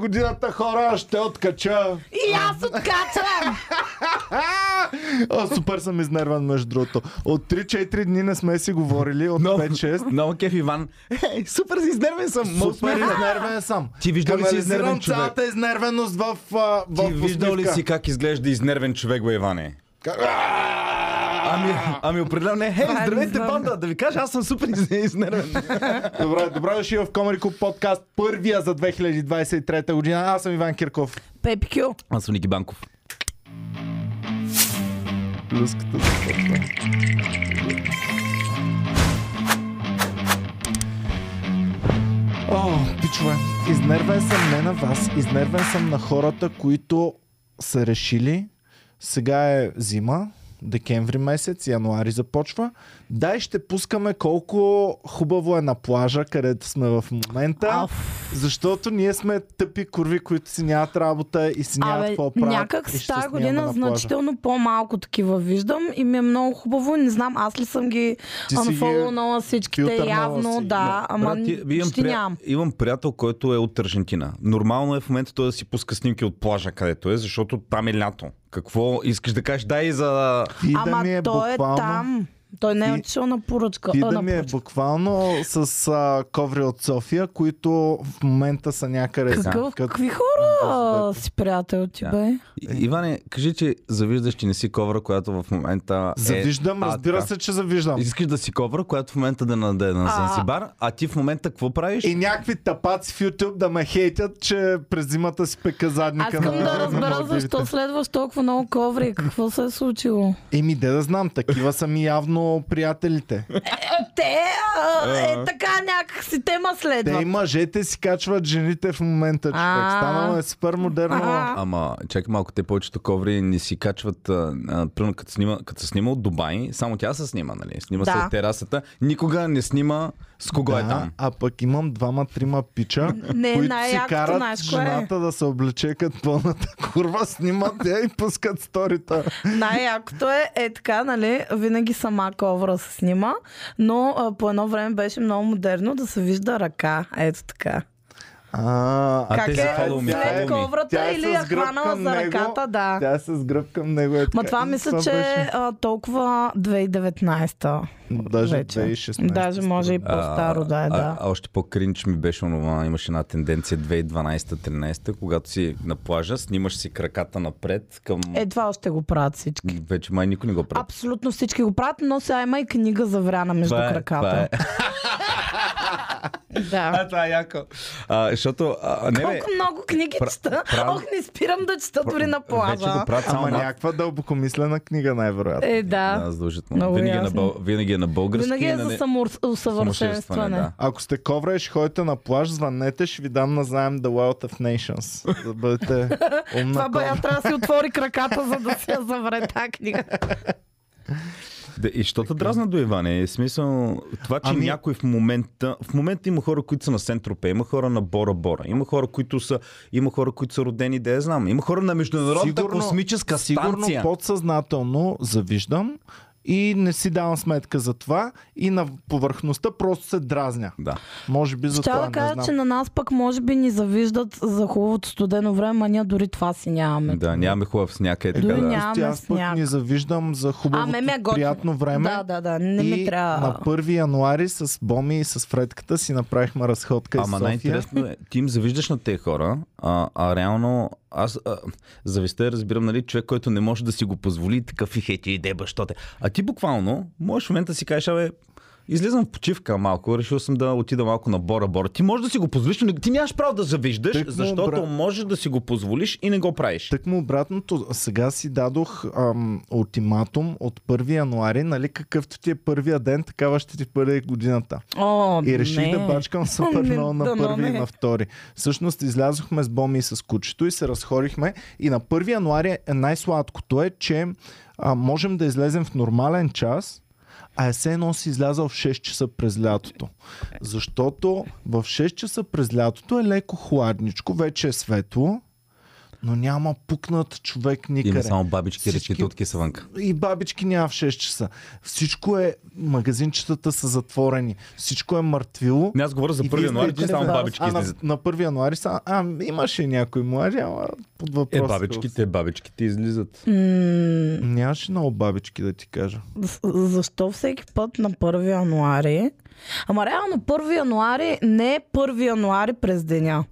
годината, хора, ще откача. И аз откачам! О, супер съм изнерван, между другото. От 3-4 дни не сме си говорили, от 5-6. Много кеф, Иван. Ей, супер си изнервен съм. е Много Супер изнервен съм. Ти виждал ли си Канализирам изнервен човек? цялата изнервеност в, а, в Ти виждал ли усмивка. си как изглежда изнервен човек, бе, Иване? Как- А! Ами, ами определено не. Хей, Това е здравейте, изнервен. банда, да ви кажа, аз съм супер из- изнервен. Добре, добре дошли в Comedy Club подкаст, първия за 2023 година. Аз съм Иван Кирков. Пепи Кю. Аз съм Ники Банков. Люската О, пичове, изнервен съм не на вас, изнервен съм на хората, които са решили. Сега е зима, декември месец, януари започва. Дай ще пускаме колко хубаво е на плажа, където сме в момента, защото ние сме тъпи курви, които си нямат работа и си нямат Абе, какво правят. някак и с ще тази снимаме на година значи, плажа. значително по-малко такива виждам и ми е много хубаво. Не знам, аз ли съм ги Ти си ги анфолонала всичките филтърнала явно, си. да, ама Брат, ти- ще нямам. имам приятел, който е от Аржентина. Нормално е в момента той да си пуска снимки от плажа, където е, защото там е лято. Какво искаш да кажеш? Дай за... Ти да Ама ми е той е буквално... там. Той не е Ти- отишъл на поръчка. Ти а, да на ми е поръчка. буквално с а, коври от София, които в момента са някъде. Какъв, Кът- какви хора Да. си приятел ти, Да. бе? И- Иване, кажи, че завиждаш, че не си ковра, която в момента е... Завиждам, адка. разбира се, че завиждам. Искаш да си ковра, която в момента да наде на А. Занзибар, а ти в момента какво правиш? И някакви тапаци в YouTube да ме хейтят, че през зимата си пека задника. Аз искам на- да на разбера Малдивите. защо следваш толкова много коври. Какво се е случило? Еми, де да знам, такива са ми явно приятелите. Те а, е А. така някакси тема Те и следва. мъжете си качват жените в момента, човек. А. Станало е супер модерно. А. Ама, чакай малко, те повечето коври не си качват, а, а, примерно като, снима, като се снима от Дубай, само тя се снима, нали? Снима Да. се от терасата, никога не снима с кого е Да, там. а пък имам двама-трима пича, Не, е които си най-якото, карат знаеш кое е? жената да се облече като пълната курва, снимат я и пускат сторита. Най-якото е, е така, нали, винаги сама ковра се снима, но а, по едно време беше много модерно да се вижда ръка. Ето така. А, А как те е са follow me, follow след me. коврата Тя е или я с гръб хванала към за него. ръката, да. Тя се сгръб към него. Е така. Ма това И мисля, че беше- е а, толкова 2019-та. Даже вече. 2016. Даже може и по-старо, да е, а, да. а още по-кринч ми беше онова, имаше една тенденция 2012-13, когато си на плажа, снимаш си краката напред към... Е, това още го правят всички. Вече май никой не го прави. Абсолютно всички го правят, но сега има и книга завряна между Това е- това краката. е. Да. А, това е яко. А, защото, а, не бе, Колко много книги Пра- чета. прав- Ох, не спирам да чета дори на вече го плажа. правят само Ама на... някаква дълбокомислена книга, най-вероятно. Е, да. Да, задължително. Много Винаги е, на, ясно. бъл- винаги е на български. Винаги е на за не- самоусъвършенстване. да. Ако сте ковра и ще ходите на плаж, звъннете, ще ви дам назаем The Wild of Nations. Да бъдете умна Това бая ковра. трябва да си отвори краката, за да си я завре тази книга. Да, и що те дразна до Иване? Е смисъл това, че Ами- ами... някой в момента... В момента има хора, които са на Сентропе, има хора на Бора Бора, има хора, които са, има хора, които са родени, да я знам. Има хора на Международната космическа сигурно станция. подсъзнателно завиждам и не си давам сметка за това и на повърхността просто се дразня. Да. Може би за Ще това да не кажа, че знам. на нас пък може би ни завиждат за хубавото студено време, а ние дори това си нямаме. да, нямаме хубав сняг. Е, така, Дори да. нямаме Ти аз пък сняг. не завиждам за А, хубавото, ме ме е готино. приятно време. Да, да, да. Не ми и трябва. на 1 януари с Боми и с Фредката си направихме разходка из Ама София. най-интересно е, ти им завиждаш на тези хора, а, а реално аз а, зависта я разбирам, нали, човек, който не може да си го позволи, такъв и хети иде бащоте. А ти буквално можеш в момента да си кажеш, абе, излизам в почивка малко, решил съм да отида малко на Бора Бора. Ти можеш да си го позволиш, но не- ти нямаш право да завиждаш, Тък му, защото брат. можеш да си го позволиш и не го правиш. Тък му обратното, сега си дадох ам, ултиматум от 1 януари, нали какъвто ти е първия ден, такава ще ти бъде и годината. О, И реших не. да бачкам супер Не, много на дано първи и не. на втори. Всъщност излязохме с Боми и с кучето и се разходихме. И на 1 януари е- най-сладкото е, че а, можем да излезем в нормален час, а е все едно си излязъл в 6 часа през лятото. Защото в 6 часа през лятото е леко хладничко, вече е светло. но няма пукнат човек никъде. Има само бабички, Всички- речки от кисаванка. И бабички няма в 6 часа. Всичко е, магазинчетата са затворени. Всичко е мъртвило. Не, Ами аз говоря за И 1 вие януари, сте че само да. бабички а, на, излизат. на 1 януари са, а, имаше някой млади, ама под въпрос. Е, бабичките, бабичките излизат. М- Нямаше много бабички да ти кажа. З- защо всеки път на 1 януари? Ама реално 1 януари не е 1 януари през деня.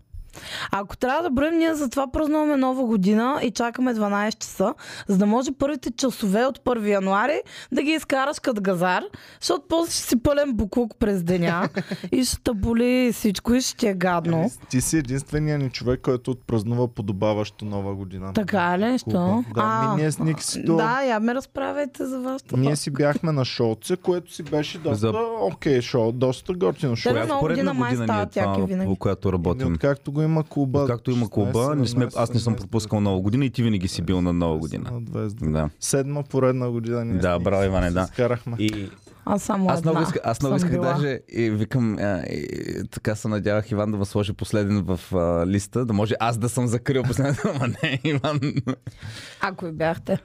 Ако трябва да броим, ние затова празнуваме нова година и чакаме 12 часа, за да може първите часове от 1 януари да ги изкараш като газар, защото после ще си пълен буклук през деня и ще боли всичко и ще ти е Ами, гадно. Ти си единствения ни човек, който отпразнува подобаващо нова година. Така ли? Що? Клуба. Да, ми ние с Никсито... да, я ме разправяйте за вашата Ние си бяхме на шоуце, което си беше доста За- окей шоу, доста готино шоу. Да, Една Поредна година май година ни става е това, тяки винаги. по която Ами, работим. Откакто го има клуба. Както има клуба, не сме, аз не съм пропускал нова година и ти винаги си бил на нова година. Да. Седма поредна година. Ние Да, с браво, Никсито Иване, се да. Скарахме. И Аз само аз много една исках, аз много съм исках била. даже и викам, а, и, и, така се надявах Иван да възложи последен в а, листа, да може аз да съм закрил последен, ама не, Иван. Ако и бяхте.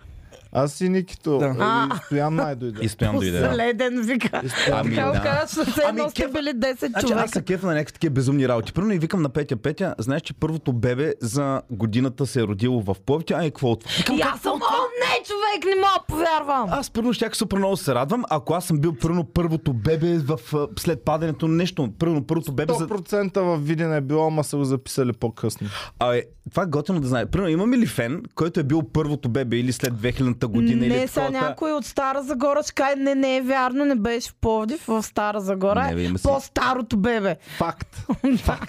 Аз и Никито. А. Да. И Стоян май дойде. И стоям дойде. да. Последен вика. Ами, Така да. го казваш, че все Ами, едно сте кефа- били 10 Значи аз човека. се кефа на някакви такива безумни работи. Първо и викам на Петя, Петя, знаеш, че първото бебе за годината се е родило в Пловдив, а е какво от... Викам, И аз съм, о, не, човек, не мога да повярвам. Аз първо щях супер много се радвам, ако аз съм бил първо първото бебе в, а, след падането на нещо. Първо първото бебе за... 100% в Видин е било, ама са го записали по-късно. А, е, това е готино да знае. Примерно, имаме ли фен, който е бил първото бебе или след 2000-та година не, или са такова, та- някой от Стара Загора ще каже, не, не е вярно, не беше в Пловдив, в Стара Загора Не, бе, е има си- по-старото бебе. Факт. Да,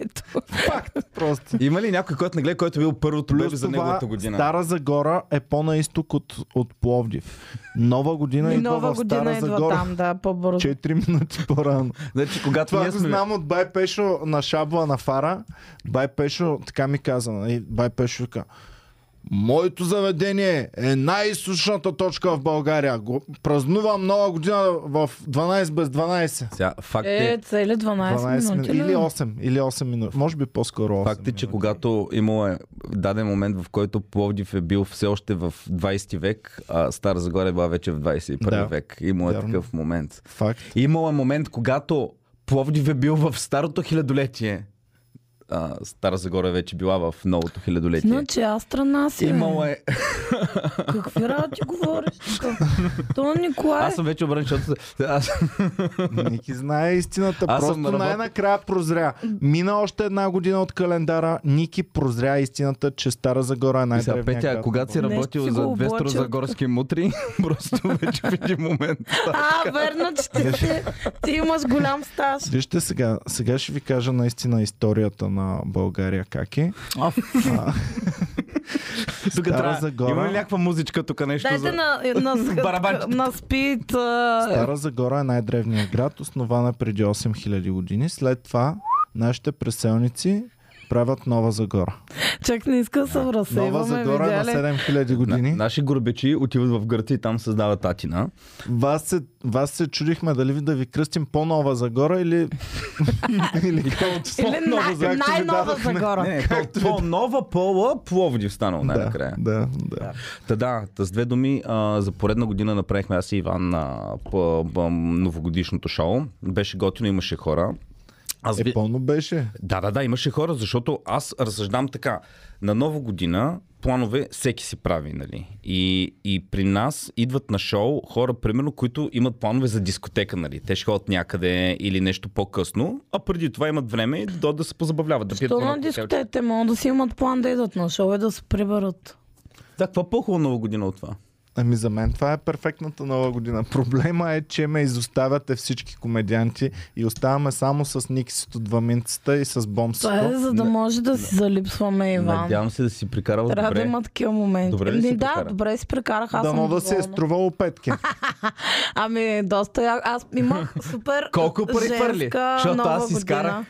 ето. Факт. Просто. Има ли някой, който не гледа, който е бил първото Плюс бебе за това, неговата година? Стара Загора е по-на изток от, от Пловдив. Нова година И идва нова Ами, в Стара година идва Загора. там, да, по-бързо. 4 минути по-рано. Значи, когато Това ние го сме... знам от Бай Пешо на шабла на фара. Бай Пешо така ми каза. нали, Бай Пешо вика, Моето заведение е най-източната точка в България. Го празнувам нова година в 12 без 12. Сега, факт е, Е, цели 12, 12 минути. нали? мин- ли? Или 8, или 8 минути. Може би по-скоро 8. Факт е, че когато имало е даден момент, в който Пловдив е бил все още в 20 век, а Стара Загора е била вече в 21 Да. век. Имало е Вярно. такъв момент. Факт. Имало е момент, когато Пловдив е бил в старото хилядолетие. А, Стара Загора вече била в новото хилядолетие. Значи аз страна си. бе. Имало е... Какви работи говориш? тук? То Николай. Аз съм вече обран, защото... Аз... Ники знае истината. Аз съм Просто работ- най-накрая прозря. Мина още една година от календара. Ники прозря истината, че Стара Загора е И сега, най-древният Петя, град. когато си Нещо работил си за го две облачил. старозагорски мутри, просто вече в един момент... А, верно, че ти, ти, ти имаш голям стаж. Вижте сега, сега ще ви кажа наистина историята на България как е. Тук Стара трябва... Загора. Има ли някаква музичка тук нещо Дайте за... на, на, на, Барабанчетата. на спит. А... Стара Загора е най-древният град, основана преди 8000 години. След това нашите преселници правят Нова Загора. Чак не иска да се Нова разсейваме, Загора е на видя ли? 7000 години. На, наши горбечи отиват в гърти и там създават Атина. Вас се, вас се чудихме дали ви да ви кръстим по-Нова Загора или... или както Или Нова най- Загора. най-нова Както ви Загора. Не, не, по- е по-нова пола Пловдив станал най-накрая. Да, да, да. Та да, та с две думи, а, за поредна година направихме аз и Иван а, по, по, новогодишното шоу. Беше готино, имаше хора. Аз Е, ви... пълно беше. Да, да, да, имаше хора, защото аз разсъждам така. На нова година планове всеки си прави, нали? И, и при нас идват на шоу хора, примерно, които имат планове за дискотека, нали? Те ще ходят някъде или нещо по-късно, а преди това имат време да дойдат да се позабавляват. Да пият То едно на коктейлче. дискотете могат да си имат план да идат на шоу и да се приберат. Да, какво по-хубава нова година от това? Ами за мен това е перфектната нова година. Проблема е, че ме изоставяте всички комедианти и оставаме само с Никсито, Дваминцата и с Бомсито. Това е за да Не, може да си залипсваме Иван. Надявам се да си прикарал Трябва добре. да има такива моменти. Добре ли си Ми, да, прекара? добре си прекарах. Аз Дано съм да се е доволна. струвало петки. Ами, доста я... Аз имах супер Колко пари женска хвърли? Защото нова аз година. изкарах.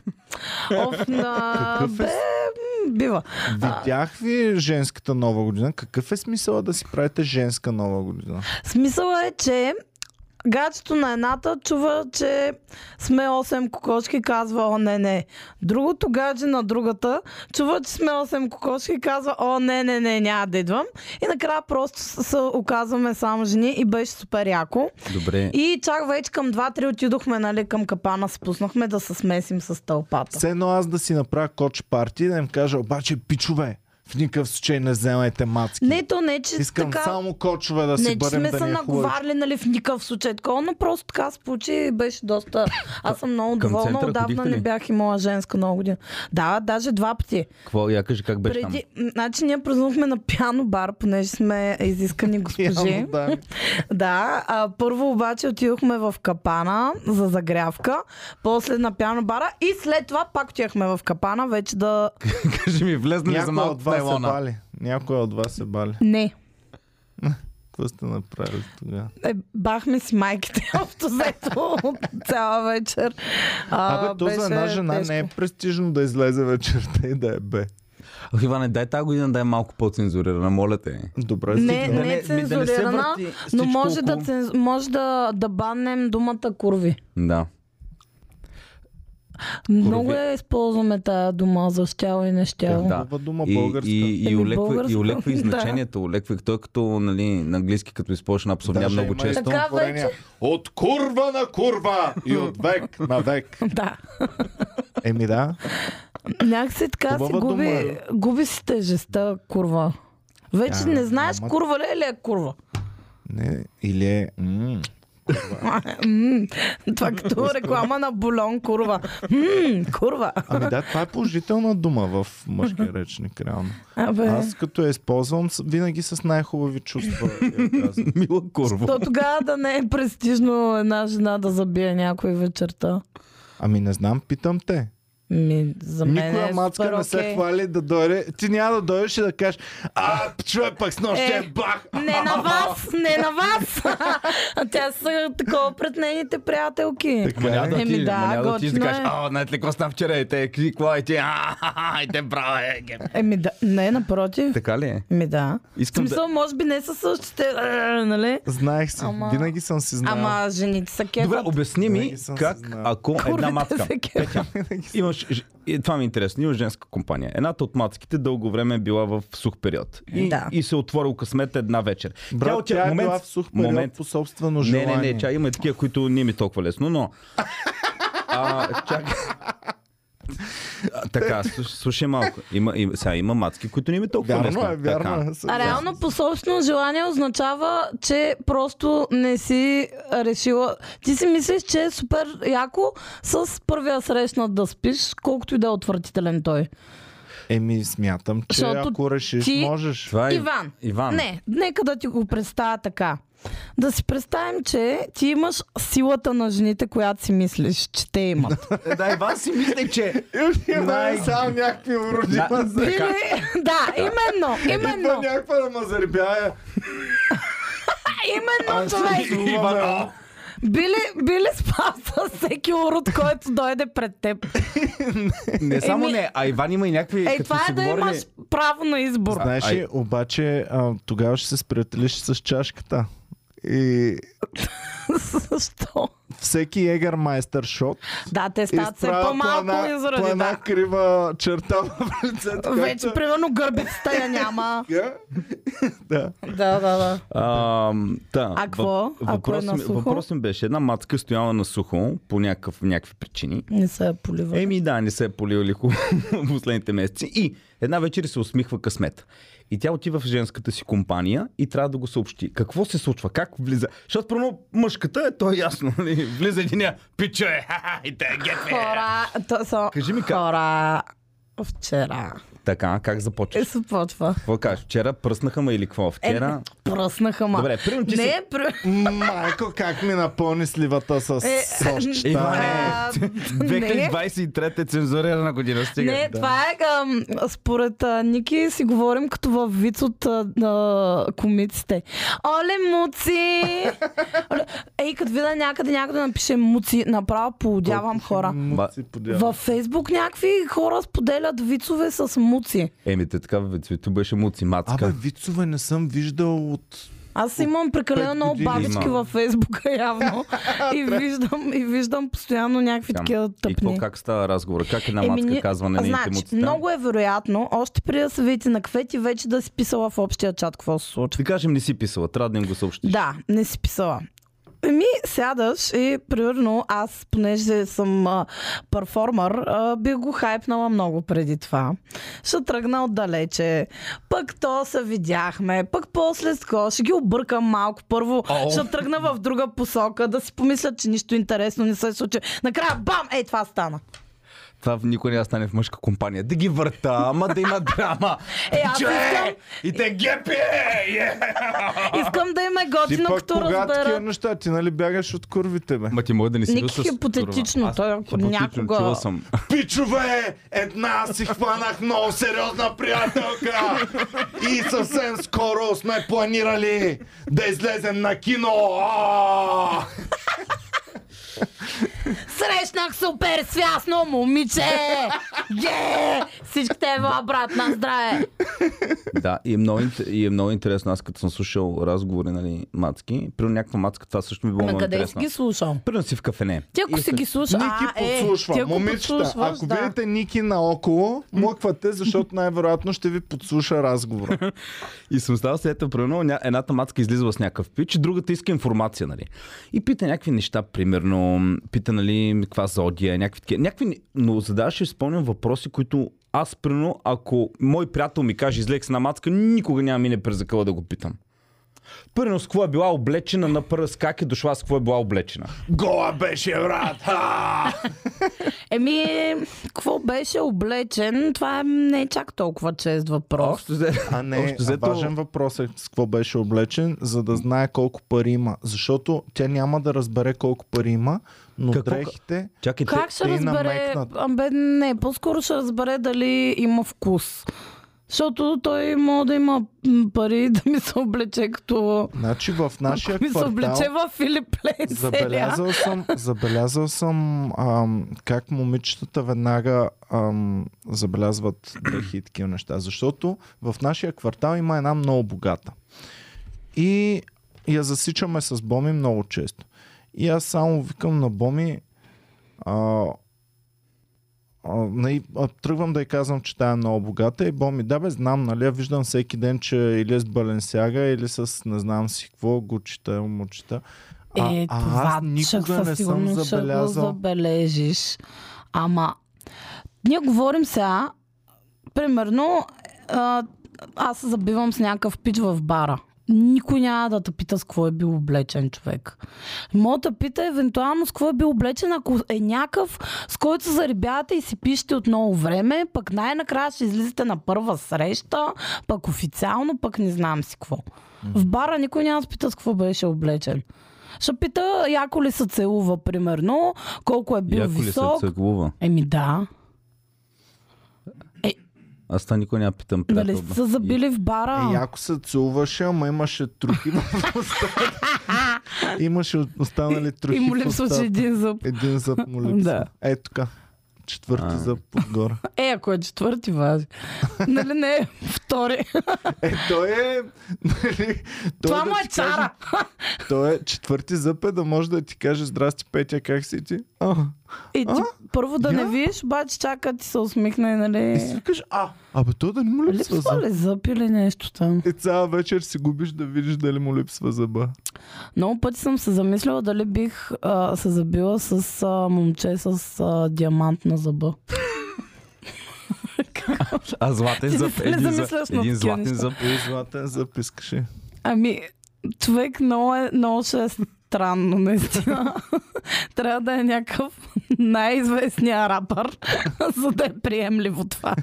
Оф, на... Какъв е Бе, м, бива. Видях ви женската нова година. Какъв е смисъла да си правите женска нова година? Смисъла е, че Гачето на едната чува, че сме 8 кокошки, казва о не не. Другото гадже на другата чува, че сме 8 кокошки, казва о не не не няма да идвам. И накрая просто с- се оказваме само жени и беше супер яко. Добре. И чак вече към 2-3 отидохме нали, към капана, спуснахме да се смесим с тълпата. Все едно аз да си направя коч парти, да им кажа, обаче, пичове, в никакъв случай не вземайте мацки. Не, то не, че Искам така... само кочове да си не, че бъдем сме да се ни е хубави. наговарли, нали, в никакъв случай такова, но просто така се получи и беше доста... Аз съм много Към доволна, центъра отдавна ходихте не ли? бях имала женска много година. Да, даже два пъти. Какво? Я кажи как беше Преди, м, значи ние празнувахме на пиано бар, понеже сме изискани госпожи. Явно, да. Да, а, първо обаче отидохме в капана за загрявка, после на пиано бара и след това пак отидахме в капана вече да... там. Кажи ми, влезна ли Някой за малко от в вас е се найлона? бали. Някой от вас се бали. Не, Какво сте направили тогава? е, бахме си майките общо взето от цяла вечер. А, Абе, то за една беше жена тежко. не е престижно да излезе вечерта и да е бе. Ох, Иване, дай тази година да е малко по-цензурирана, моля те. Добре, Не, стигна. Да не, не- е ми да не се цензурирана, върти но всичко може, да, около. ценз... може да, да баннем думата курви. Да. Много я използваме тая дума за щяла и нещяла. Да. Хубава дума И, българска. и, и, Еми, олеква, и българска, олеква и да. значението, олеква и той като нали, на английски, като използваш на псовня Даже много има и често. Така стихотворения. От курва на курва и от век на век. Да. Еми да. Някакси така си Хубава дума губи, е. губи си тежестта, курва. Вече Да, не знаеш ама- курва ли е или е курва. Не, или е... м, М, Това като реклама на бульон курва. М, Курва. Ами да, това е положителна дума в мъжкия речник, реално. Абе. Аз като я използвам, с- винаги с най-хубави чувства е, я казвам. Мила курва. То тогава да не е престижно една жена да забие някой вечерта. Ами не знам, питам те. Ми, за мен Никоя е мацка супер не се окей. хвали да дойде. Ти няма да дойдеш и да кажеш, а, човек пък с нощ Е. е бах. Не на вас, не на вас. А Тя са такова пред нейните приятелки. Така е. Еми ти, да, ма няма да ти да готино кажеш, е. а, знаете ли какво става вчера, и те, какви, какво е ти, а, ха-ха, и те браво, е, ге». Еми да, не, напротив. Така ли е? Ми да. Искам в смисъл, може би не са същите, е, нали? Знаех си, Ама- винаги съм си знал. Ама жените са кефат. Добре, обясни ми Винаги съм се как, знал. ако една Курвите матка, са кефат. имаш, ж- и това ми е интересно, имаш женска компания. Едната от мацките дълго време е била в сух период. И, Е, Да. и се отворил късмет една вечер. Брат, отива- тя е била в сух период по собствено Не, желание. не, не, чай, има и такива, които не ми е толкова лесно, но... А, чакай. А, Така, слуш- слушай малко. Има, и, сега има мацки, които не ми толкова лесно. Вярно е, Така. вярно е. А реално по собствено желание означава, че просто не си решила. Ти си мислиш, че е супер яко с първия срещнат да спиш, колкото и да е отвратителен той. Еми, смятам, че Защото ако решиш, ти- можеш. Това е... Иван. Иван. Не, нека да ти го представя така. Да си представим, че ти имаш силата на жените, която си мислиш, че те имат. Е, Да, Иван си мисли, че... Най... Най- Само някакви уродима На- за... Или, да, именно, Идва именно, някаква да ме заребяе. именно Аз човек. се Иван, суваме. а, Би ли, би ли спал с всеки урод, който дойде пред Е, теб? не само Еми- не, а Иван има и някакви... Ей, като това е си да говорили- имаш право на избор. Знаеш ли, Ай. обаче а, тогава ще се сприятелиш с чашката. И Защо? всеки егермайстър шот Да, те стават все изправя по по-малко и една, заради по една да. крива черта в лицето. Вече, примерно, гърбицата я няма. Така. да. Да, да, да. А, да. А какво, ако въпрос, е на ми- сухо? въпрос ми беше, една мацка стояла на сухо по някакъв, някакви причини. Не се е полива. Еми да, не се е поливали хубаво в последните месеци. И една вечер й се усмихва късмет. И тя отива в женската си компания и трябва да го съобщи. Какво се случва? Как влиза? Защото прямо мъжката е, то е ясно. нали? Влиза един пичо е, ха-ха, и те е гетве. Хора, то са... Кажи ми как. Хора, вчера. Така, как Е, започваш? се почва. Какво кажеш? Вчера пръснаха ме или какво? Е, Вчера? пръснаха ма. Добре, примерно ти не, си- при... Майко, как ми напълни сливата с Е, сосчета. Иване, А, не. е. 2023 е цензурирана година. Стига. Не, това е ам, според а, Ники си говорим като във виц от а, а, комиците. Оле, муци! Оле, Ей, като видя някъде някъде напише муци, направо поудявам хора. Му си подява. Във Фейсбук някакви хора споделят вицове с муци. Еми, те така, цвето беше муци, мацка. Абе, вицове не съм виждал от Аз имам прекалено пет много години бабички имам. във Фейсбука явно. и, виждам, и виждам постоянно някакви Там. такива И тъпни. какво, как става разговор? Как една Еми, мацка ни- казва на нейните му Значи, цитати? много е вероятно, още преди да се видите на квет и вече да си писала в общия чат какво се случва. Да кажем, не си писала, трябва да им го съобщиш. Да, не си писала. Ми сядаш и примерно аз, понеже съм а, перформър, а, бих го хайпнала много преди това. Ще тръгна отдалече. Пък то се видяхме, пък после с какво, ще ги объркам малко. Първо О. ще тръгна в друга посока, да си помисля, че нищо интересно не се случи. Накрая бам! Ей, това стана. Това никой няма да стане в мъжка компания. Да ги върта, ама да има драма. Е, аз искам- И те гепи! Е! Искам да им е Ти готино, пък като кога такива разбера. неща, ти нали бягаш от курвите, бе? Ма ти мога да не си бил Ники хипотетично, той ако някога... Чува съм. Пичове, една си хванах много сериозна приятелка и съвсем скоро сме планирали да излезем на кино. А! Срещнах супер свясно момиче! Ге! Всички те ева брат на здраве! Да, и е, много, инте- и е много интересно. Аз като съм слушал разговори, нали, мацки, при някаква мацка, това също ми било Ама много къде си интересно. ги слушал? Примерно си в кафене. Ти ако си ги слушал... Ники а, е, подслушва. ти ако Момичета, подслушваш, ако да. видите Ники наоколо, млъквате, защото най-вероятно ще ви подслуша разговора. И съм стал след това, примерно, ня- едната мацка излиза с някакъв пич, и другата иска информация, нали? И пита някакви неща, примерно, м, пита, нали, каква зодия, някакви такива. Някакви... ни- Но задаваше, си спомням, въпроси, които аз, примерно, ако мой приятел ми каже, излег с една мацка, никога няма мине през закъла да го питам. Примерно, с какво е била облечена, на първа с как е дошла, с какво е била облечена. Гола беше, брат! А! Еми, какво беше облечен, това не е чак толкова чест въпрос. Общо взе- А не, общо а важен въпрос е с какво беше облечен, за да знае колко пари има. Защото тя няма да разбере колко пари има, но Какво- дрехите... Чакайте, Как ще те и разбере... намекнат. а, Бе, не, по-скоро ще разбере дали има вкус. Защото той може да има м, пари да ми се облече като... Значи в нашия Ако ми се квартал... облече в Филип Лейн сериал. Забелязал съм, забелязал съм ам, как момичетата веднага ам, забелязват дрехи и такива неща. Защото в нашия квартал има една много богата. И я засичаме с Боми много често. И аз само викам на Боми, а, а, нали, а, тръгвам да й казвам, че тя е много богата и Боми, да бе, знам, нали, я виждам всеки ден, че или е с Баленсяга, или с не знам си какво, гучета, момчета. А, Е, а това аз никога чак не със съм сигурност ще го забелязал. забележиш. Ама, ние говорим сега, примерно, а, аз се забивам с някакъв пич в бара. Никой няма да те пита с какво е бил облечен човек. Мога да пита евентуално с какво е бил облечен, ако е някакъв, с който се зарибявате и си пишете от много време, пък най-накрая ще излизате на първа среща, пък официално, пък не знам си какво. В бара никой няма да се пита с какво беше облечен. Ще пита яко ли се целува, примерно, колко е бил Яко ли се висок. цъглува? Еми да. Аз това никой няма питам. Нали приятел, сте бе. се забили в бара? Е, яко се целуваше, ама имаше трухи в устата. имаше останали И трухи му в липсваше устата. един зъб. Един зъб му липсва. Да. Е, така. Четвърти А. зъб отгоре. Е, ако е четвърти важи. нали не, е втори. Е, той е... Нали, той Това да му е ти каже- чара. Той е четвърти зъб е да може да ти каже здрасти, Петя, как си ти? А, И ти първо да не Я? видиш, обаче чака ти се усмихне, и си нали? викаш, а, абе, той да не му липсва Липсва зъб. ли зъб или нещо там? И цяла вечер си губиш да видиш дали му липсва зъба. Много пъти съм се замисляла дали бих а, се забила с а, момче с а, диамант на зъба. А златен Ти не зъб. се ли Един, зъ... замисляш на един такива златен неща? зъб. И златен зъб искаше. Ами, човек много, е, много ще е странно, наистина. Трябва да е някакъв най-известния рапър, за да е приемливо това.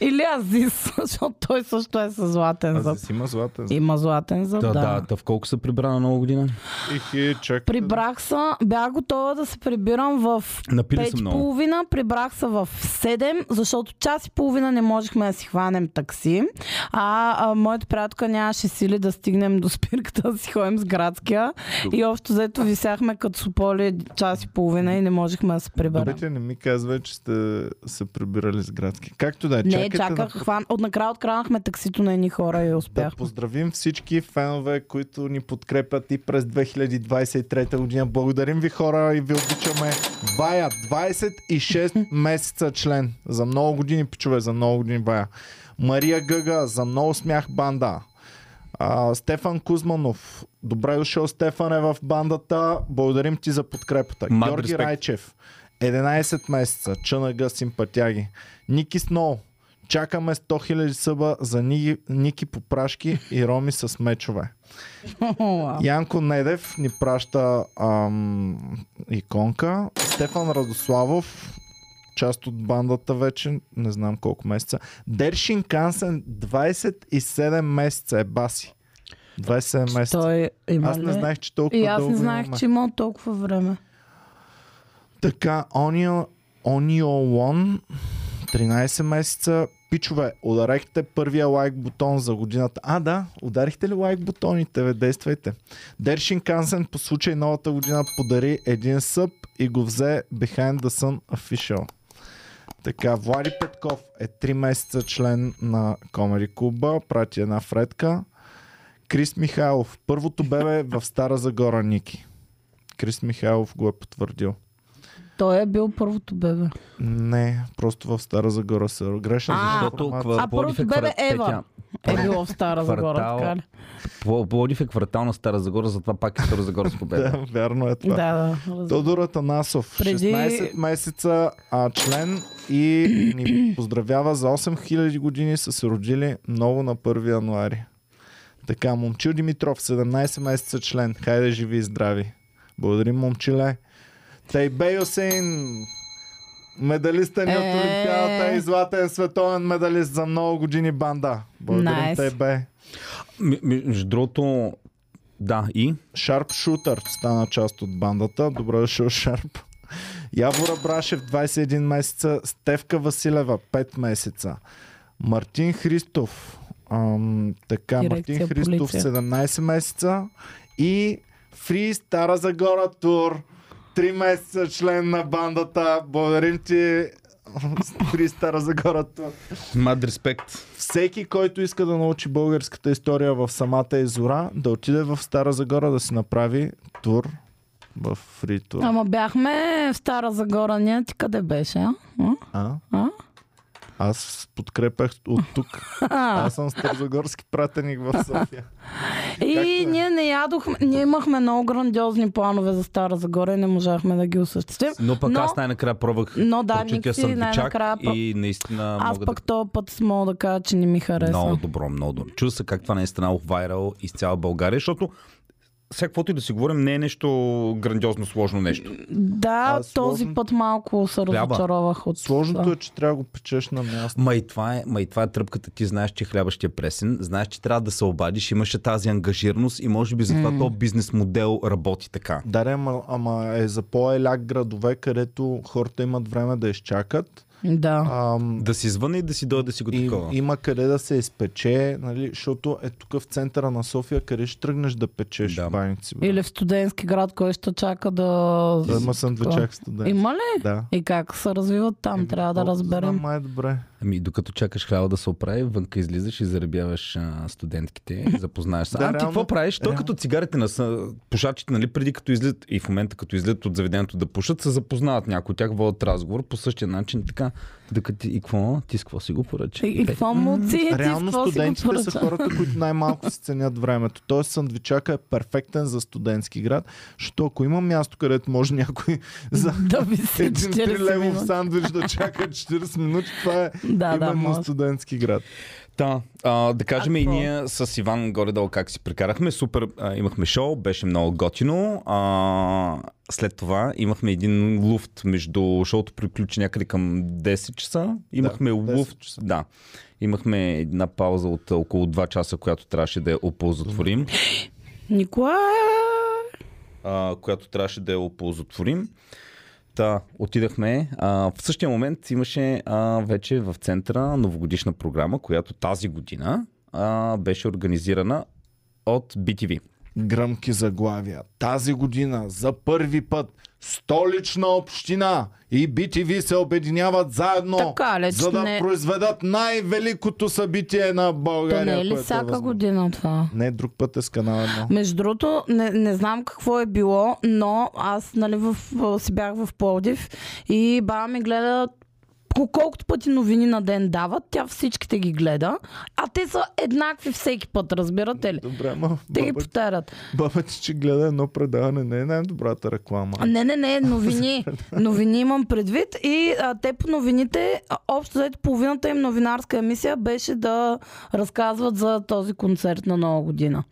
Или Азис, защото той също е със златен зъб. Аз си има златен зъб. Има златен зъб, Да, да. да, да, в колко са прибра на нова година? Ихи, чакай. Прибрах се, бях готова да се прибирам в Напили са 5 много. половина, прибрах се в 7, защото час и половина не можехме да си хванем такси. А, а моята приятелка нямаше сили да стигнем до спирката да си ходим с градския. И общо взето висяхме като суполи час и половина и не можехме да се приберем. Добрите не ми казва, че сте се прибирали с градски. Както да е, Не, чакайте чаках, на... хван... отнакрая откранахме таксито на едни хора и Да успяхме. поздравим всички фенове, които ни подкрепят и през 2023 година. Благодарим ви хора и ви обичаме. Бая, 26 месеца член. За много години, пичове, за много години бая. Мария Гъга, за много смях банда. А, Стефан Кузманов, добре дошъл Стефане в бандата. Благодарим ти за подкрепата. Мак Георги респект. Райчев, 11 месеца, ЧНГ симпатяги. Ники Сноу, чакаме 100 000 съба за Ники, Ники Попрашки и Роми с мечове. Янко Недев ни праща ам, иконка. Стефан Радославов, част от бандата вече, не знам колко месеца. Дершин Кансен, 27 месеца е баси. 27 месеца. Той има Аз не ли? знаех, че толкова И аз не дълго знаех, имаме. че има толкова време. Така, Onion, Onion One, 13 месеца. Пичове, ударихте първия лайк бутон за годината. А, да, ударихте ли лайк бутоните, бе, действайте. Дершин Кансен по случай новата година подари един съб и го взе Behind the Sun Official. Така, Влади Петков е 3 месеца член на Комери Клуба, прати една фредка. Крис Михайлов, първото бебе в Стара Загора, Ники. Крис Михайлов го е потвърдил. Той е бил първото бебе. Не, просто в Стара Загора се грешна. А, защото Защото информация. А ква- Пловдив е първото бебе квар- Ева Петя, е било в Стара Загора, Квартал. така ли? Пл- Пловдив е квартал на Стара Загора, затова пак е Старозагорско бебе. Да, вярно е това. Да, да. разбира. Тодор Атанасов, Преди- 16 месеца а, член и ни поздравява за 8000 години са се родили много на 1 януари. Така, Момчил Димитров, 17 месеца член. Хайде живи и здрави. Благодарим, момчиле. Тайбей Осейн, медалиста ни от Е. Олимпиадата и златен световен медалист за много години банда. Благодарим, Найс. Тайбей. М- Между другото, да, и Шарп Шутър стана част от бандата. Добре дошъл, Шарп. Явора Брашев, 21 месеца. Стевка Василева, 5 месеца. Мартин Христов. Ам, така, Дирекция Мартин Христов, полиция. 17 месеца. И Фри Стара Загора Тур. 3 месеца член на бандата. Благодарим ти, Фри Стара Загора Тур. мад респект. Всеки, който иска да научи българската история в самата Изора, да отиде в Стара Загора да си направи тур в фри тур. Ама бяхме в Стара Загора, ние ти къде беше, а? М? А? А? Аз подкрепях от тук. Аз съм старозагорски пратеник в София. И Както е. ние не ядохме, ние имахме много грандиозни планове за Стара Загора и не можахме да ги осъществим. Но пък Но- аз най-накрая пробвах но да, прочутия Никси сандвичак най-накрая пък- и наистина Аз мога пък този път мога да кажа, че не ми да... хареса. Много добро, много добро. Чува се как това не е станало вайрал из цяла България, защото сега каквото и да си говорим, не е нещо грандиозно сложно нещо. Да, А, този сложно- път малко се Хляба. разочаровах от Сложното това. е, че трябва да го печеш на място. Ма и, това е, ма и това е тръпката. Ти знаеш, че хляба ще е пресен, знаеш, че трябва да се обадиш, имаше тази ангажираност и може би затова mm. този бизнес модел работи така. Да, ама, ама е за по-еляк градове, където хората имат време да изчакат. Да. Ам, Да си звъне и да си дойде да си го И, такова. има къде да се изпече, нали, защото е тук в центъра на София, къде ще тръгнеш да печеш Да. баници. бе. Или в студентски град, кой ще чака да... Да, Има сандвичак студент. Има ли? Да. И как се развиват там, Еми, трябва да колкото знам, разберем. Май е добре. Ами, докато чакаш хляба да се оправи, вънка излизаш и заребяваш а, студентките, запознаеш Да, се. Да, а ти реално- какво правиш? Той реално. като цигарите на са, пушачите, нали, преди като излизат и в момента като излизат от заведението да пушат, се запознават някои от тях, водят разговор по същия начин, така, докато ти и какво, ти с какво си го поръча? И, и какво му ти, ти с Реално какво си го студентите са поръча? хората, които най-малко си ценят времето. Тоест сандвичака е перфектен за студентски град, защото ако има място, където може някой за Да ви се един 3 левов 40 сандвич да чака 40 минути, това е Да, да, именно може. студентски град. Да, а, да кажем и какво? ние с Иван горе-долу как си прекарахме. Супер, а, имахме шоу, беше много готино. А, след това имахме един луфт между шоуто приключи някъде към 10 часа. Имахме 10 луфт. часа. Да. Имахме една пауза от около 2 часа, която трябваше да я оползотворим. Николай! А, която трябваше да я оползотворим. Та, отидахме. А, в същия момент имаше а, вече в центъра новогодишна програма, която тази година а, беше организирана от BTV. гръмки заглавия. Тази година за първи път столична община и BTV се обединяват заедно, Така ли, че за да не- произведат най-великото събитие на То България. не е ли което всяка възможно. година това? Не, друг път е с канал едно. Между другото, не, не знам какво е било, но аз нали, в, си бях в Пловдив и баба ми гледа кол- колкото пъти новини на ден дават, тя всичките ги гледа, а те са еднакви всеки път, разбирате ли? Добре, ама Те ги баба, повтарят. баба ти, че гледа едно предаване, не е най-добрата реклама. А, Не, не, не, новини. новини имам предвид и а, те по новините, а, общо заето половината им новинарска емисия беше да разказват за този концерт на нова година.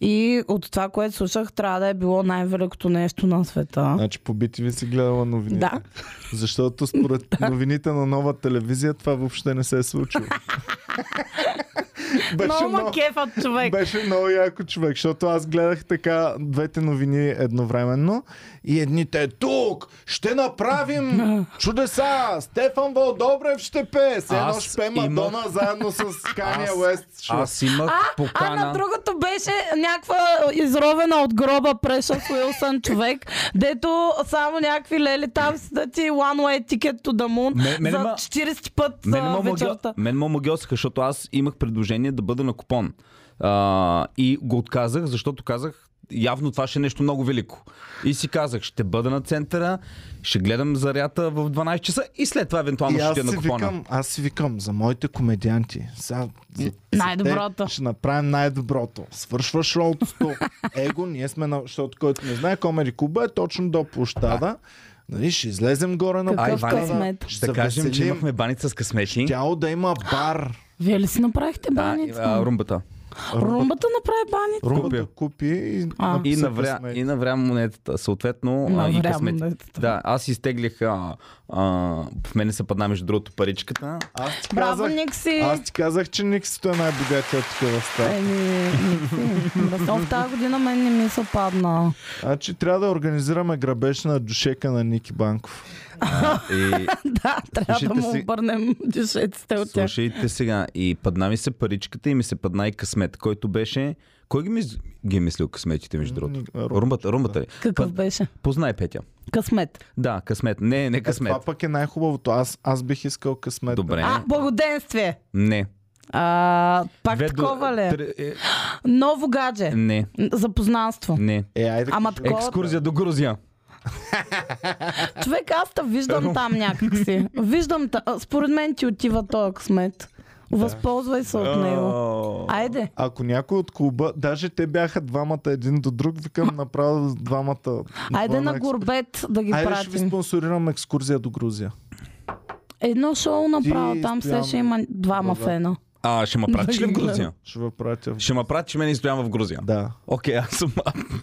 И от това, което слушах, трябва да е било най-великото нещо на света. Значи по BTV си гледала новините. Да. Защото според новините на нова телевизия това въобще не се е случило. Много ма кефът човек. Беше много яко човек, защото аз гледах така двете новини едновременно и едните тук ще направим чудеса! Стефан Вълдобрев ще пее! С едно Аз ще пее имах- Мадона заедно с Кания Аз- Уест. Аз имах А на покана. другото беше някаква изровена от гроба Прешъс Уилсън човек, дето само някакви лели там си да ти one way ticket to the moon Ме- мене за ма- 40 път за Мен ме вечерта. омагьо- Мен ме омагьосаха, защото аз имах предложение да бъда на купон. А, и го отказах, защото казах, явно това ще е нещо много велико. И си казах, ще бъда на центъра, ще гледам зарята в 12 часа и след това евентуално И ще аз отида на си, купона. викам, аз си викам за моите комедианти. Сега, за, за Най-доброто. те Ще направим най-доброто. Свършва шоуто с тук. Его, ние сме на... Защото който не знае, Комери Куба е точно до площада. Нали, ще излезем горе на Какъв площада. късмет. Ще Да кажем, че завеселим. имахме баница с късмети. Тяло да има бар. Вие ли си направихте Да, и, баница? а, румбата. Румбата направи баница. Румба да купи и, А. написа И навря, късмет. и навря монетата, съответно. а, и Навря късмети. монетата. Да, аз изтеглих. А, а, в мене се падна между другото паричката. Аз ти Браво, казах, Никси! Аз ти казах, че Никсито е най-богатия тук в стая. Еми, Мръсно, в тази година мен не ми се падна. Значи трябва да организираме грабеж на душека на Ники Банков. И, Да, трябва да Слушайте му си- обърнем дюшеците от тях. слушайте сега. И падна ми се паричката и ми се падна и късмет, който беше. Кой ги, мис... ги е мислил късметите, между другото? Ами, Румбата, Румбата, румбата ли? Какъв Път- беше? Познай Петя. Късмет. Да, късмет. Не, не късмет. Това пък е най-хубавото. Аз, аз бих искал късмет. Добре. А, благоденствие. Не. А, пак Две до- такова ли? тре- е, Ново гадже. Не, Запознанство. не. Е, айде. Ама кажи. такова- Екскурзия до Грузия. Човек, аз те виждам там някакси. Виждам, та... а, според мен ти отива този късмет. Възползвай се от него. Айде. Ако някой от клуба, даже те бяха двамата един до друг, викам направо двамата. Айде двойна на екскурзия. горбет да ги е Айде ще ви пратим. спонсорирам екскурзия до Грузия. Едно шоу направо, Ти, там все Стоян, ще има двама Богдан. фена. А, ще ме пратиш ли в Грузия? Ще ви пратя. в- Ще ме пратиш мен и стоям в Грузия. Да. Окей, аз съм.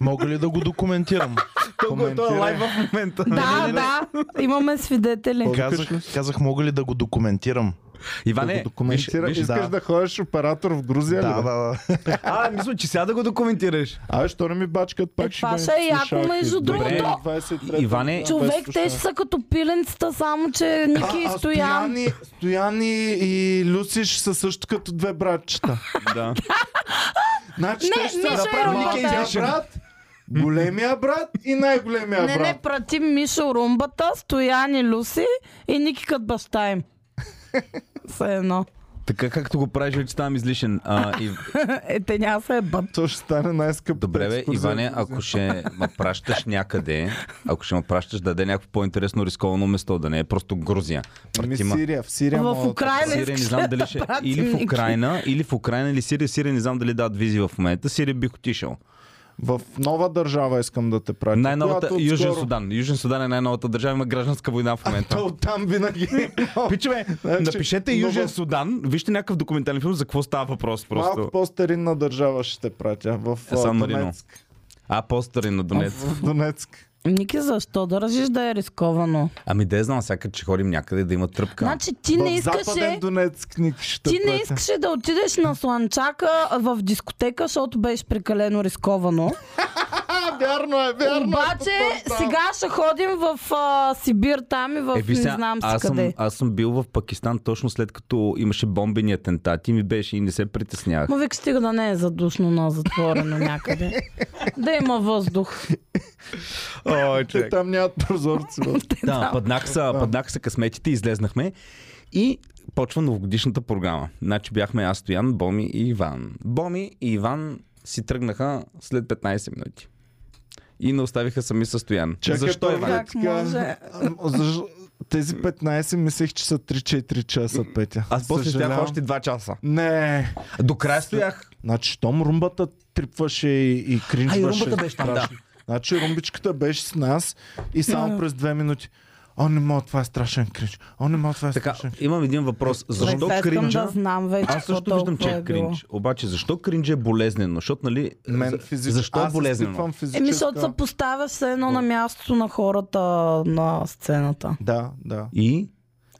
Мога ли да го документирам? Той е Коментирай. лайв в момента. Нали, Да, да, имаме свидетели. Казах, казах, мога ли да го документирам? Да го Иване, виж, документира. виж, Е, Искаш да. да ходиш оператор в Грузия ли? Да, да, бе? да. а, мисля, че сега да го документираш. А, що не ми бачкат пак Е, това ще е яко, между другото. Иване, Човек, те ще са като пиленцата, само че Ники и Стоян. Стояни, е, Стояни и Люси ще са също като две братчета. Да. Значи Не, те ще не, са ще е работа. малкия брат, големия брат и най-големия Не, не, брат. прати Мишо Румбата, Стоян и Люси и Ники като баща им. Все едно. Така както го правиш, вече ставам излишен. А, и... Е, те няма се ебат. То ще стане най-скъпо. Добре, бе, Иване, ако ще ме пращаш някъде, ако ще ме пращаш, даде някакво по-интересно рисковано место, да не е просто Грузия. Ами Прати ма. Сирия, в Сирия В мога да- Украина Сирия, не искаш знам ли дали да ще... пратим Или в Ники? Украина, или в Украина, или Сирия. Сирия не знам дали дадат визи в момента. Сирия бих отишъл. В нова държава искам да те пратя. Най-новата която Южен отскоро- Судан. Южен Судан е най-новата държава, има гражданска война в момента. То оттам винаги. Пичове, Значи, напишете но Южен в- Судан, вижте някакъв документален филм за какво става въпрос просто. Е, Малко по-старинна държава ще те пратя. В а, Сан Марино. Донецк. А, по-старин на Донец. В Донецк. Ники, защо държиш да е рисковано? Ами да я знам, всяка, че ходим някъде да има тръпка. Значи ти в не Западен искаше... Донецк ник ще Ти не пратя. искаше да отидеш на сланчака в дискотека, защото беше прекалено рисковано. вярно е, вярно Обаче сега ще ходим в а, Сибир там и в Е, ви не сега, знам си аз, къде. съм, аз съм бил в Пакистан точно след като имаше бомбени атентати ми беше и не се притеснявах. Ма вик стига да не е задушно на затворено някъде. да има въздух. О, Те там нямат прозорци. бе. Да, паднах са, паднах са късметите, излезнахме и почва новогодишната програма. Значи бяхме аз, Стоян, Боми и Иван. Боми и Иван си тръгнаха след 15 минути. И не оставиха сами със Стоян. Чакай, Защо, е първо Иван? да Как ти може? кажа, ам, защо- Тези 15 мислех, че са 3-4 часа, Петя. Аз после Съжалявам. стоях още 2 часа. Не. До края стоях. Значи, щом румбата трипваше и, и кринжваше. А, и румбата беше там, да. страшно. Значи, румбичката беше с нас и само през 2 минути. О, не мога, това е страшен кринж. О, не мога, това е Така, страшен кринж. имам един въпрос. Защо Сега искам кринджа? да знам вече Аз също какво виждам, че толкова е било. кринж. Обаче, защо кринж е болезнено? Защото, нали, Мен за- физически. защо е аз болезнено? изпитвам Физическа... Еми, защото се поставя все едно на мястото на хората на сцената. Да, да. И?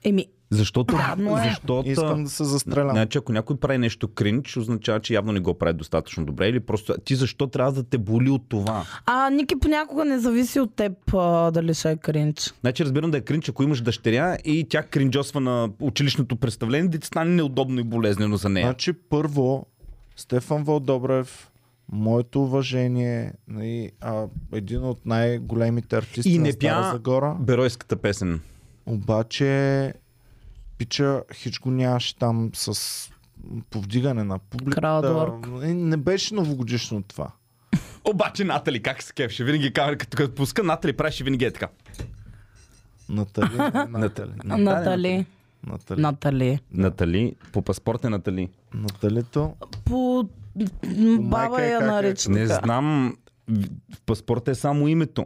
Еми, Защото... Гадно е. Искам защото... да се застрелям. Значи, ако някой прави нещо кринч, означава, че явно не го прави достатъчно добре. Или просто ти защо трябва да те боли от това? а Ники понякога не зависи от теб а, дали ще е кринч. Значи, разбирам да е кринч, ако имаш дъщеря и тя кринджосва на училищното представление, да ти стане неудобно и болезнено за нея. Значи първо, Стефан Вълдобрев, моето уважение, нали, а, един от най-големите артисти И на не Стара пя Загора, беройската песен. обаче пича хич го нямаше там с повдигане на публиката. Краудворк. Е, Не беше новогодишно това. Обаче Натали, как се кефше? Винаги камера, като, като пуска Натали, правеше винаги е така. Натали, не, Натали, Натали, Натали. Натали. Натали. Натали, по паспорт е Натали. Наталито. По баба майка е я как е? нарича. Не така. знам. В паспорта е само името.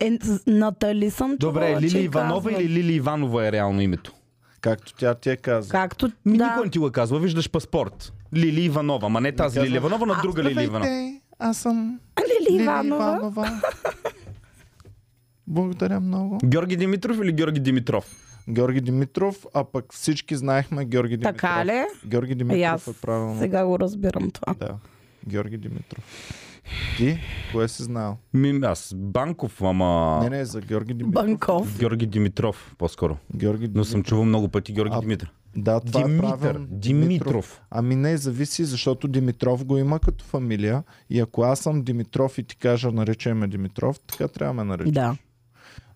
Е, с- Натали съм Добре, чувала, че Лили я Иванова казват. или Лили Иванова е реално името? Както тя ти е каза. Както Ми, да. Никой не ти го е казва, виждаш паспорт. Лили Иванова, ма не тази Лили Иванова, на друга Лили Иванова. Здравейте, аз съм Лили Лили Иванова. Иванова. Благодаря много. Георги Димитров или Георги Димитров? Георги Димитров, а пък всички знаехме Георги Димитров. Така ли? Георги И Димитров Ами, аз е правилно. сега го разбирам това. Да. Георги Димитров. Ти, кое си знал? Ми, аз Банков, ама... Не, не, за Георги Димитров. Банков. Георги Димитров, по-скоро. Георги Но Димитров. съм чувал много пъти Георги А, Димитров. Да, това е Димитър. правилно. Димитров. Ами не, зависи, защото Димитров го има като фамилия. И ако аз съм Димитров и ти кажа, наричай ме Димитров, така трябва да ме наричаш. Да.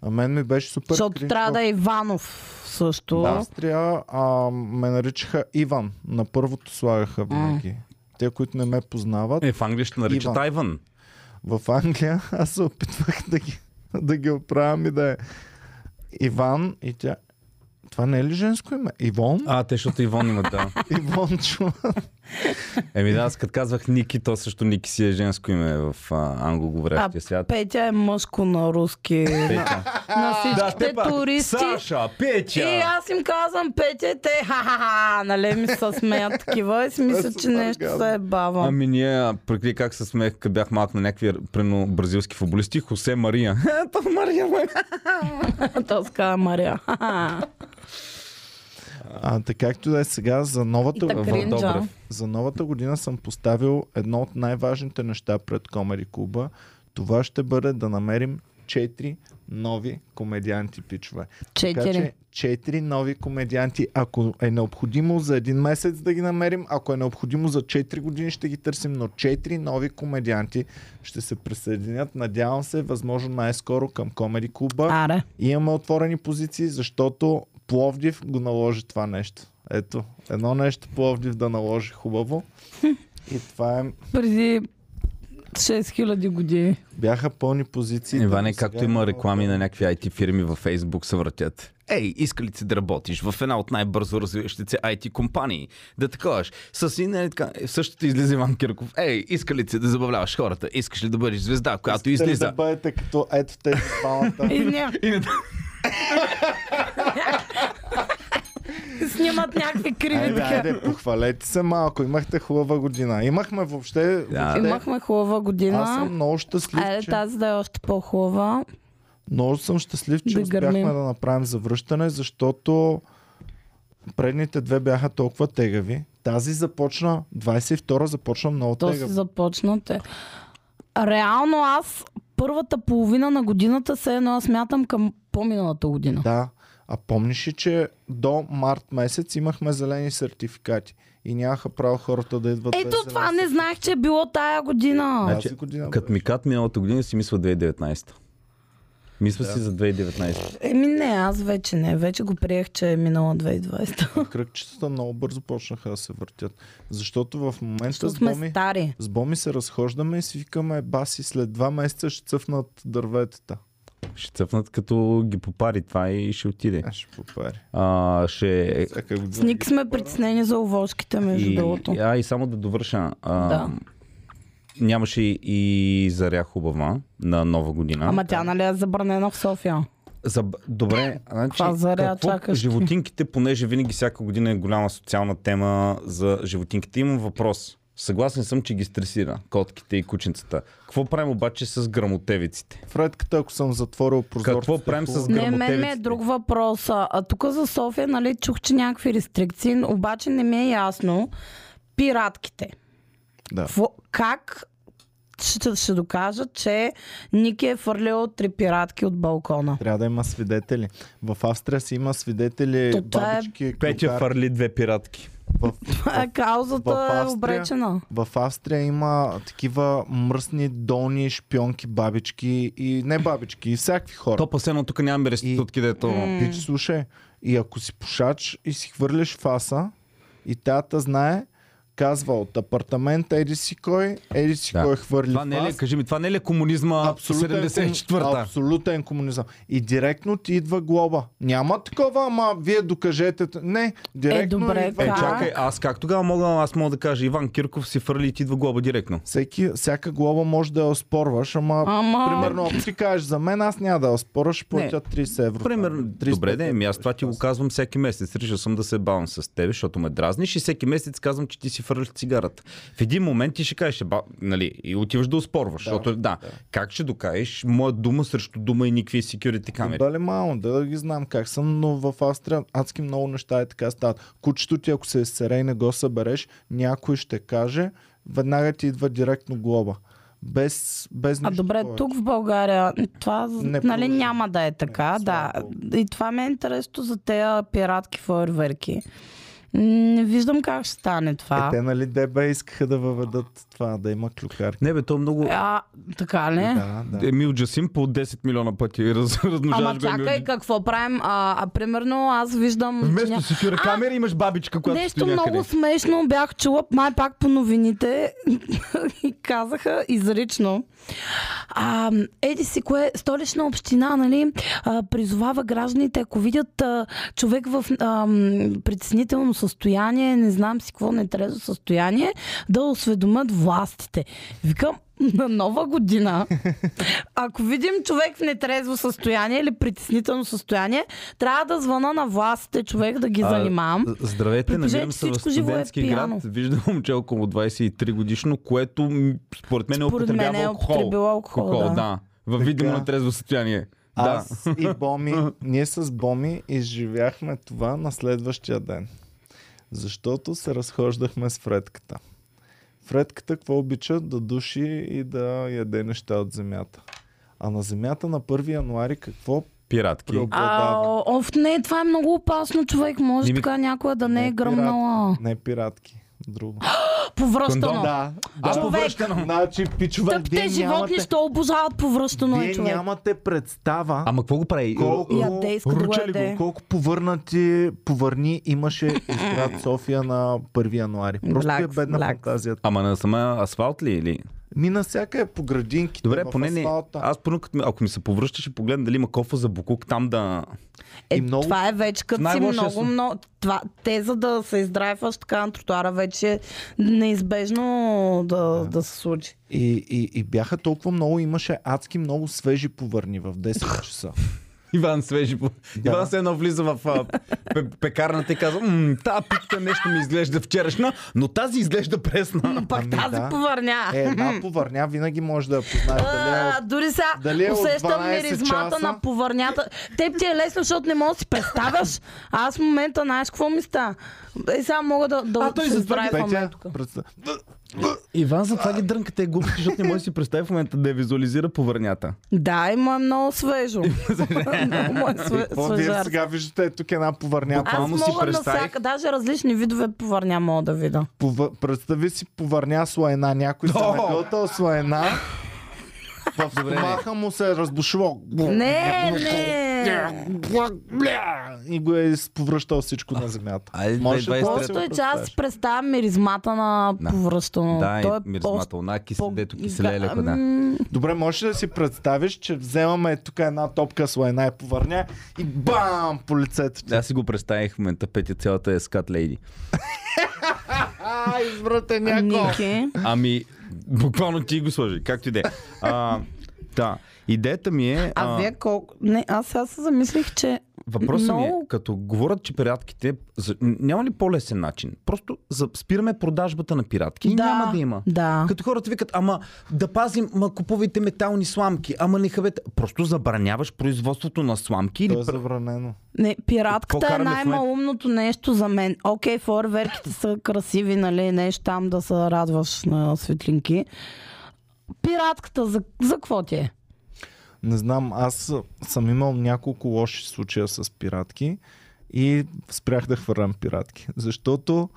А мен ми беше супер Защото кринж трябва в да е Иванов също. Да. Австрия а, ме наричаха Иван. На първото слагаха винаги. Те, които не ме познават. Е, в Англия ще нарича Иван. Тайван. В Англия аз се опитвах да ги, да ги оправям и да е Иван и тя... Това не е ли женско име? Ивон? А, те, защото Иван има, да. Ивончо. Еми да, аз като казвах Ники, то също Ники си е женско име в а, англоговорящия А, свят. Петя е мъжко на руски. Петя. на всичките те пак, туристи. Саша, Петя! И аз им казвам Петя и те ха-ха-ха, нали ми се смеят такива и си мисля, че нещо се е бавам. Ами ние, преди как се смех, като бях малък на някакви прено бразилски футболисти, Хосе Мария. Ето Мария, бе. Той си казва Мария. А, така както да е сега, за новата, е И така. в- Кринджа. Добрев. за новата година съм поставил едно от най-важните неща пред Комери Клуба. Това ще бъде да намерим 4 нови комедианти пичове. Така Четири. че четири нови комедианти, ако е необходимо за един месец да ги намерим, ако е необходимо за 4 години ще ги търсим, но четири нови комедианти ще се присъединят, надявам се, възможно най-скоро към Комеди Клуба. Аре. Имаме отворени позиции, защото Пловдив го наложи това нещо. Ето, едно нещо Пловдив да наложи хубаво. И това е... Преди 6000 години. Бяха пълни позиции. Иване, както има реклами на някакви IT фирми във Facebook, се въртят. Ей, иска ли си да работиш в една от най-бързо развиващите се IT компании? Да таковаш. С и не, така, същото излиза Иван Кирков. Ей, иска ли си да забавляваш хората? Искаш ли да бъдеш звезда, която Искате ли излиза? да бъдете като ето тези двамата. И не. Снимат някакви криви Айде, Е, така. айде, похвалете се малко. Имахте хубава година. Имахме въобще... въобще Имахме хубава година. Аз съм много щастлив, Айде че... тази да е още по-хубава. Много съм щастлив, че Да успяхме гърмим. да направим завръщане, защото предните две бяха толкова тегави. Тази започна, 22-а започна много То си тегаво. започнате. Реално аз първата половина на годината се едно аз смятам към по-миналата година. Да. А помниш ли, че до март месец имахме зелени сертификати и нямаха право хората да идват Ето без това зелен не знаех, че е било тая година. Значи, година, Като като... ми кат миналата година си мисля 2019. Мисля си за 2019. Еми Е, не, аз вече не. Вече го приех, че е минала 2020. Кръгчетата много бързо почнаха да се въртят. Защото в момента Защото с сме Боми, стари. с Боми се разхождаме и си викаме баси след два месеца ще цъфнат дърветата. Ще цъфнат като ги попари това и ще отиде. Е. А Е, ще попари. А, ще... Всяка година С ник ги сме попара. притеснени за овошките, между И, другото. а, и само да довърша. А, е Да. Нямаше и- и заря хубава на нова година. Ама тя нали е забранена в София. За... Добре, значи, Каква заря чакаш ти? животинките, понеже винаги всяка година е голяма социална тема за животинките, имам въпрос. Съгласен съм, че ги стресира котките и кученцата. Какво правим обаче с грамотевиците? Фредката, ако съм затворил прозорците... е Какво правим с хубаво. гъ- Не, мен ми е грамотевиците. друг въпрос. А а тук за София, нали, чух, че някакви рестрикции, обаче не ми е ясно. Пиратките. Да. Кво- Как ще, ще докажа, че Ники е фърлил три пиратки от балкона? Трябва да има свидетели. В Австрия си има свидетели, То това е- бабички, Петя клюкар. фърли две пиратки. в, А, в Е, Каузата е Австрия- обречена. в Австрия има такива мръсни, долни шпионки, бабички и не бабички, и всякакви хора. То пасено тук нямаме е реститутки, дето... Пич, слушай, и ако си пушач и си хвърлиш фаса и тата знае, казва от апартамента еди си кой, еди си Да. кой хвърли Това не ли, е, фас. кажи ми, това не ли е комунизма Абсолютен, кому- 74-та? абсолютен комунизъм. И директно ти идва глоба. Няма такова, ама вие докажете. Не, директно добре, идва Е, Как? глоба. чакай, аз как тогава мога, аз мога да кажа, Иван Кирков си фърли и ти идва глоба директно. Всеки, всяка глоба може да я оспорваш, ама, Ама- примерно, ако ти кажеш за мен, аз няма да я оспорваш, ще платя 30 евро. Примерно, Там, 35 добре, не, ми аз евро това ще ти го платя. казвам всеки месец. Решил съм да се бавам с теб, защото ме дразниш и всеки месец казвам, че ти си фърлиш цигарата. В един момент ти ще кажеш, ба, нали, и отиваш да успорваш, да, защото да, как ще докажеш моя дума срещу дума и никакви секюрити камери? Дали малко, да, да ги знам как съм, но в Австрия адски много неща е така стават. Кучето ти, ако се изсере и не го събереш, някой ще каже, веднага ти идва директно глоба. Без, без А нищо добре, повече. тук в България това Не нали, продължи. няма да е така, Не, да. слава богу. И това ми е интересно за тези пиратки фойерверки. М, Не виждам как ще стане Е, това. те, нали, ДБ искаха да въведат това, да има клюкарки. Не бе, то е много... А, така ли? Да, да. Емил Джасим по 10 милиона пъти раз, размножаваш Ама го, Емил чакай, Джа- какво правим? А, а примерно аз виждам... че ня- Вместо секюра камера имаш бабичка, която Нещо стои някъде. много смешно бях чула, май пак по новините и казаха изрично. А, еди си, кое столична община, нали, а, призовава гражданите, ако видят а, човек в а, притеснително състояние, не знам си какво нетрезво състояние, да осведомят властите. Викам, на нова година, ако видим човек в нетрезво състояние или притеснително състояние, трябва да звъна на властите, човек да ги А, занимавам. з- Здравейте, При положение, намирам че се в всичко живо е студентски град. пияно. Виждам момче около 23 годишно, което м, според мен е Според употребява мен е алкохол. употребило алкохол, да. Във видимо Така. на трезво състояние. Да. Аз и Боми, ние с Боми изживяхме това на следващия ден. Защото се разхождахме с Фредката. Фредката какво обича? Да души и да яде неща от земята. А на земята на 1 януари какво А, Пиратки. преобладава? оф, не, това е много опасно, човек. Може Не ми- така някоя да не е пират- гръмнала. Не е пиратки. Друго. Кандом. Повръщано. да, Аз да. повръщам. Значи, пичове, Тъпте вие животни нямате, ще обожават повръщано е вие човек. нямате представа Ама какво го прави? Колко- Яде, иска да го Руча ли яде. Колко повърнати, повърни имаше из град София на 1 януари. Просто Благ, е бедна благ. фантазията. Ама на сама асфалт ли или? Мина всяка е по градинките, Добре, в поне не. асфалта. Аз поне като ми- ако ми се повръща, ще погледна дали има кофа за букук там да... Е, И много- Това е вече като си Най-лошия много, съм. много... Това, те за да се издрайваш така на тротуара вече е неизбежно да, да. се случи. И, и, и бяха толкова много, имаше адски много свежи повърни в 10 часа. Иван свежи. по- Иван се едно влиза в а, пе- пекарната и казва, «М, тази питка нещо ми изглежда вчерашна, но тази изглежда пресна. Пак Ами тази да. повърня. Е, една повърня винаги може да я познаеш дали е А, от... дори сега дали е от усещам 12 миризмата часа? на повърнята. Теб ти е лесно, защото не можеш да си представяш. Аз в момента, знаеш какво ми става? Е, сега мога да, да А, той се затова ги справя в момента. Петя, представ... Иван, затова ги дрънкате глупости, защото не може да си представи в момента да я визуализира по върнята. Да, има много свежо. много му е све- Какво вие свежар. сега виждате е тук една повърня. Аз Буквално си мога на представих. всяка, даже различни видове повърня мога да видя. Пова... Представи си повърня слаена. Някой се О! нагълтал слаена. В стомаха му се е разбушило. Не, не. И го е повръщал всичко на земята. Айде, Може дай да Просто го е, че аз представиш. си представям миризмата на Да. повръщано. Да, Той е и миризмата, она киселе, по- дето киселе е леко, да. М, Добре, можеш ли да си представиш, че вземаме тук една топка слаена и повърня и бам по лицето ти. Аз си го представих в момента, Петя цялата е скат лейди. А, изврате някой. Ники. Ами, буквално ти го сложи, както и да е. А, Да, идеята ми е... А вие колко... Не, аз сега се замислих, че... Въпросът ми е, Много. като говорят, че пиратките, за- няма ли по-лесен начин? Просто за- спираме продажбата на пиратки и да, няма да има. Да. Като хората викат, ама да пазим, ма купувайте метални сламки, ама не хавете. Просто забраняваш производството на сламки или То е забранено. Не, Какво пиратката е караме в момента? най-малумното нещо за мен. Окей, фойерверките са красиви, нали, нещо там да се радваш на светлинки. Пиратката, за, за какво ти е? Не знам, аз съм имал няколко лоши случая с пиратки и спрях да хвърлям пиратки. Защото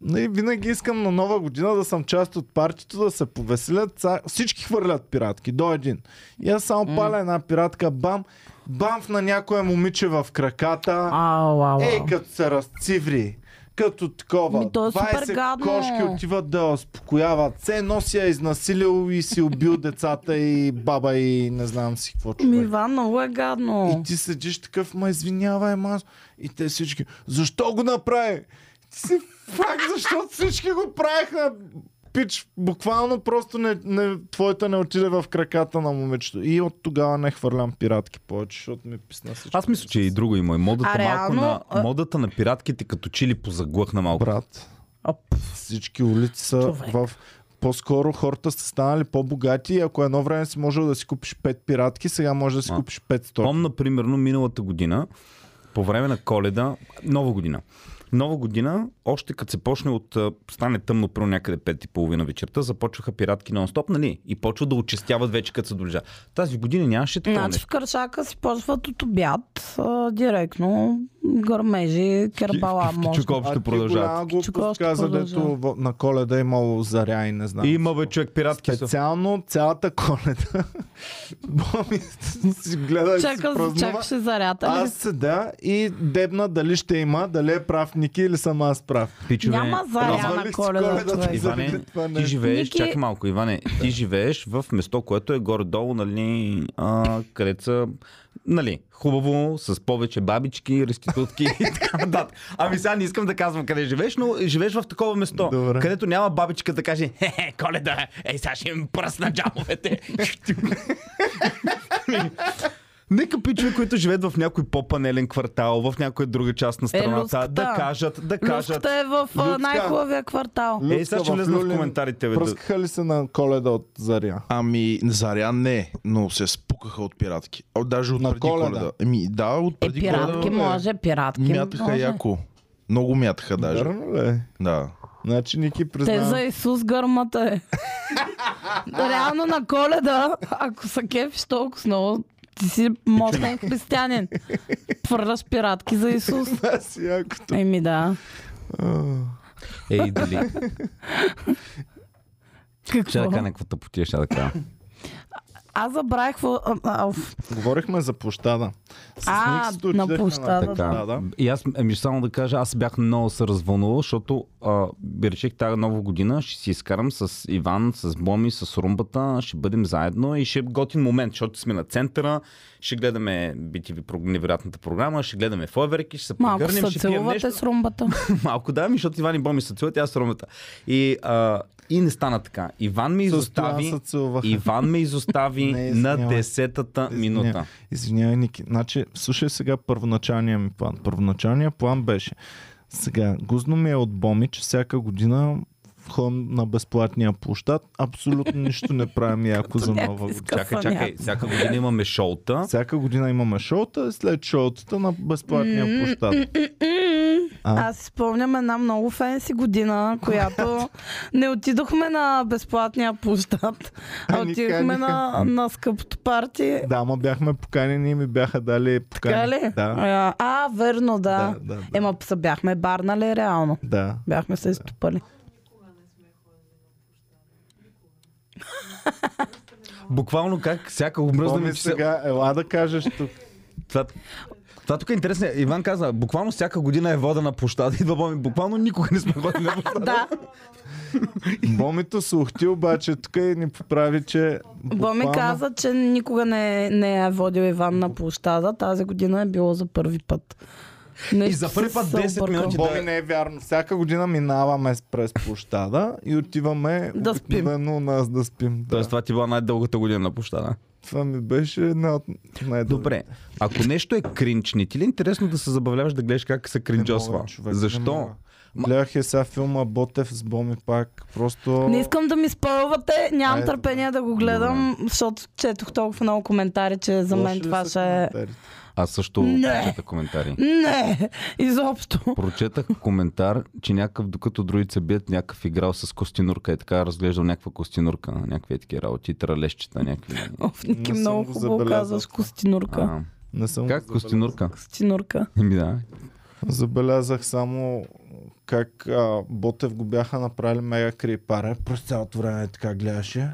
нали, винаги искам на нова година да съм част от партито, да се повеселят. ца- Всички хвърлят пиратки, до един. И аз само паля една пиратка, бам, бамф на някое момиче в краката. Ау, ау, Ей, ау. Е, като се разциври, като такова. Ми, то е супер гадно. кошки отиват да я успокояват. Все едно си я изнасилил и си убил децата и баба и не знам си какво Ми, човек. Иван, много е гадно. И ти седиш такъв, ма извинявай, ма. И те всички, защо го направи? Ти си фак, защото всички го правиха. Пич, буквално просто не, не, твоята не отиде в краката на момичето. И от тогава не хвърлям пиратки повече, защото ми писна всичко. Аз мисля, че и друго има. И модата, А, малко реално, а- на, модата на пиратките като чили позаглъхна малко. Брат. Оп. Всички улици са Човек. в... По-скоро хората са станали по-богати и ако едно време си можел да си купиш 5 пиратки, сега може да си А. купиш 500. Помна, примерно, миналата година, по време на коледа, нова година. Нова година, още като се почне от... а, Стане тъмно, прямо някъде 5 и половина вечерта, започваха пиратки нон-стоп, нали? И почва да очистяват вече като се доближа. Тази година нямаше е такова Значи в нещо. Кършака си ползват от обяд а, директно гърмежи, кербала, може. Чук общо А продължават. ти Кичук го още каза, продължава. дето в- на коледа е имало заря и не знам. Има бе човек пиратки са. Специално цялата коледа. Боми си гледа и си Чакал, празнува. чакаше зарята. Аз седя и дебна дали ще има, дали е прав Ники или съм аз прав. Пичове. Няма заря Развалих на си коледа, коледата. човек. Заради Иване, това ти нещо. живееш, Ники- чакай малко, Иване, ти живееш в место, което е горе-долу, нали, а, където са, нали, хубаво, с повече бабички, реститутки и така нататък. Ами сега не искам да казвам къде живееш, но живееш в такова место, Добре. където няма бабичка да каже, хе-хе, коледа, е, ей, сега ще им пръсна джамовете. Нека пичове, които живеят в някой по-панелен квартал, в някоя друга част на страната, Люската. да кажат, да кажат. Люската е в а, Люска. най-хубавия квартал. Ей, сега ще Люцка в влезна в Люлин коментарите, бе. да- Пръскаха ли се на коледа от заря? Ами, заря не, но се спукаха от пиратки. А, даже от На преди коледа. коледа. Еми, да, от Е, преди пиратки коледа. може, пиратки Мятаха може. яко. Много мятаха даже. Вярно ли? е? Да. Значи Ники Те признава. за Исус гърмата е. Реално на коледа, ако са кефиш толкова с много, ти си мощен християнин. Фърляш пиратки за Исус. Аз и якото. Еми да. Ей, дали. Ще да Какво? кажа някаква тъпотия, ще да кажа. Аз забравих... какво- а, а, уф. Говорихме за площада. С А, Никс на отидахме площада, на площада. И аз, ами само да кажа, аз бях много се развълнувал, защото а, реших тази нова година, ще си изкарам с Иван, с Боми, с Румбата, ще бъдем заедно и ще е готин момент, защото сме на центъра, ще гледаме BTV прог- невероятната програма, ще гледаме фойерверки, ще се Малко погърнем, се ще пием нещо. целувате с румбата. Малко да, ми, защото Иван и Боми се целуват, и аз с Румбата. И, а, и не стана така. Иван ме С изостави, Стоян се целуваха. Иван ме изостави Не, на извинявай. десетата минута. Извинявай, Извинявай, Ники. Значи, слушай сега първоначалния ми план. Първоначалният план беше. Сега, гузно ми е от Боми, че всяка година ходим на безплатния площад. Абсолютно нищо не правим яко за нова година. Чакай, чакай, всяка година имаме шоута. Всяка година имаме шоута, след шоутата на безплатния площад. А? Аз си спомням една много фенси година, която не отидохме на безплатния площад, а А, ни отидохме на, каниха. на скъпото парти. Да, ама бяхме поканени и ми бяха дали покани. Така ли? Да. А, а, верно, да. Да, да, да. Ема са бяхме барнали реално. Да. Бяхме се изтопали. Буквално как всяка обмръзна Помни ми сега... сега, ела да кажеш тук. това, това тук е интересно. Иван каза, буквално всяка година е вода на площада. Идва Боми, буквално никога не сме ходили на площада. Да, Бомито се ухти обаче тук и ни поправи, че... Боми буквално- каза, че никога не, не е водил Иван на площада. Тази година е било за първи път. Нещо И за първи си път се 10 объркал. минути. Боми Да. не е вярно. Всяка година минаваме през площада и отиваме Да спим. обикновено нас да спим. Да. Тоест, това ти била най-дългата година на площада. Това ми беше една от най Добре, ако нещо е кринч, не ти ли е интересно да се забавляваш да гледаш как се кринджосва? човек, не Защо? мога. Гледах я сега филма Ботев с Боми пак. Просто... Не искам да ми спойвате, нямам Айде, търпение да го гледам, защото четох толкова много коментари, че за Лоши мен ли това са ще е... коментарите? Аз също Не. чета коментари. Не, изобщо. Прочетах коментар, че някакъв, докато другите се бият, някакъв играл с костинурка и така разглеждал някаква костинурка, някакви е такива работи, тралещчета, някакви. Оф, Ники, Не съм много го хубаво забелязал казваш това. костинурка. А, Не съм как го костинурка? Костинурка. Еми да. Забелязах само как а, Ботев го бяха направили мега крипаре. През цялото време така гледаше.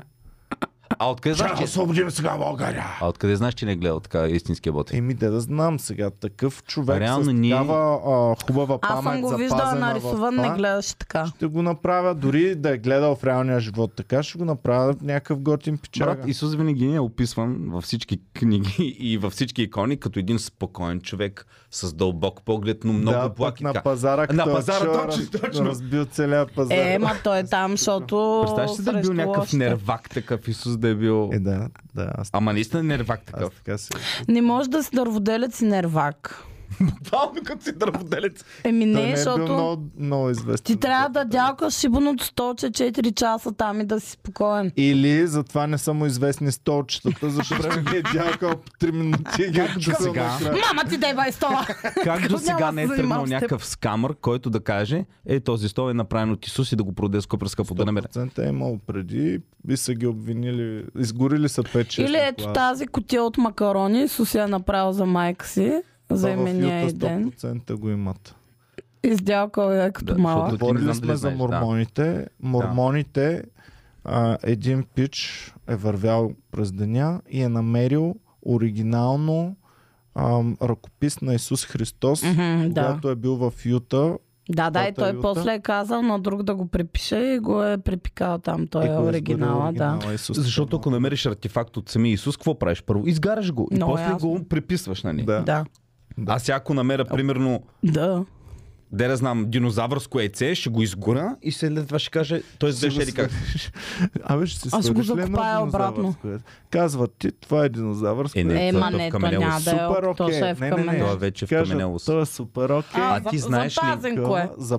А откъде знаеш, че... освободим сега България! А откъде знаеш, че не е гледал така истинския бот? Еми, да да знам сега. Такъв човек Реално с ние- такава а, хубава Аз памет съм го виждала запазена нарисуван, в това, не гледаш така. Ще го направя, дори да е гледал в реалния живот така, ще го направя някакъв готин печага. Брат, Исус винаги е описван във всички книги и във всички икони като един спокоен човек с дълбок поглед, но много да, плак пък и на така. пазара, на като пазара, пчела точно, раз- точно. разбил целият пазар. Е, ма той е там, защото... Представяш си да е бил срещу някакъв лошите. нервак такъв Исус да е бил... Е, да, да, аз, Ама наистина нервак аз такъв. така си. Не може да си дърводелец и нервак. Буквално като си дърводелец. Еми Той не, не е защото... бил много, много известен. Ти трябва да дялкаш шибаното столче 4 часа там и да си спокоен. Или затова не са му известни столчетата, защото ги е дялкал по 3 минути и ги е чупил сега? накрая. Мама ти дай бай стола! Как до сега Няма не е да се занимавам тръгнал с теб. някакъв скамър, който да каже, е този стол е направен от Исус и да го продаде скъпо скъпо да намеря. 100% е имал преди и са ги обвинили, изгорили са 5-6 Или е ето тази котия от макарони, Суси я направил за майка си, за имения и ден. 100% го имат. Изделка е като Да, малък. защото- не Говорили знам дали сме за знаеш, да. мормоните. Мормоните, а, един пич е вървял през деня и е намерил оригинално ам, ръкопис на Исус Христос, Мгм, Да, когато е бил в Юта да, да, и когато е той Юта. после е казал на друг да го препише и го е препикал там. Той и го е изгорил оригинала, да. оригинала Исус е Защото ако намериш артефакт от самия Исус, какво правиш? Първо изгараш го и Много после ясно. Е, го приписваш, нали? Да. Да, Аз ако намеря примерно да. де да знам, динозавърско яйце, ще го изгоря и след това ще каже, той беше ли как. Абе, ще си Аз свалиш го ли едно закопая динозавърско обратно. яйце? Казват ти, това е динозавърско. Е, не, яйце. Той Ема е не, то вкаменялост. няма да е. супер То ще е окей. в Не, не, не. Това камене. вече в Кажат, каменелост. То е супер окей. А, ти знаеш ли запазен кое? Така, За...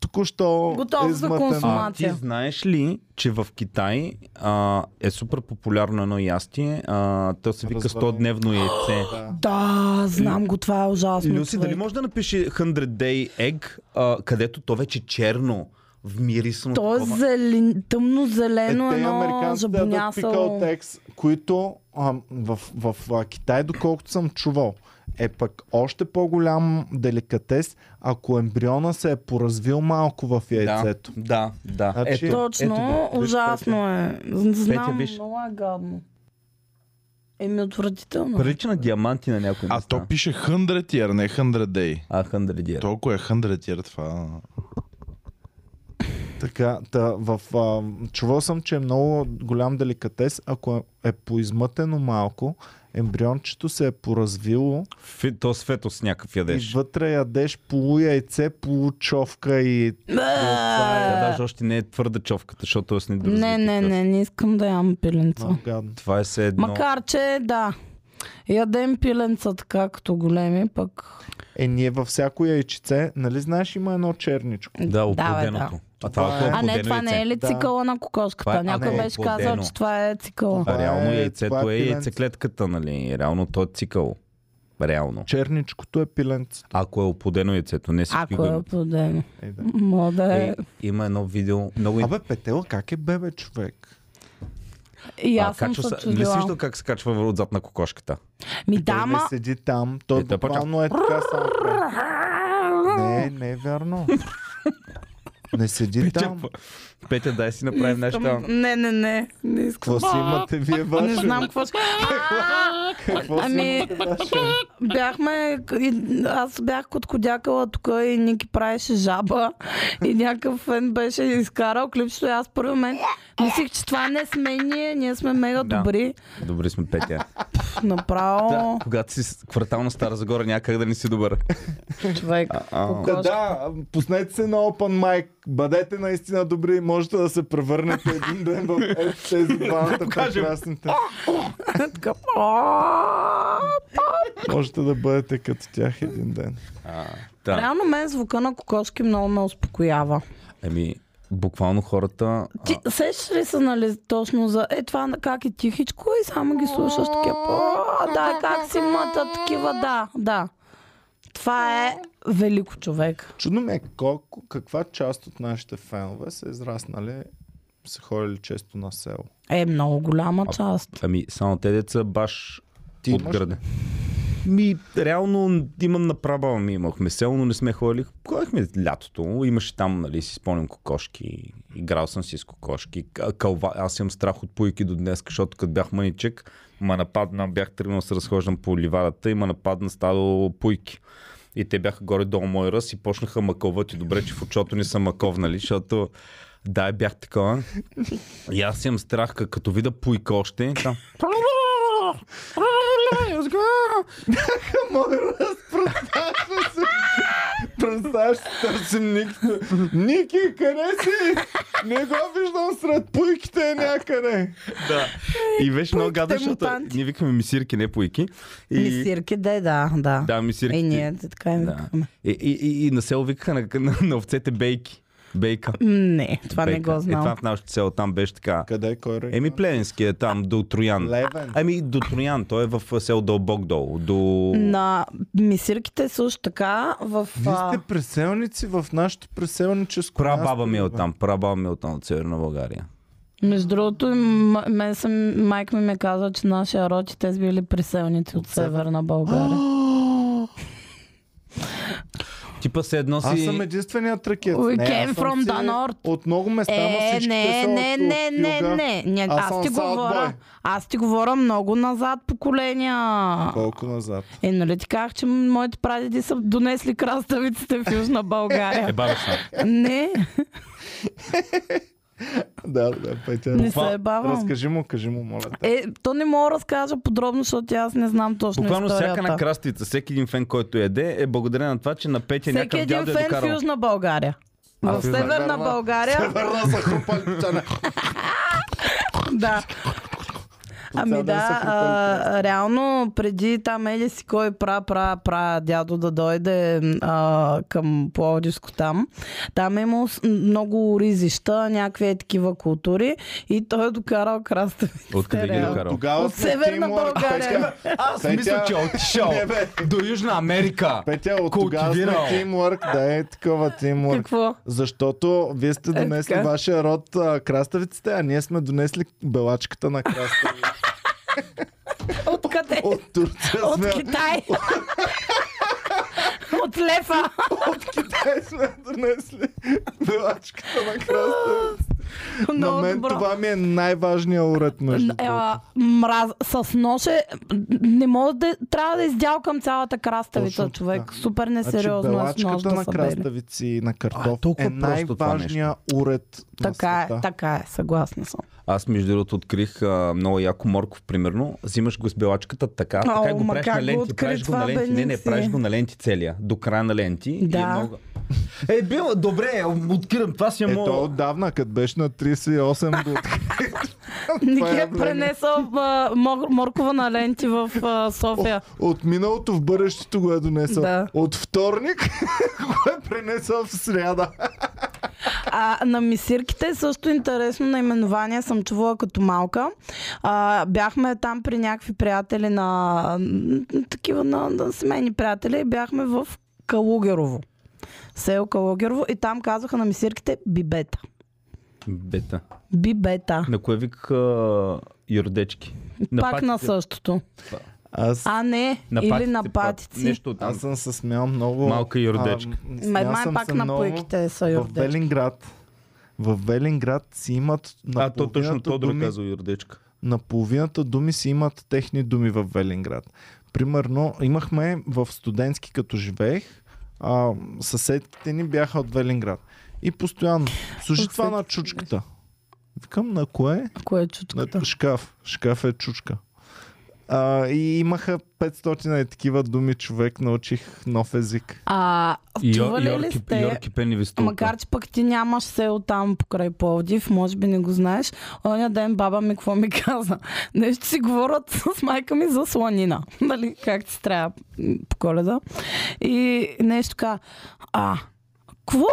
Току-що Готов е за измътен. консумация. А ти знаеш ли, че в Китай а, е супер популярно едно ястие, а, то се вика Развалено. 100-дневно яйце. Да, знам го, това е ужасно. Люси, дали човек. може да напише 100 Day Egg, а, където то вече е черно, вмирисно. То е такова? зелен, тъмно Е, зелено, те едно американците ядат жабонясало. Е, пикалтекс, които а, в, в, в а, Китай, доколкото съм чувал, е пък още по-голям деликатес, ако ембриона се е поразвил малко в яйцето. Да, да, да. Значи- Точно, Ето го. Виж, ужасно е. Знам, виж. много е гадно. Еми отвратително. Прилича на диаманти на някой А то пише 100 year, не 100 day. А, 100 Day. Толкова е 100 year това. Така, та, в, а, чувал съм, че е много голям деликатес, ако е поизмътено малко, ембриончето се е поразвило Фи- То с фетос някакъв ядеш. и вътре ядеш полу яйце, полу човка и... Тя даже още не е твърда човката, защото аз не доразвита Не, не, не, не искам да ям пиленца. Много гадно. Това е все едно. Макар, че да. Ядем пиленца така като големи, пък Е, ние във всяко яйчице, нали знаеш, има едно черничко. Да, бе, да. оплоденото. А това, е А не, това не е ли Да. цикъла на кокошката? Това е Някой апел беше казал, плодено. че това е цикъла. Това А реално е- яйцето това е е пиленце. яйцеклетката, нали? Реално то е цикъл. Реално. Черничкото е пиленце. Ако е опудено яйцето, не всички Ако е го... подено. Е, да. Мога да е. Е, има едно видео, много Абе, петела, как е бебе, човек? И аз съм Е, качва се Не си чудила. виждал как се качва отзад на кокошката? Ми Той да, не ма... седи там, той Е, да, пък- буквално е така само. Не, не е вярно. Не седи там. Петя, дай си направим Искам... нещо. Не, не, не. Не искам. Какво си имате вие ваше? Не знам какво ще... Какво си Ами, имате ваше? бяхме... и- Аз бях коткодякала тук и Ники правеше жаба. И някакъв фен беше изкарал клипчето и аз първи момент мислих, че това не сме ние. Ние сме мега Да. добри. Добре сме, Петя. Пф, Направо, Да, когато си с квартал на Стара Загора, някак да не си добър. човек. А, Да, да, пуснете се на Open Mic, бъдете наистина добри, можете да се превърнете един ден в е, тези двамата покажем. прекрасните. Така, «Ааа!» Можете да бъдете като тях един ден. да. Реално мен звука на кокошки много ме успокоява. Еми, Ами, буквално хората... а, Ти сещаш ли се, нали, точно за... Е, това на- как е тихичко и само ги слушаш такива... «О, Да, как си мъта, такива, да, да. Това е велико човек. Чудно ми е колко, каква част от нашите фенове са израснали, са ходили често на село. Е, много голяма А, част. Ами, само те деца баш Ти от имаш града. Ми, реално имам направа, ми имахме село, но не сме ходили. Ходихме лятото, имаше там, нали, си спомням кокошки. Играл съм си с кокошки. К- Кълва... Аз имам страх от пуйки до днес, защото като бях маничек, ма нападна, бях тръгнал да се разхождам по ливадата и ма нападна стадо пуйки. И те бяха горе-долу мой ръст и почнаха макълват и добре, че в очото не са маковнали, защото да, бях такова. И аз имам страх, ка- като видя пуйка още. Там. Мой раз представяш се. Представяш се, търсим Никто. Ники, къде си? Не го виждам сред пуйките някъде. да. И беше много Пуйките гадно, защото мутанти. ние викаме мисирки, не пуйки. И... Мисирки, да, да, да. Да, мисирки. И Е, ние те така им Да. викаме. И, и, и, и на село викаха на, на, на овцете бейки. Бейка. М, Не, това не Бейка. го Е, това знам. в нашото село там беше така. Къде кой регион? Еми Плевенски е там до Троян. Левен. Ами до Троян, той е в село Дълбок долу. До... На мисирките също така в... Вие а, сте преселници в нашето преселническо Прабаба място, ми е бе. оттам, прабаба ми е оттам от Северна България. Между другото, м- мен съм, майка ми ми каза, че нашия род, че те са били приселници от Северна България. Типа се едно си... Аз съм единственият тракет. We Не, аз came съм from си the north. От много места, ама Е, всичките не, са не, от- не, от не, юга. не, не. Аз Аз съм ти South Boy. говоря. Аз ти говоря много назад поколения. Колко назад? Е, нали ти казах, че моите прадеди са донесли краставиците в Южна Е, България? бабична. не, Да, да, Петя. не се е бавам. Разкажи му, кажи му, моля. те. Е, то не мога да разкажа подробно, защото аз не знам точно Буквално всяка историята. на краставица, всеки един фен, който яде, е благодарен на това, че на Петя Всеки някакъв един дядо е фен в докарал. Южна България. А, В в Южна Северна България. България. Върна са хрупали, пчана. Да. Ами цял ден са да, а, реално преди там еди си кой пра, пра, пра дядо да дойде а, към Пловдивско там. Там е имало с- много ризища, някакви е такива култури и той е докарал краставиците. Откъде ги е реално. докарал? Тогава От сме ти Северна и България. Петя, Аз Петя- мисля, че е отишъл Не, бе. до Южна Америка. Петя, от тогава сме Култивирал. тимворк, да е такова тимворк. Какво? Е, Защото вие сте донесли така. вашия род а, краставиците, а ние сме донесли белачката на краставиците. Откъде? От Турция От сме, Китай. От лефа. от Китай сме донесли белачката на краставиците. На Много мен добро. това ми е най-важният уред между другото. Ела, мраз, с ноше не мога да, трябва да издялкам цялата краставица, Точно така. човек. Супер Значи несериозно е с нож белачката да на са бели. краставици и на А, картоф толкова е просто това нещо. най-важният уред на Така е, света. така е, съгласна съм. Аз между другото открих а, много яко морков, примерно. Взимаш го с белачката така, Ау, така го ма правиш как на го ленти, откри правиш го това, на ленти. бе, Не, не, Никси? правиш го на ленти целия. До края на ленти. И е Да. много... Е, бил, добре, откривам, това си е Е, то моят. отдавна, като беше на 38 го откри. Това Ники е е мнение. пренесъл а, мор, моркова на ленти в а, София. От миналото в бъдещето го е донесъл. Да. От вторник го е пренесъл в сряда. А, на мисирките също интересно наименование съм чувала като малка. А, бяхме там при някакви приятели на... м, такива на, на семейни приятели и бяхме в Калугерово. Село Калугерово и там казваха на мисирките бибета. Бета. Бибета. На кое викаха юрдечки? Пак патите. на същото. Аз, А не, На или патите, на пак. патици. Нещо от аз съм се смял много. Малка юрдечка. а, м, Май, смял май съм пак се на е много. плойките са В юрдечки. Велинград. В Велинград си имат на А, то точно Тодор думи, казва юрдечка. на половината думи си имат техни думи в Велинград. Примерно, имахме в студентски, като живеех, а, съседите ни бяха от Велинград. И постоянно, слушай Ух, това всеки на си чучката. Викам, на кое? Кое е На чучката? шкаф. Шкаф е чучка. А, и имаха 500 и такива думи човек, научих нов език. А, Йо, чували ли йорки, сте... йорки пени вистулка. Макар, че пък ти нямаш село там покрай Пловдив, може би не го знаеш. Оня ден баба ми какво ми каза? Нещо си говорят с майка ми за сланина. Нали, как ти трябва м, по коледа. И нещо така, а, какво?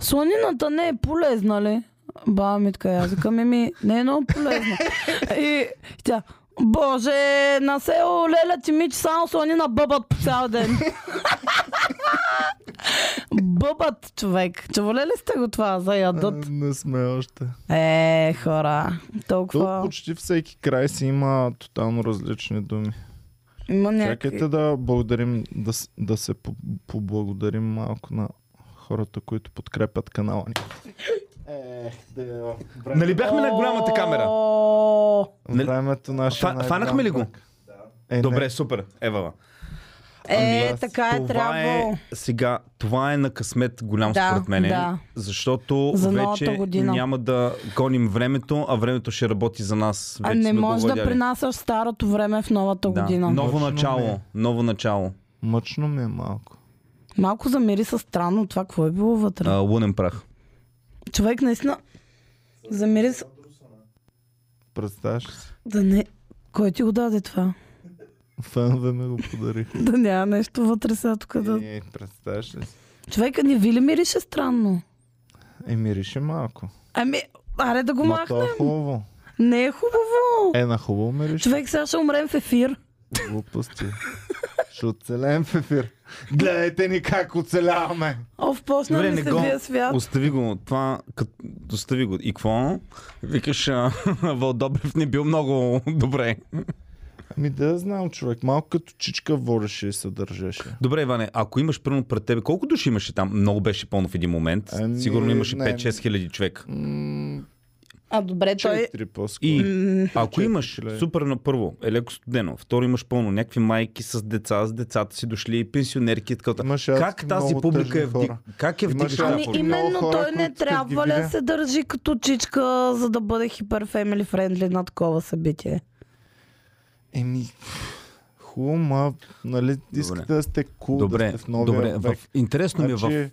Сланината не е полезна ли? Баба ми така, аз викам, ми, не е много полезна. И тя, Боже, на село леля ти мич, само сланина бъбат по цял ден. Бъбът, човек. Чували ли сте го това за ядът? А, не сме още. Е, хора, Тук толкова... почти всеки край си има тотално различни думи. Има някакви... Чакайте да благодарим, да, с- да се по- поблагодарим малко на хората, които подкрепят канала ни. Ех, да. Нали бяхме на голямата камера? О, нали- Времето наше. Фа- най-голям фанахме ли го? враг. Е, не. Добре, супер. Евала. Е, Ами, така е това трябвало. е, сега, това е на късмет голям Да, според мен. да. Защото За новата вече година. няма да гоним времето, а времето ще работи за нас. Вече А не сме го може да овладяли. принасяш старото време в новата година. Да. Ново Точно начало. ми. Ново начало. Мъчно ми е малко. Малко замириса странно това, какво е било вътре. А, лунен прах. Човек наистина замириса... Представяш ли си? Да не... Кой ти го даде това? Фенове ми го подариха. Да няма нещо вътре сега тук да... Е, представяш ли си? Човека не ви ли мирише странно? Е, мирише малко. Ами, аре да го Ма то е махнем. хубаво. Не е хубаво. Е, на хубаво мирише. Човек, сега ще умрем в ефир. Глупости. Ще оцелеем в ефир. Гледайте ни как оцеляваме. О, почна Добре, ми не се го- вие свят. Остави го. Това, като... остави го. И какво? Викаш, а, Вал Добрев не бил много добре. Ами да знам, човек. Малко като чичка водеше и се държеше. Добре, Иване, ако имаш пръвно пред тебе, колко души имаше там? Много беше пълно в един момент. Ами, Сигурно имаше не. 5-6 хиляди човек. М, А добре, той... Четири по-скоро. И М, ако Четири имаш хиляди. супер на първо, е леко студено, второ имаш пълно, някакви майки с деца, с децата си дошли, пенсионерки и така. нататък. Имаше адски Как тази много публика тъжни е вдиг... хора. Как е Имаше вдигаш адски тази Ами да, публика? именно много хора, той не които като ги трябва ли да видя- се държи като чичка, за да бъде хиперфемили френдли на такова събитие? Еми, хубаво, ма, нали, искате да сте кул, да Добре, сте в новия добре. В... век. Интересно ми е в... Значи,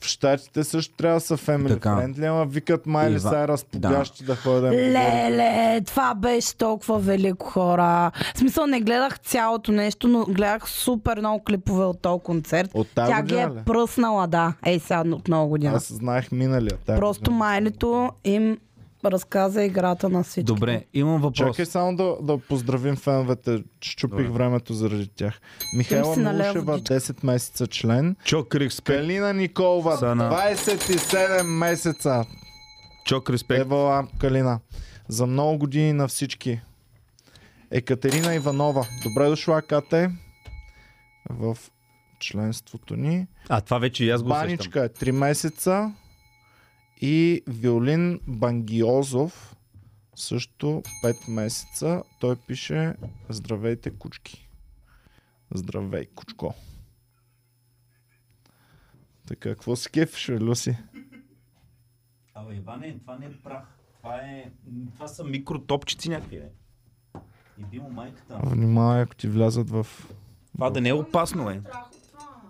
в щатите също трябва да са family Така. friendly, ама викат майли Ива- Сайрас по да. гащи Ами, да ходим. Леле, това беше толкова велико хора. В смисъл не гледах цялото нещо, но гледах супер много клипове от този концерт. От тази Тя ги година е ли? пръснала, да. Ей, сега от много година. Аз знаех миналия. тази Просто година. Майлито им разказа играта на всички. Добре, имам въпрос. Чакай само да, да поздравим феновете, че чупих Добре. времето заради тях. Михайла си налява Милушева, водичка. 10 месеца член. Чок респект. Калина Николова, Сана. 27 месеца. Чок респект. Евала Калина. За много години на всички. Екатерина Иванова. Добре дошла, Кате. В членството ни. А, това вече и аз го усещам. Баничка е 3 месеца. И Виолин Бангиозов също 5 месеца. Той пише Здравейте, кучки. Здравей, кучко. Така, какво се кефиш, бе, Люси? Абе, Иване, това не е прах. Това, е... това са микротопчици някакви. Е. И бимо майката. Внимавай, ако ти влязат в Това да не е опасно, е.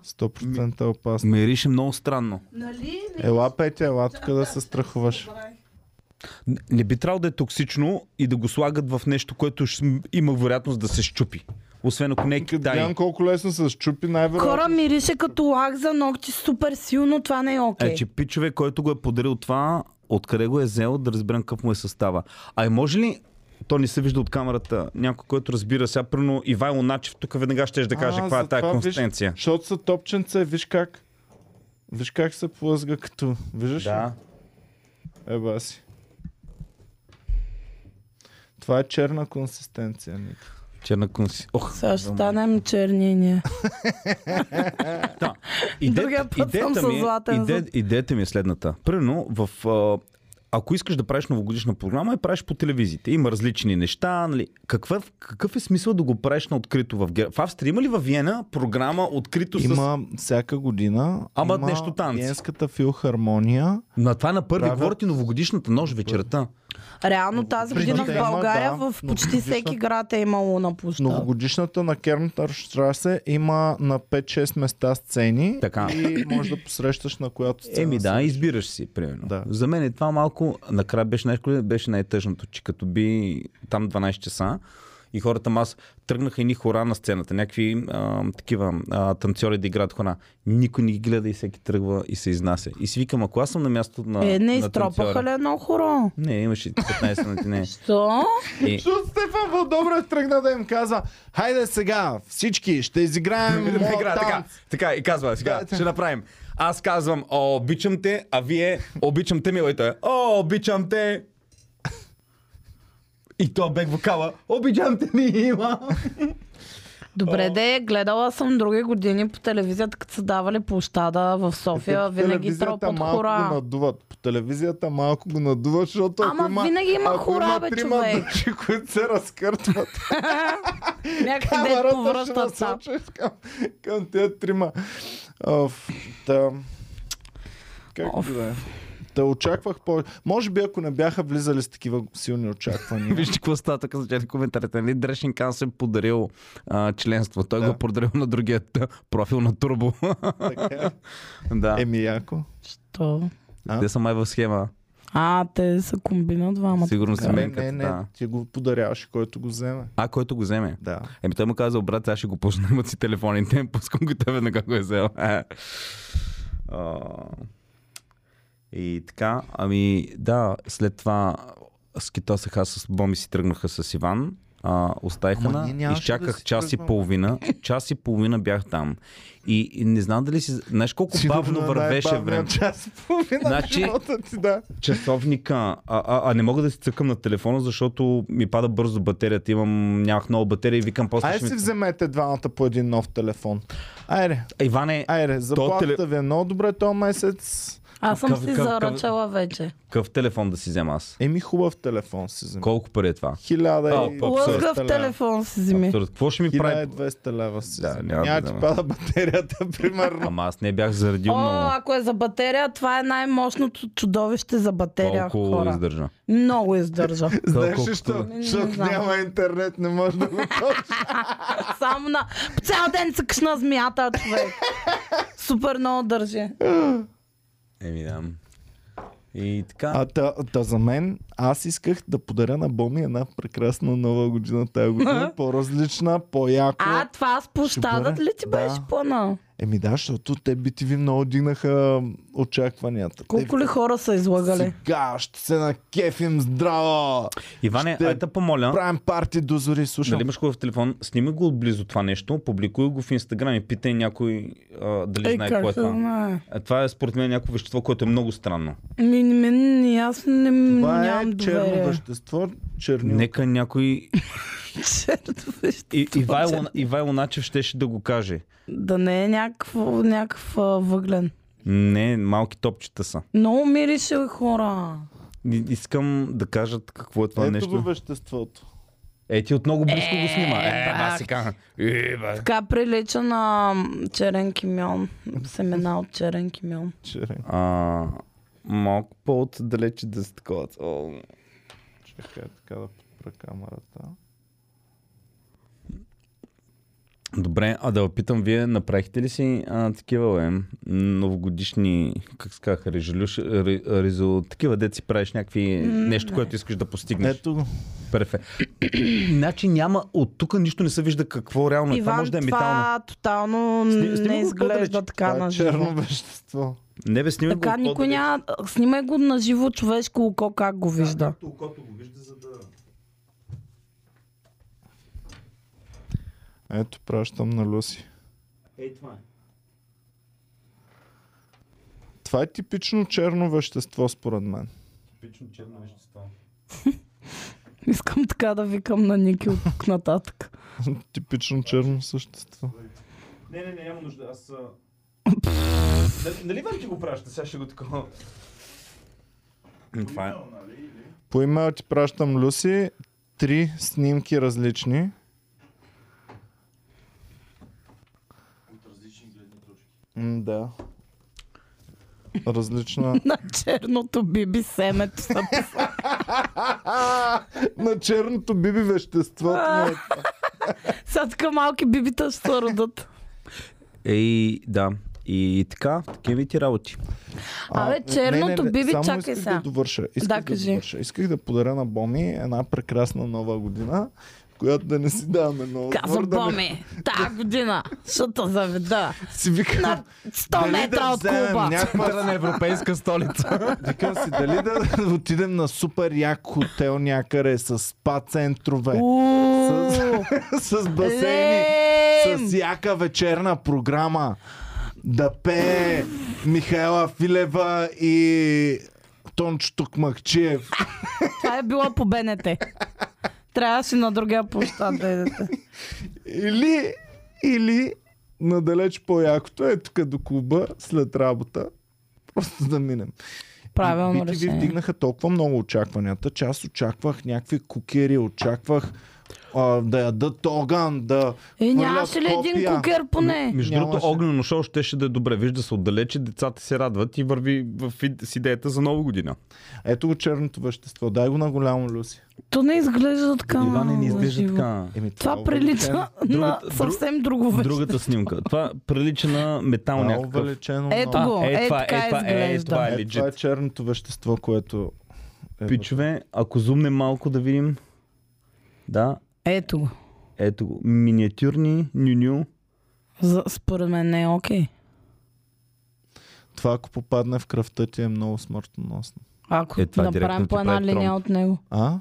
100% опасно. Мирише много странно. Нали? Ела, Петя, ела тук да се страхуваш. Н- Не би трябвало да е токсично и да го слагат в нещо, което ще м- има вероятност да се щупи. Освен ако не е Като гледам Китай. колко лесно се щупи, най-вероятно. Хора мирише като лак за ногти супер силно, това не е окей. Е, че пичове, който го е подарил това, откъде го е взел, да разберем какъв му е състава. А е може ли то не се вижда от камерата. Някой, който разбира сега, примерно Ивайло Начев, тук веднага ще да каже каква е затова, тая консистенция. Виж, защото са топченца, виж как. Виж как се плъзга като. Виждаш? ли? Да. Еба си. Това е черна консистенция, Ник. Черна конси. Ох, Сега ще станем черни ние. Да. Иде, Другия път съм със златен е- иде, зъб. идеята ми е следната. Примерно, в, а, ако искаш да правиш новогодишна програма, я правиш по телевизиите. Има различни неща. Нали. Каква, какъв е смисъл да го правиш на открито в Гер... В Австрия има ли във Виена програма открито с... Има всяка година. Ама има нещо танци. Виенската филхармония. На това на първи Правят- говорите новогодишната нощ вечерта. Реално тази Преди година в тема, България да, в но почти годишна- всеки град е имало на площад. Новогодишната на Кернтър Штрасе има на 5-6 места сцени. Така. И можеш да посрещаш на която сцена. Еми си. да, избираш си, примерно. Да. За мен е това малко, накрая беше, нещо, беше най-тъжното, че като би там 12 часа и хората мас тръгнаха едни хора на сцената, някакви а, такива а, танцори да играят хора. Никой не ги гледа и всеки тръгва и се изнася. И си викам, ако аз съм на мястото на Е, не на изтропаха танцьора- ли едно хоро? Не, имаше 15 минути, не. Що? И, Защото Стефан Вълдобрев тръгна да им казва, хайде сега, всички ще изиграем моят игра, така, танц. така, и казва, сега ще направим. Аз казвам, О, обичам те, а вие, обичам те, мило, и той е, О, обичам те. И то бек вокала, обичам те, ми има. Добре, де, гледала съм други години по телевизията, като са давали площада в София, Е, Те по винаги телевизията тропат малко го хора. надуват. По телевизията малко го надуват, защото Ама ако има, винаги има ако хора, има бе, трима човек. души, които се разкъртват, Някъде дето камерата ще повръщат там. насочиш към, към тия трима. Оф, да. Как Оф. да е? Та очаквах повече. Може би ако не бяха влизали с такива силни очаквания. Вижте какво става тук за коментарите. Нали? Дрешен Кан се подарил а, членство. Той го е подарил на другия профил на Турбо. така. да. Еми яко. Що? а? Те са май в схема. А, А, те са комбина двамата. Сигурно Не, се не, менката. Да. не, ти го подаряваш, който го вземе. А, който го вземе. Да. Еми той му казал, брат, аз ще го пусна, имат си телефоните, пускам го тебе на го е взел. Е. А, И така, ами да, след това скитосаха с бомби си тръгнаха с Иван. А, оставиха Ама ние на... нямаше Изчаках да си час и тръгваме. половина. Час и половина бях там. И, и не знам дали си... Знаеш колко бавно Сигурно е вървеше най-бавният време. Час и половина значи... Значи- живота ти, да. Часовника. А, а, а, не мога да си цъкам на телефона, защото ми пада бързо батерията. Имам, нямах много батерия и викам после... Айде ще си ми... вземете двамата по един нов телефон. Айде, Иване, айде, заплатата теле- ви е много добре този месец. Аз съм Къв- си къв- къв- заръчала вече. Какъв телефон да си взема аз? Еми хубав телефон си вземи. Колко пари е това? Хиляда А, и... по- Абсурд. Лъзгав телефон си вземи. Абсурд. Какво ще ми Хиляда и прави? 200 лева си Да, вземи. няма да Няма ти взема. пада батерията, примерно. Ама аз не бях заредил О, много. ако е за батерия, това е най-мощното чудовище за батерия, Колко е, хора. издържа? Много издържа. Знаеш ли колкото- защо? Не, не Защото знам. няма интернет, не може да го точиш. Само на... По цял ден цъкаш на змията, човек. Супер много държи. Еми да. И така. А та, та за мен, аз исках да подаря на Боми една прекрасна нова година тази година. По-различна, по-яко. А, това с площадът бъде? ли ти Да. беше плана? Еми да, защото те BTV много дигнаха очакванията. Е, Колко ли хора са те, излагали? сега ще се накефим здраво! Иване, ще- ще... айде помоля. Правим парти до зори, слушам. Дали имаш хубав телефон, снимай го отблизо това нещо, публикуй го в Инстаграм и питай някой а, дали знае какво е се това. знае? А, това е според мен някакво вещество, което е много странно. Ми, ми, ми, аз не, Това е нямам черно доверие. вещество, черни. Нека някой... Черно вещество. И, е Ивайло, Ивайло Начев щеше да го каже. Да не е някакво, някакъв а, въглен. Не, малки топчета са. Много мирише хора. И- Искам да кажат какво е това Ето нещо. го веществото. Е, ти от много близко го снима. Е, ба, бак. сега. Е, ба. Така прилича на м, черен кимион. Семена от черен кимион. Черен. А, малко по-отдалече да се такова. О, Чакай така да подпра камерата. Добре, а да опитам, вие направихте ли си а, такива е, новогодишни, как се казах, резолюш, ре, резол, такива деци правиш някакви нещо, което искаш да постигнеш? Ето го. Перфект. значи няма, от тук нищо не се вижда какво реално е. Това Иван, може да е метално. това тотално Сни- снимай не го изглежда по-далеч. така Това на е живо. черно вещество. Не бе, снимай Така го. никой няма... Снимай го на живо човешко око, как го вижда. Окото го вижда, за да... Ето, пращам на Люси. Ей, това е. Това е типично черно вещество, според мен. Типично черно вещество. Искам така да викам на Ники от тук нататък. Типично черно същество. Не, не, не, няма нужда. Аз... Нали вам ти го праща? Сега ще го такова... Това е... По имейл ти пращам Люси. Три снимки различни. М, Да. Различна. На черното биби семето са писали. На черното биби веществото. му е това. Сега така малки бибита ще се родат. Ей, Е, да. И така, такива ти работи. А, Абе, не, черното биби, само чакай исках сега. Да довърша. Исках Да, да, кажи. довърша. Исках да подаря на Боми една прекрасна нова година, която да не си даваме много. Казвам, отвор, да не- Боми, тази година ще те заведа. Си викам, На 100 дали метра да от вземем клуба. Някаква на европейска столица. Викам си, дали да отидем на супер як хотел някъде с спа центрове, Уу, с басейни, лем! с яка вечерна програма, да пее Михайла Филева и Тончо Токмакчиев. Това е било по БНТ. Трябваше на другия площад да идете. Или, или надалеч по-якото е тук до клуба след работа. Просто да минем. Правилно BTV решение. вдигнаха толкова много очакванията, че аз очаквах някакви кукери, очаквах а, да ядат огън, да Е, хвърлят нямаше ли един копия. кукер поне? Между Нямаше. другото, огнено шоу ще ще да е добре. Вижда се отдалече, децата се радват и върви в ид- с идеята за нова година. Ето го черното вещество, дай го на голямо Люси. То не изглежда така. Иване не изглежда лъживо. така. Еми, Това е прилича на Другата- друг- съвсем друго вещество. Другата снимка. Това прилича на метал увеличено. Това е някакъв. увеличено. Ето много. го, е, е, това е, така е, това е, изглежда. това е. Е, това е черното вещество, което е Пичове, ако зумнем малко да видим. Да, Ето го. ето го. Миниатюрни нюню. За, според мен не е окей. Това, ако попадне в кръвта ти, е много смъртоносно. Ако Е, това директно направим ти по една прави линия тромб. от него. А?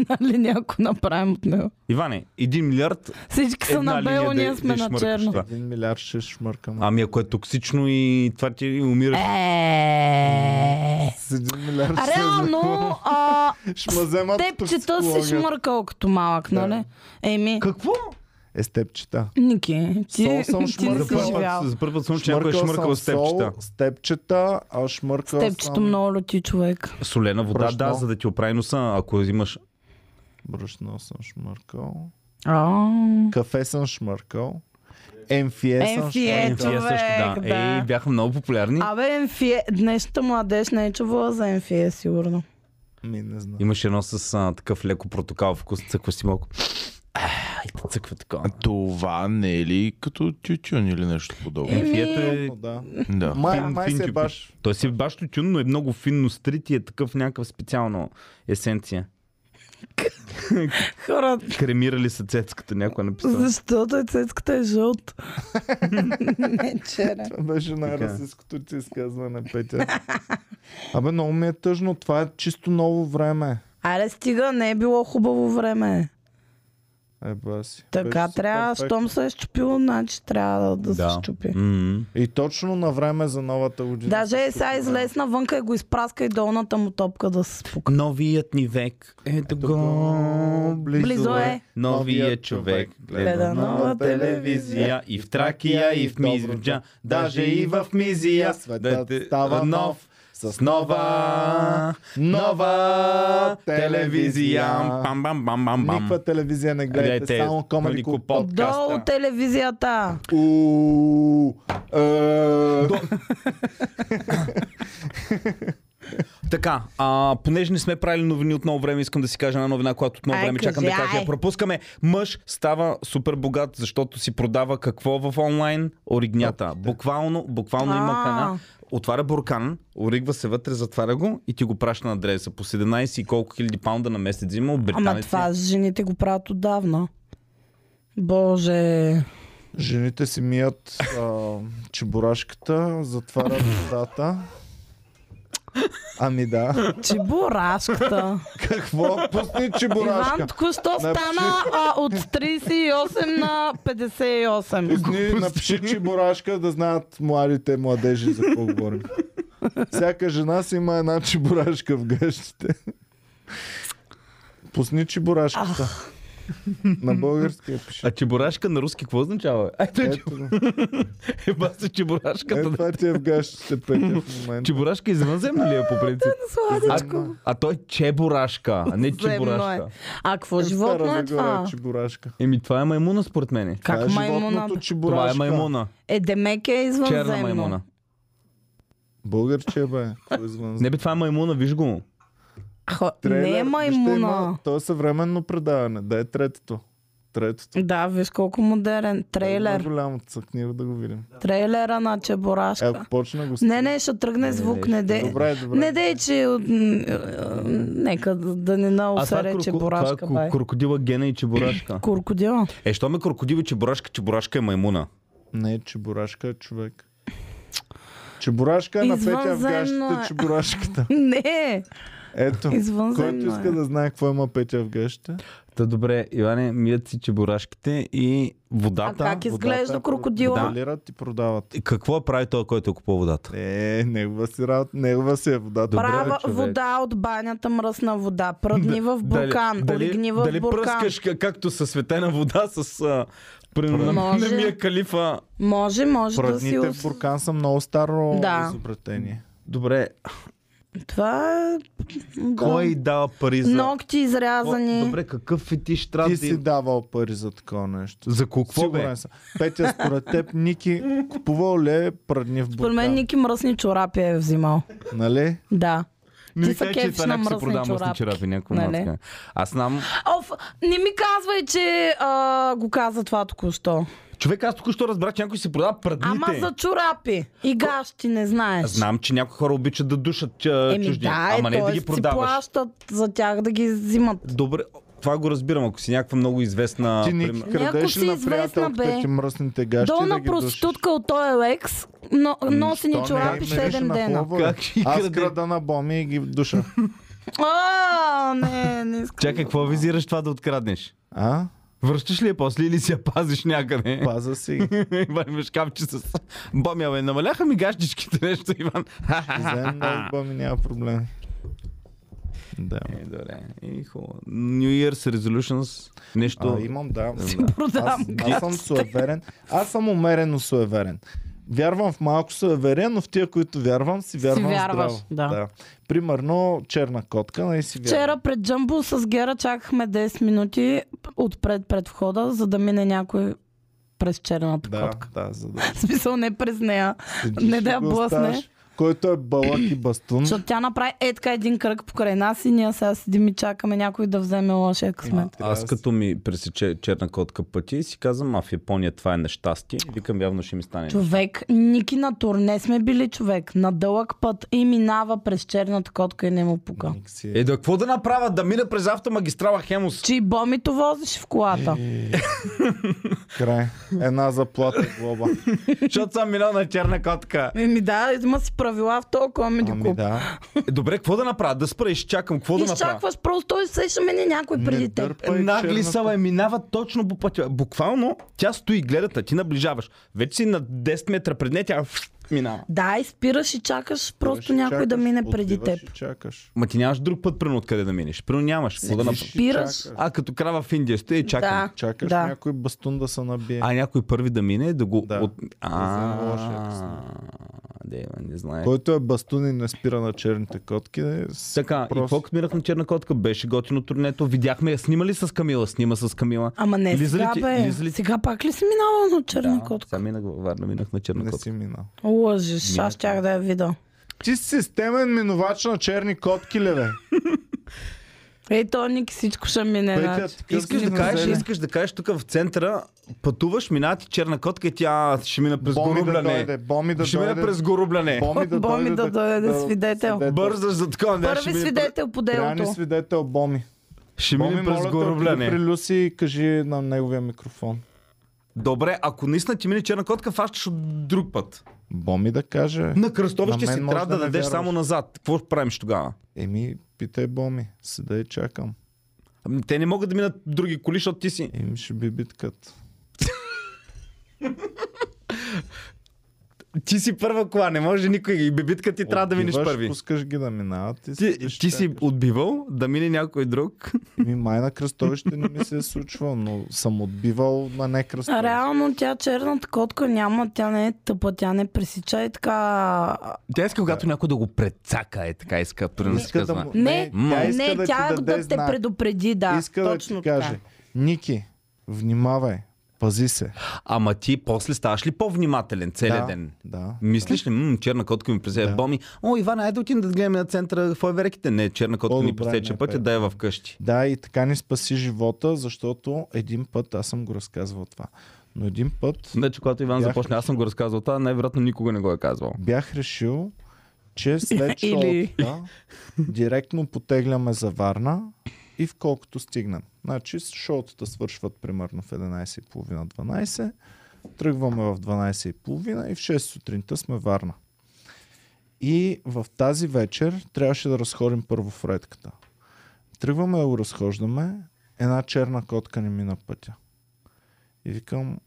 Една линия, ако направим от него. Иване, 1 милиард. Всички са Една на бело, линия да- ние сме да на шмъркаш черно. това. Един милиард ще е шмъркам. Ами ако е токсично и това ти умираш. Е. С един милиард А ще- реално, а, ще ме вземат тепчета си токсикологията. шмъркал като малък, нали? Еми, Какво? Е, с тепчета. Ники, ти, Сол съм ти не шмъркал. си живял. За първ път съм че някой е Шмъркал съм шмъркал с тепчета. сол, Степчета, а шмъркал Степчето съм... много лети човек. Солена вода, Брашно. да, за да ти оправи носа, ако взимаш. Брашно съм шмъркал. А, Кафе съм шмъркал. МФЕ съм шмъркал. MFA, Е, Тия също, да. човек, да. Ей, бяха много популярни. Абе, МФЕ, днешната младеж не е чувала за МФЕ, сигурно. Ми, не знам. Имаше едно с а, такъв леко протокал вкус, цъква си малко. А, И те цъква такова. Това не е ли като тютюн или нещо подобно? Еми- Ефието е... Но Да. Да. Май, Фин- май фин се тюпи. баш. Той си е баш тютюн, но е много финно стрит и е такъв някакъв специално есенция. Хора, Кремирали са цецката, някой е написал. защото е цецката е жълт. не черен. Това беше най-расистското ти изказване, Петя. Абе, много ми е тъжно. Това е чисто ново време. Аре стига, не е било хубаво време. Е, баси. Така Беше трябва, супер щом се е щупило, значи трябва да, да, се щупи. М. факт. И точно на време за новата година. Даже е сега излезна вънка и го изпраска и долната му топка да се спука. Новият ни век. е Ето го. го, близо Близо е. Новия човек гледа нова телевизия Е, и в Тракия, и в Мизоджа, даже и в Мизия. Да Е, Светът те- става нов с нова, нова телевизия. Пам, бам, бам, бам, бам. Никаква телевизия не гледайте, Гледайте само Comedy Comedy Club Club Pod. Долу подкаста. телевизията! Уу, е, Така, а, понеже не сме правили новини от много време, искам да си кажа една новина, която от много Ай, време чакам кажи, да кажа. ай. Я пропускаме. Мъж става супер богат, защото си продава какво в онлайн? Оригнята. Буквално, буквално има А. хана. Отваря буркан, оригва се вътре, затваря го и ти го праща на адреса. По 17 и колко хиляди паунда на месец има от Ама британец. това с жените го правят отдавна. Боже. Жените си мият а, чебурашката, затварят устата. Ами да. Чебурашката. Какво? Пусни чебурашка. Иван току-що Напиши. стана а, от 38 на 58. Пусни, напиши чебурашка, да знаят младите младежи за какво говорим. Всяка жена си има една чебурашка в гащите. Пусни чебурашката. На български я пиши. А чебурашка на руски какво означава? Ай, той Ето, го. е баса чебурашката. ето да. това ти е в гащите, Петя, в момента. Чебурашка извънземна ли е по принцип? А, Сладичко. а той е чебурашка, а не чебурашка. Земно е. А какво животно е Стара Загора това? Чебурашка. Еми, това е маймуна според мен. Това Как е маймуна? животното Това чебурашка. е маймуна. Е, Демек е Черна маймуна. извънземно. Българче, бе. Кой извън- Не бе, това е маймуна, виж го. Хо- Не Трейлер. е Вижте, маймуна. има- То е съвременно предаване. Да е третото. Третото. Да, виж колко модерен. Е Трейлер. голямо цъкни да го видим. Трейлера на Е, Чебурашка. ако почна го Не, не, ще тръгне звук. Не дей. Добре, добре. Не дей, че... от- м, а, Нека да да не А това е, наусере крокодила Чебурашка, това е бай. ко- крокодила Гена и Чебурашка. Куркодила. Е, що ме крокодил и Чебурашка, Чебурашка е маймуна. Не, чебурашка е човек. Чебурашка е на Петя в Извънземно гащите, е. чебурашката. Не, Ето. Който извънземно иска е. да знае какво има Петя в гащите. Та добре, Иване, мият си Чебурашките и А водата. как изглежда водата е крокодила? Моделират и продават. Какво е прави той, който е купува водата? Е, негова си, работа- негова си е водата. Добре, Права човек. вода от банята, мръсна вода. Пръдни в буркан, дали, оригни в дали буркан. пръскаш ка- както със светена вода с... А, примерно, на, Може. на мия калифа. Може, може да си... Пръдните в Ус... буркан са много старо Да. изобретение. Добре, Това е... Да. кой дава пари за... Ногти изрязани. Добре, какъв фетиш трябва Ти да си им... давал пари за такова нещо. За какво бе? Сигурен съм. Петя, според теб, Ники купувал ли е пръдни в буркан? Според мен Ники мръсни чорапи е взимал. Нали? Да. Не Ти ми са кажа, Нали, е, че кефиш това на някак се мръсни продава мръсни чорапки. чорапи. Някаква Нали? нали? Аз знам... Оф, не ми казвай, че а, го каза това току-що. Човек, аз току-що разбрах, че някой си продава Ама прадните. за чорапи и гащи не знаеш. Знам, че някои хора обичат да душат че, Еми чужди, да, е, ама не да т.е. ги си продаваш. плащат за тях да ги взимат. Добре, това го разбирам, ако си някаква много известна... Ти Ники пример- крадеш Някой ли си е на известна, приятелките бе. ти мръсните гащи да Долна ги душиш? Ами, проститутка от този лекс, но, носени Що не, чорапи мирише на 7 дена. хубаво, бе. Как ще ги Аз краде? крада на боми и ги душа. А, не, не искам. Чакай, какво визираш това да откраднеш? А? Връщаш ли я после или си я пазиш някъде? Паза си ги. Иван имаш капче с... Бомя, бе, намаляха ми гащичките нещо, Иван. Взем на боми, няма проблем. Да. Е, добре. И хубаво. New Year's Resolutions. Нещо... А, имам, да. Аз, Продавам аз съм суеверен. Аз съм умерено суеверен. Вярвам в малко суеверен, но в тия, които вярвам, си вярвам вярваш, здраво. да. Примерно черна котка, нали си вярвам. Вчера пред Джамбо с Гера чакахме 10 минути отпред пред входа, за да мине някой през черната Да, котка. да, за да. В смисъл не през нея, седиш не да и я го блъсне. оставаш, Който е бълък и бастун. Защото тя направи е така един кръг покрай нас и ние сега седим и чакаме някой да вземе лошия късмет. Трябва Аз да като ми пресече черна котка пъти, си казвам, а в Япония това е нещастие. И Викам, явно ще ми стане. Човек, ники на турне сме били човек. На дълъг път и минава през черната котка и не му пука. си- си е. Е, да какво да направя? Да мина през автомагистрала Хемус. Че и бомито возиш в колата. Е. Край. Една заплата е глоба. Защото съм минал на черна котка. Еми да, има си правила в този комеди Ами клуб. да. Е, добре, какво да направя? Да спра, изчакам. Какво да направя? Е, Изчакваш просто той се ще мине някой преди Не теб. Е, дърпай Нагли Е, черната. са, бе, минава точно по пътя. Буквално тя стои, гледа, те, ти наближаваш. Вече си на 10 метра пред нея, тя фш, минава. Да, и спираш и Ами чакаш просто Ще някой да чакаш, мине преди отиваш теб. и Чакаш. Ма ти нямаш друг път, прено откъде да минеш. Прено нямаш. Какво да направя? Спираш. А, като крава в Индия, стои и чакам. Да. Чакаш Да. някой бастун да се набие. А някой първи да мине, да го... Да. От... Да вземе лошия А, късмет. Дева, не знае. Който е бастун и не спира на черните котки, е с- Така, и Просто. какво като мирах на черна котка? Беше готино турнето. Видяхме я. Снима ли с Камила? Снима с Камила. Ама не Лиза ли сега, ти- бе. лиза ли ти- Сега пак ли си минала на черна Да, котка? Сега минах във Варна, минах на черна не котка. си минал. Лъжиш, аз щях да я видя. Ти си системен минувач на черни котки, леве. Ей, то Ники всичко ще мине. значи. Пътят, Искаш да, кажеш, искаш да кажеш тук в центъра, пътуваш, минава ти черна котка и тя ще мина през Боми да горубляне. дойде, боми да ще мина дойде. през горубляне. Боми е да Боми дойде да дойде свидетел. Бързаш за такова нещо. ще Първи мине през- свидетел по Трябва ни делото. свидетел Боми. Ще Боми, мине през моля те, отиди при горубляне. Люси и кажи на неговия микрофон. Добре, ако наистина ти мине черна котка, фащаш от друг път. Боми да каже. На кръстовище На мен си може трябва да да не дадеш вярваш. само назад. Какво правиш тогава? Еми, питай Боми. Седа и чакам. Ами, Те не могат да минат други коли, защото ти си. Еми ще би битката. Ти си първа кола, не може никой. И бибитка ти трябва да минеш Отбиваш, първи. Пускаш ги да минават. Ти, Ти, седиш, ти си чакаш. отбивал да мине някой друг. Ми, Ами, май на кръстовище не ми се е случвало, но съм отбивал на не А кръстовище. реално тя черната котка няма, тя не е тъпа, тя не пресича и така... Тя иска, когато някой да го прецака, е така иска, примерно си Иска да казва. му... Не, тя не, иска не да ти тя е даде да те знак. предупреди, да. Иска да точно ти каже. така. Ники, внимавай, пази се. Ама ти после ставаш ли по-внимателен целият да, ден? Да. Мислиш ли, м, черна котка ми пресе Да. боми. О, Иван, айде да отидем да гледаме на центъра в Ойвереките. Не, черна котка ни По-добре, пресече не, пътя, бе. да е в къщи. Да, и така ни спаси живота, защото един път, аз съм го разказвал това, но един път Значи, когато Иван Бях- започне, аз съм го разказал това, най-вероятно никога не го е казвал. бях решил, че след Или- шоута директно потегляме за Варна и в колкото стигнем. Значи шоутата свършват примерно в 11.30-12, тръгваме в 12.30 и в 6 сутринта сме Варна. И в тази вечер трябваше да разходим първо в редката. Тръгваме да го разхождаме, една черна котка ни мина пътя. И викам,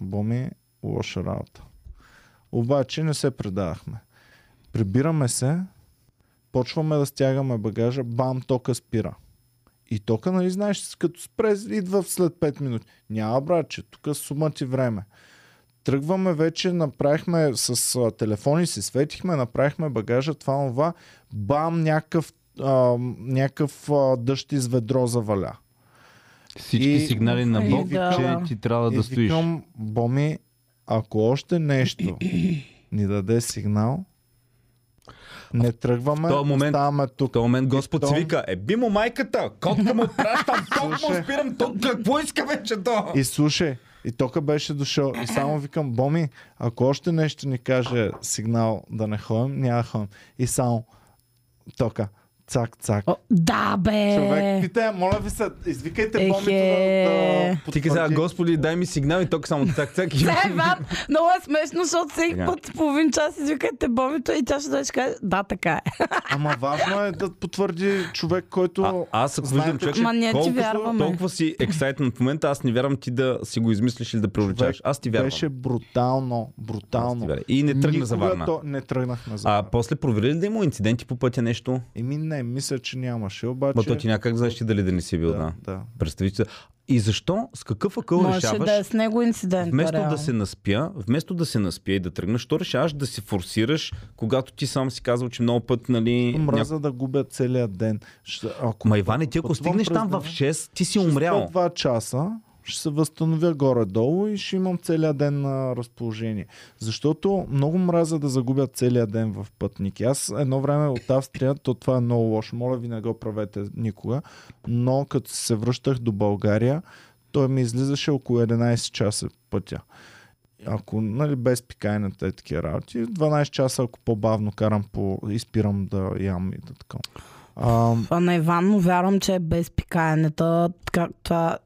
боми, лоша работа. Обаче не се предавахме. Прибираме се, почваме да стягаме багажа, бам, тока спира. И тока, нали знаеш, като спре, идва след 5 минути. Няма, братче, тук сума ти време. Тръгваме вече, направихме с а, телефони, си светихме, направихме багажа, това, това. Бам, някакъв, а, някакъв а, дъжд из ведро заваля. Всички И- сигнали на И Бог, да. че ти трябва и да стоиш. викам, Боми, ако още нещо ни даде сигнал, не тръгваме, В този момент- оставаме В тук. този момент Господ си Питон. вика, е би му майката, котка му пращам, ток му Слушай. спирам, ток, какво иска вече то? И слушай, и тока беше дошъл. И само викам, Боми, ако още нещо ни каже сигнал да не ходим, няма да ходим. И само тока, цак, цак. О, е. да, бе! Човек, питай, моля ви се, извикайте Ехе. Бомито да, да Ти потвърди. каза, господи, дай ми сигнал и ток само цак цак. Да, Иван, много е смешно, защото всеки Така. път половин час извикате бомито и тя ще дойде и ще каже, да, така е. Ама важно е да потвърди човек, който... А, аз ако виждам Знаете, човек, Ма ние ти колкото вярваме. толкова си ексайтен в момента, аз не вярвам ти да си го измислиш или да преувеличаваш. Аз ти вярвам. Беше брутално, Аз ти брутално. вярвам. И не тръгна за Никога Варна. То... Не тръгнахме за А Варна. после проверили ли да има инциденти по пътя нещо? Еми не, мисля, че нямаше, обаче... Ма то ти някак знаеш ти дали да не е си бил, да. да, да. Представи си. И защо? С какъв акъл Можеше решаваш? да е с него инцидент. Вместо реално. да се наспя, вместо да се наспя и да тръгнеш, то решаваш да се форсираш, когато ти сам си казал, че много път, нали... Мраза да губя целия ден. Ще, ако Ма Иване, ти ако пътувам стигнеш през там в деня, 6, ти си ще умрял. спя два часа, ще се възстановя горе-долу и ще имам целия ден на разположение. Защото много мразя да загубя целия ден в пътники. Аз едно време от Австрия, то това е много лошо, моля ви не го правете никога, но като се връщах до България, той ми излизаше около 11 часа пътя. Ако, нали, без пикайната и такива работи, 12 часа, ако по-бавно карам, по... изпирам да ям и да така. А, А на Иван му вярвам, че е без пикаенета. Така, това...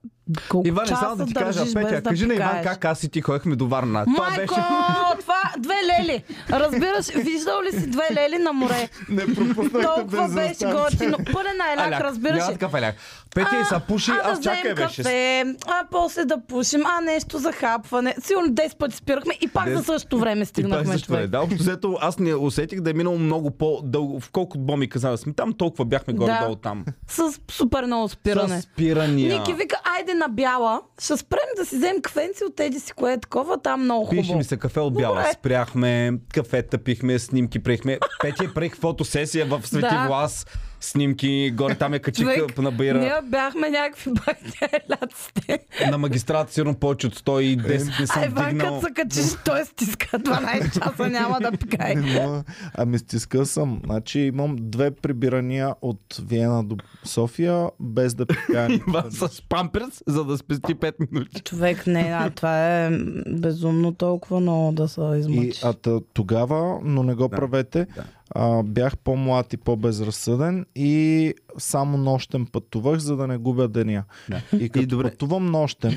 Колко Иван, е, часа само да ти кажа, държиш без Петя, да кажи на Иван пикаеш? как аз и ти ходихме до Варна. Това Майко, беше... това две лели. Разбираш, виждал ли си две лели на море? не е пропуснахте Толкова беше готино. Пълен айляк, разбираш Няма ли? такъв еляк. Петя и са пуши, а да аз вземем чакай беше. кафе, а после да пушим, а нещо за хапване. Сигурно 10 пъти спирахме и пак за Десет. същото време И пак стигнахме защо е. човек. Да, общо взето аз не усетих да е минало много по-дълго. В колко боми каза да сме там, толкова бяхме горе-долу там. С супер много спиране. С спирания. Ники вика, айде на бяла, ще спрем да си вземем кафенци от еди си кое е такова, там много Пише хубаво. ми се кафе от бяла. Добре. Спряхме, кафета пихме, снимки правихме. Петя правих е фотосесия в Свети Да. Влас. снимки, горе там е качиха Човек, на бира. Ние бяхме някакви бактериляците. На магистрат сигурно повече от 110 не съм Ай, банкът вдигнал. се качиш, той е стиска 12 часа, няма да пикай. Не мога. Ами стискал съм. Значи имам две прибирания от Виена до София, без да пикая. Иван с памперс, за да спести 5 минути. Човек, не, а това е безумно толкова много да се И, измъчиш. а та- тогава, но не го да, правете, да. А, бях по-млад и по-безразсъден и само нощен пътувах, за да не губя деня. Да. И като и, добре. пътувам нощен,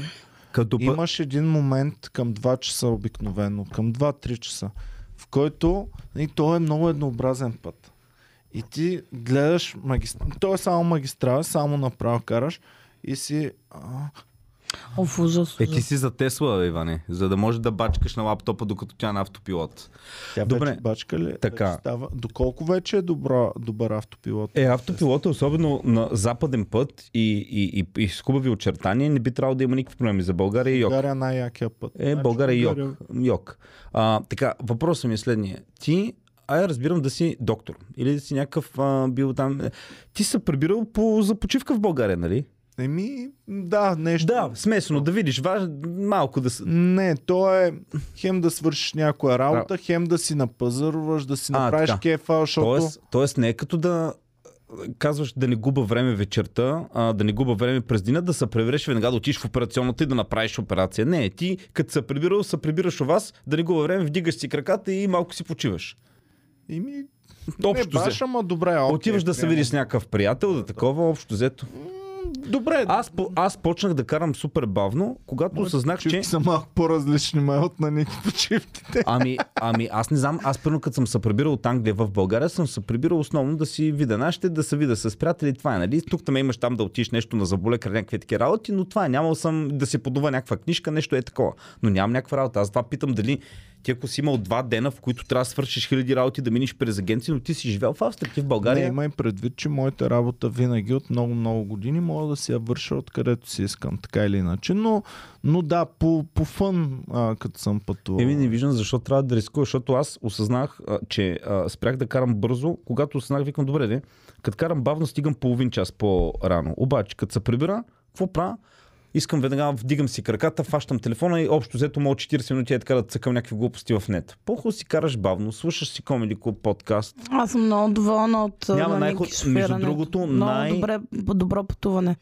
Като път... имаш един момент към 2 часа обикновено, към 2-3 часа, в който и то е много еднообразен път. И ти гледаш магистрал, то е само магистрал, само направо караш и си... А, Оф, ужас, Е, ти ужас. си за Тесла, Иване, за да можеш да бачкаш на лаптопа, докато тя е на автопилот. тя Добре. вече бачка ли? Така. Вече става... Доколко вече е добра, добър автопилот? Е, автопилота, особено на западен път и, и, и, и с хубави очертания, не би трябвало да има никакви проблеми за България и Йок. България е най-якия път. Е, Значи България и Йок. Йок. А, така, въпросът ми е следния. Ти, ай, разбирам да си доктор или да си някакъв а, бил там. Ти се прибирал по, за почивка в България, нали? Еми, да, нещо. Да, смесено, да видиш, важ, малко да се... Не, то е хем да свършиш някоя работа, хем да си напазаруваш, да си А, направиш така. кефа, защото... Тоест, тоест не е като да казваш да не губа време вечерта, а, да не губа време през деня, да се прибереш и веднага да отиш в операционната и да направиш операция. Не, ти като се прибирал, се прибираш у вас, да не губа време, вдигаш си краката и малко си почиваш. Ими, Общо не Е, взе. баш, ама добре. Окей, Отиваш да се приемам. видиш с някакъв приятел, да такова, общо взето. Добре, Аз, по, аз почнах да карам супер бавно, когато осъзнах, че... Почивки са малко по-различни май от на Ники почивките. Ами, ами, аз не знам, аз първо като съм се прибирал от Англия в България, съм се прибирал основно да си видя нашите, да се видя с приятели, това е, нали? Тук там имаш там да отиш нещо на заболекар, някакви такива работи, но това е, нямал съм да си подува някаква книжка, нещо е такова. Но нямам някаква работа. Аз това питам дали ти ако си имал два дена, в които трябва да свършиш хиляди работи, да миниш през агенции, но ти си живял в Австрия, ти в Не, България. имай предвид, че моята работа винаги от много-много години мога да си я върша откъдето си искам, така или иначе. Но, но да, по, по фън, а, като съм пътувал. Еми не виждам защо трябва да рискуваш, защото аз осъзнах, а, че а, спрях да карам бързо, когато осъзнах, викам, добре, де, като карам бавно, стигам половин час по-рано. Обаче, като се прибира, какво правя? Искам веднага, вдигам си краката, фащам телефона и общо взето мога 40 минути е така да цъкам някакви глупости в нет. По-хубаво си караш бавно, слушаш си Comedy Club подкаст. Аз съм много доволна от а, Няма на най-хуб- Ники между шофирането. другото, много най- добре, добро пътуване.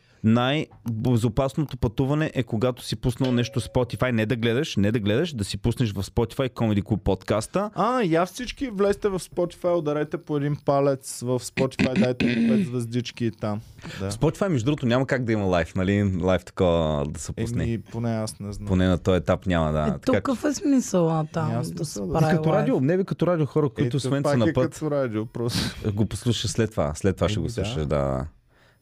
Най-безопасното пътуване е когато си пуснал нещо в Spotify. Не да гледаш, не да гледаш, да си пуснеш в Spotify Comedy Club подкаста. А, я всички влезте в Spotify, ударете по един палец в Spotify, дайте му пет звездички и там. Да. В Spotify, между другото, няма как да има лайф, нали? Лайф такова да се пусне. Еми, поне аз не знам. Поне на този етап няма да. Е, тук какъв е смисъла Ами, там Ясно да се са, да. прави като лайф? радио, не бе, като радио хора, които Ето, освен пак са е на път, като радио, просто. го послушаш след това. След това ще Еми, го да. слушаш, да.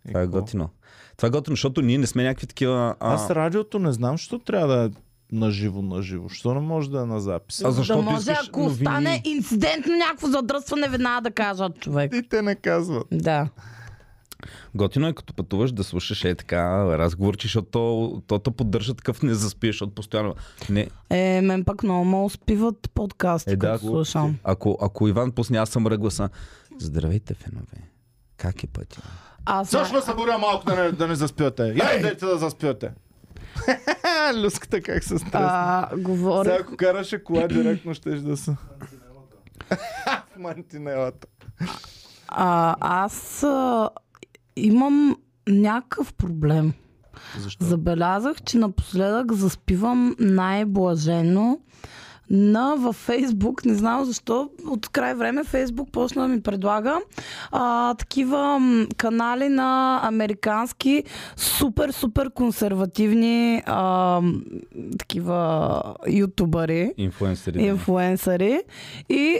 Това е какво? готино. Това е готино, защото ние не сме някакви такива... А... Аз радиото не знам, що трябва да е наживо, наживо. Що не може да е на запис? А защото да може, искаш ако новини. стане инцидентно някакво задръстване, веднага да кажат човек. И те не казват. Да. Готино е като пътуваш да слушаш е така разговорчи, защото то, то те поддържа такъв не заспиеш, защото постоянно... Не, Е, мен пък много ме успиват подкасти, Е, е, да, да, като ако- слушам. ако, ако Иван пусне, аз съм ръгласа. Здравейте, фенове. Как е пътя? Аз Също се боря малко да не, да не заспивате. Я идете да заспивате. Люската как се стресна. а, Сега говорих, ако караше кола, директно ще да са. В мантинелата. а, аз а, имам някакъв проблем. Защо? Забелязах, че напоследък заспивам най-блажено на във Фейсбук, не знам защо, от край време Фейсбук почна да ми предлага а, такива м, канали на американски супер-супер консервативни а, м, такива ютубъри Инфуенсери. Е, да. инфлуенсъри. И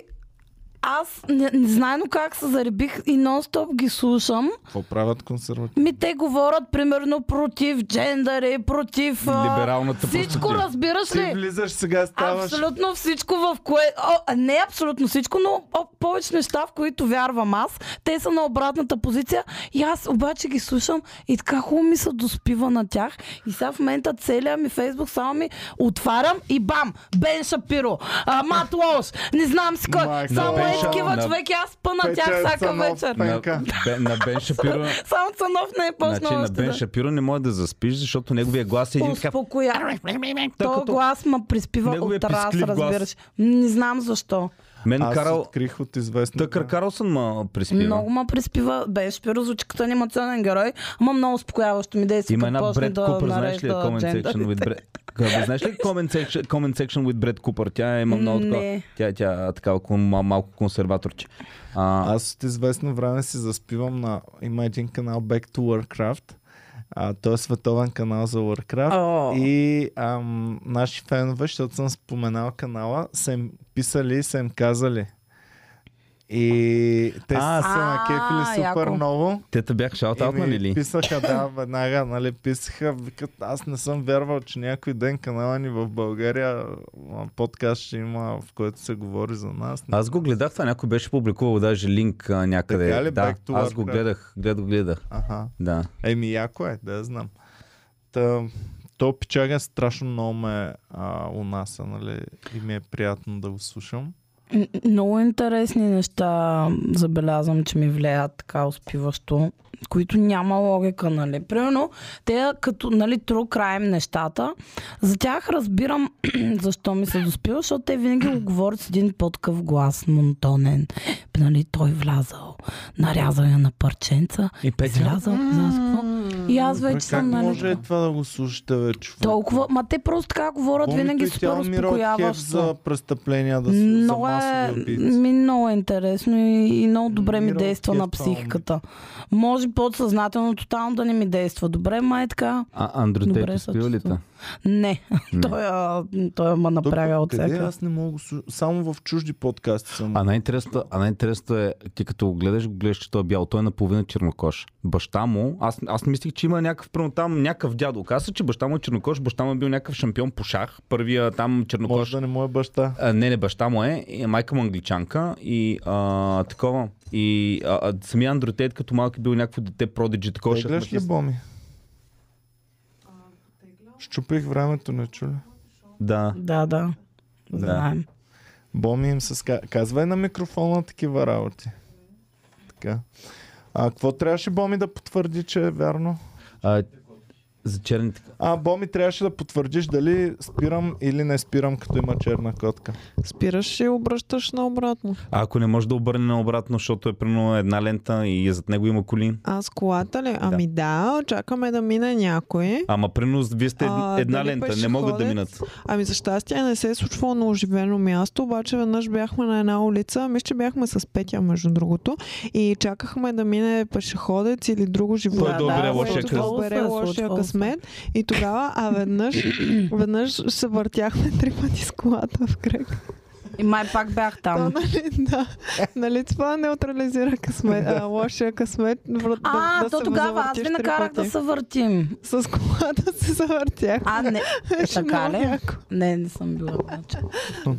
аз не, не знайно как се заребих и нон-стоп ги слушам. Какво правят консервативни? Ми те говорят, примерно, против джендъри, против... а, Либералната Всичко, простотия. разбираш Ти ли? влизаш сега, ставаш. Абсолютно всичко, в кое... О, а, не абсолютно всичко, но о, повече неща, в които вярвам аз. Те са на обратната позиция и аз обаче ги слушам и така хубаво ми се доспива на тях. И сега в момента целият ми фейсбук само ми отварям и бам! Бен Шапиро, а, Мат Лош, не знам си кой, Майка му. само е Пенша- такива на- човек, аз спа на Петя е тях всяка Цанов. вечер. На, Пенка. бе, на Бен Шапиро... Само Цанов не е Значи, почнал на още Бен да... Шапиро не може да заспиш, защото неговия глас е един така... Успокоя. Та Той като- глас ма приспива Неговия от раз, писклив глас. разбираш. Не знам защо. Мен Аз Карл... открих от известно. Тъкър Карлсън ма приспива. Много ма приспива. Бен Шапиро звучи като анимационен герой, ама много успокояващо ми действа. Има като една почне Бред да Купър, знаеш ли я? нарежда Comment джендър. section with Brad... Абе, Знаеш ли comment section, comment section with Бред Купър? Тя има много такова. Не. Тя, тя е така около мал- малко консерваторче. А, Аз от известно време си заспивам на... Има един канал Back to Warcraft. А, той е световен канал за Warcraft. О. И ам, наши фенове, защото съм споменал канала, са им писали и са им казали. И те А, а, са а, накефили супер яко. много. те те бях шаутаут, И ми нали ли? Писаха, да, веднага, нали, писаха, викат, аз не съм вярвал, че някой ден канала ни в България а, подкаст ще има, в който се говори за нас. Аз го гледах, това някой беше публикувал даже линк а, някъде. Така ли? Да, Back to аз го Warcraft. гледах, гледах, гледах. Аха. Да. Еми, яко е, да я знам. Та, то пичага страшно много ме а, унася, нали? И ми е приятно да го слушам. М, Много интересни неща забелязвам, че ми влияят така успиващо, които няма логика, нали. Примерно, те като, нали, true crime нещата, за тях разбирам защо ми се доспива, защото те винаги го говорят с един подкъв глас, монотонен. Нали, той влязал, нарязал я на парченца, И Петя. излязал, излязал, какво? и аз вече как съм, нали, може това да го слушате, бе, човек? толкова, ма те просто така говорят, Помните винаги и супер тя умира от хев успокояващо. за престъпления, да се за Много е, масови убийци. ми, много е интересно и, и много добре ми Мира от действа на Кеф психиката. Може подсъзнателно тотално да не ми действа добре, ма е така. А, Андрю Добре, е Тейт успива ли съчувствам. та? Не, той, а, той ме Тук, направя от къде? е? всяка. Аз не мога да го слушам. Само в чужди подкасти съм. А най-интересното, а най-интересното е, ти като го гледаш, го гледаш, че той е бял. Той е наполовина чернокош. Баща му, аз, аз мислих, че има някакъв, прямо там, някакъв дядо. Каза, че баща му е чернокош, баща му е бил някакъв шампион по шах. Първия там чернокош. Може да не му е баща. А, не, не, баща му е, и майка му е англичанка и а, такова. И а, а, самия Андрю Тейт като малък е бил някакво дете продиджи, такова Те ще гледаш ли, натисне. Боми? Щупих времето, не чули. Да. Да, да. Знаем. Боми им се ска... казва и на микрофона такива работи. Така. А какво трябваше Боми да потвърди, че е вярно? А, за черните. А, Боми трябваше да потвърдиш дали спирам или не спирам, като има черна котка. Спираш и обръщаш наобратно. А ако не може да обърне наобратно, защото е примерно една лента и е зад него има коли. Аз колата ли? Ами да, чакаме да мине някой. Ама примерно вие сте А, а, една дали лента, не пешеходец? могат да минат. Ами за щастие не се е случвало на оживено място, обаче веднъж бяхме на една улица, мисля, че бяхме с Петя, между другото, и чакахме да мине пешеходец или друго животно. Кой да обере да, лошия който късмет? да обере Случвало се, лошия случвало се. е. късмет. И тогава, а веднъж, веднъж се въртяхме три пъти с колата в кръг. И май пак бях Да, там. нали, да. нали това неутрализира късмет, а, лошия късмет. врат- А, да, да то се тогава аз завъртиш ви три накарах да пъти. се въртим. С колата се завъртях. А, не. Беше Така много ли? яко. Не, не съм била. значи.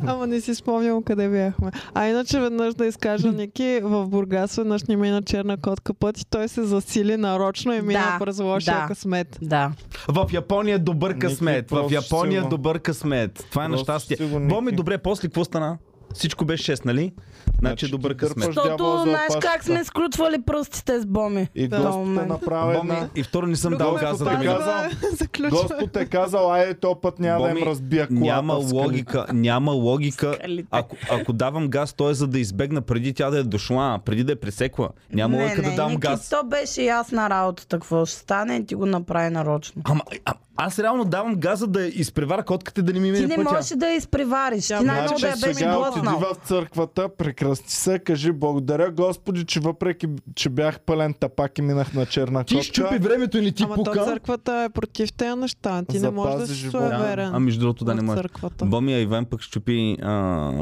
Ама не си спомням къде бяхме. А иначе веднъж да изкажа Ники, в Бургас веднъж ни мина черна котка път и той се засили нарочно и мина Да, през лошия да. късмет. Да. В Япония е добър късмет. В просто Япония е сигурно. добър късмет. Това е на Просто щастие. сигурно, Боми, Ники. добре, после какво стана? Всичко беше 6, нали? Значи Значи добър ти дърпаш късмет. дявола Защото за знаеш как опашката. сме сключвали пръстите с боми. И Да, Господ е момент. направил Боми, една... и второ не съм дал Любовно газа да така ми каза. Заключва. Господ е казал, ай, то път няма да Боми, им разбия колата. Няма в скали. логика, няма логика. Скалите. Ако, ако давам газ, то е за да избегна преди тя да е дошла, преди да е пресекла. Няма не, логика не, да дам Ники, газ. То беше ясна работата, какво ще стане и ти го направи нарочно. Ама, а, аз реално давам газа да изпревара котката и да не ми Ти мине не пътя. можеш да я изпревариш. Ти Значи, най-много да я Значи беше сега отиди блъснал. в църквата, прекрасти се, кажи благодаря Господи, че въпреки, че бях пълен тапак и минах на черна Ти котка. щупи времето или ти Ама то пука. църквата е против тези неща. Ти не Запази можеш да си живота. суеверен. а между другото ами да не в може. църквата. Боми, а Иван пък щупи а,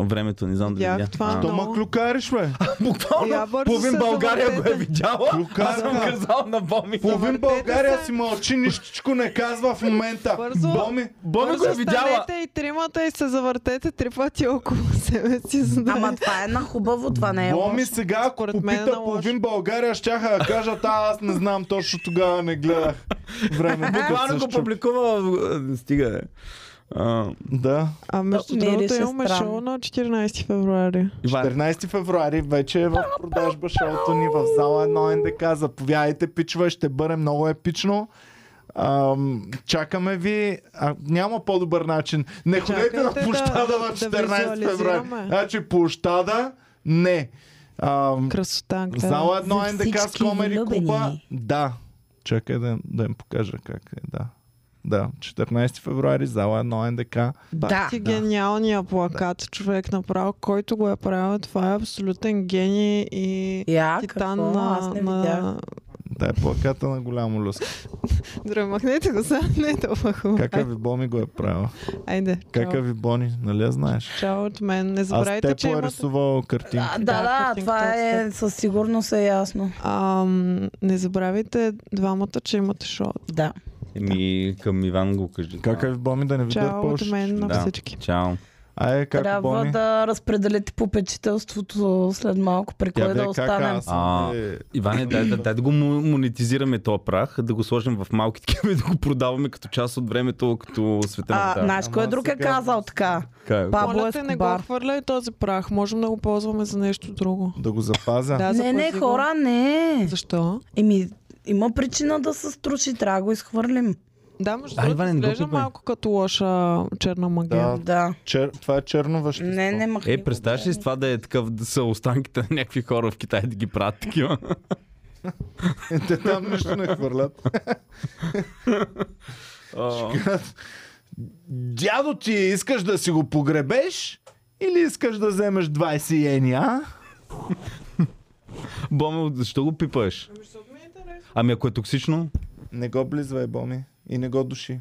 времето, не знам дали Видях видя. това. А, То ма клюкариш, бе. Я Буквално бързо половин се България го завъртете. е видяла. Клюкарка. Аз съм казал на Боми. Половин Завъртете България се. си мълчи, нищичко не казва в момента. Бързо. Боми, Боми го е Бързо видяла. станете и тримата и се завъртете три пъти около себе си. за да Ама е. това е на хубаво, това не е Боми лошо. сега, ако Според мен е попита на лошо. половин България, щяха да кажат, а аз не знам, точно тогава не гледах времето. като Буквално се го щупи. публикува. а, Стига. А, Да. А между Мирише другото имаме странно. шоу на 14 февруари. Иван, 14 февруари вече е в продажба шоуто ни в зала 1 НДК. Заповядайте, пичове, ще бъде много епично. Ам, чакаме ви. А, няма по-добър начин. Не ходете на Чакайте да- площада на да 14 визуализираме. февруари. Значи площада не. Ам, Красота. гледай. зала 1 За НДК с всички Комери влюбени. Куба. Да. Чакай да, да им покажа как е. Да. Да, 14 февруари, зала 1 НДК. Бах Да. ти гениалния плакат, човек направо, който го е правил. Това е абсолютен гений и Я, титан какво? Аз на, не видях. на... Да е плаката на голямо люск. Дремахнете го сега, не е толкова хубаво. Кака ви Боми го е правила? Айде, Кака чао. ви Бони? Нали я знаеш? Чао от мен. Не Аз забравяйте, те че по е имате... рисувал картинка. А, да, Да, да, картинката това е със сигурност е ясно. Ам, не забравяйте двамата, че имате шоу. Да. ми към Иван го кажи. Кака ви Боми да не ви Чао от дърпаш? мен на Да. всички. Чао. Ае, как Трябва Боми? да разпределите попечителството след малко, при Тя кой бе да как останем. аз. съм, А. е, Иване, дай, дай, дай да го му- монетизираме този прах, да го сложим в малки такива и да го продаваме като част от времето, като света на А, вода. знаеш, кой Ама друг е сега- казал така? Как? Пабло Моля те, не го Ескобар. хвърляй този прах. Можем да го ползваме за нещо друго. Да го запазя. Да, не, не, запази го. хора, не. Защо? Еми, има причина да се струши, трябва да го изхвърлим. Да, може А, да Иване, не го изглежда пипай. малко като лоша черна магия. Да. Да. Чер... Това е черно вещество. Не, не, махни Е, го, представяш ли бе. с това да е такъв, да са останките на някакви хора в Китай да ги правят такива? Те там нищо не хвърлят. Дядо ти, искаш да си го погребеш? Или искаш да вземеш 20 йени, а? Боме, защо го пипаш? Ами ако е токсично? Не го близвай, Боми. И не го души.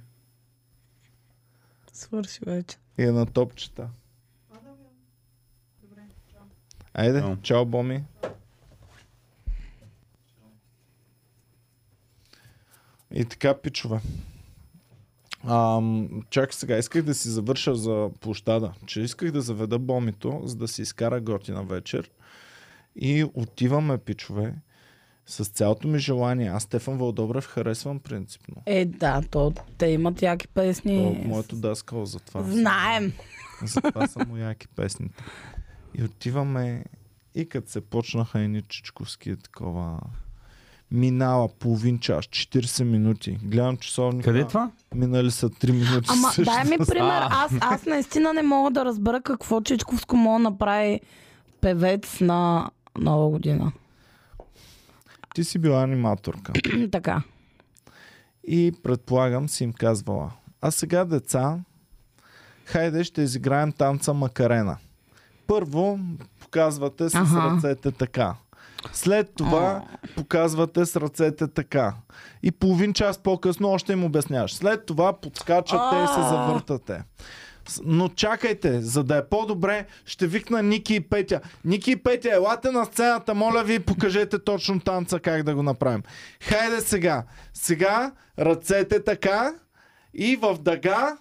Свърши вече. И е на топчета. Айде, Чао. чао, Боми. И така, пичове. Ам, чак сега, исках да си завърша за площада, че исках да заведа бомито, за да си изкара готина вечер. И отиваме, пичове, с цялото ми желание. Аз Стефан Валдобрев харесвам принципно. Е, да, то, те имат яки То, песни. моето даскало за това. Е, Знаем. Затова са му яки песните. И отиваме и като се почнаха едни чичковски такова минава половин час, 40 минути. Гледам часовника. Къде е това? Минали са 3 минути. Ама всъщност. дай ми пример, аз, аз наистина не мога да разбера какво Чичковско мога да направи певец на нова година. Ти си била аниматорка. така. И предполагам си им казвала. А сега, деца, хайде ще изиграем танца Макарена. Първо показвате с Аха. ръцете така. След това показвате с ръцете така. И половин час по-късно още им обясняваш. След това подскачате и се А. завъртате. С- Но чакайте, за да е по-добре, ще викна Ники и Петя. Ники и Петя, елате на сцената, моля ви, покажете точно танца как да го направим. Хайде сега. Сега ръцете така и в дъга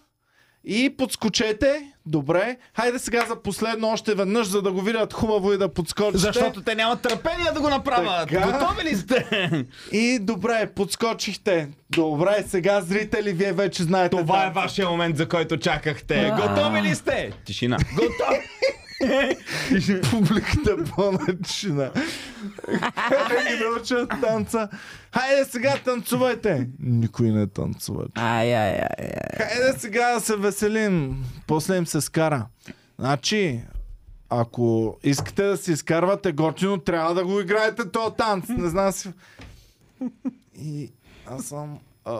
и подскочете. Добре. Хайде сега за последно още веднъж, за да го видят хубаво и да подскочите. Защото те нямат търпение да го направят. Така. Готови ли сте? И добре, подскочихте. Добре, сега зрители, вие вече знаете. Това е танца. вашия момент, за който чакахте. А. Готови ли сте? Тишина. Готови. публиката е по-начина. Как ги научат танца? Хайде сега танцувайте! Никой не танцува. Ай, ай, ай, ай. Хайде сега да се веселим. После им се скара. Значи, ако искате да си изкарвате готино, трябва да го играете този танц. Не знам си... И аз съм... А...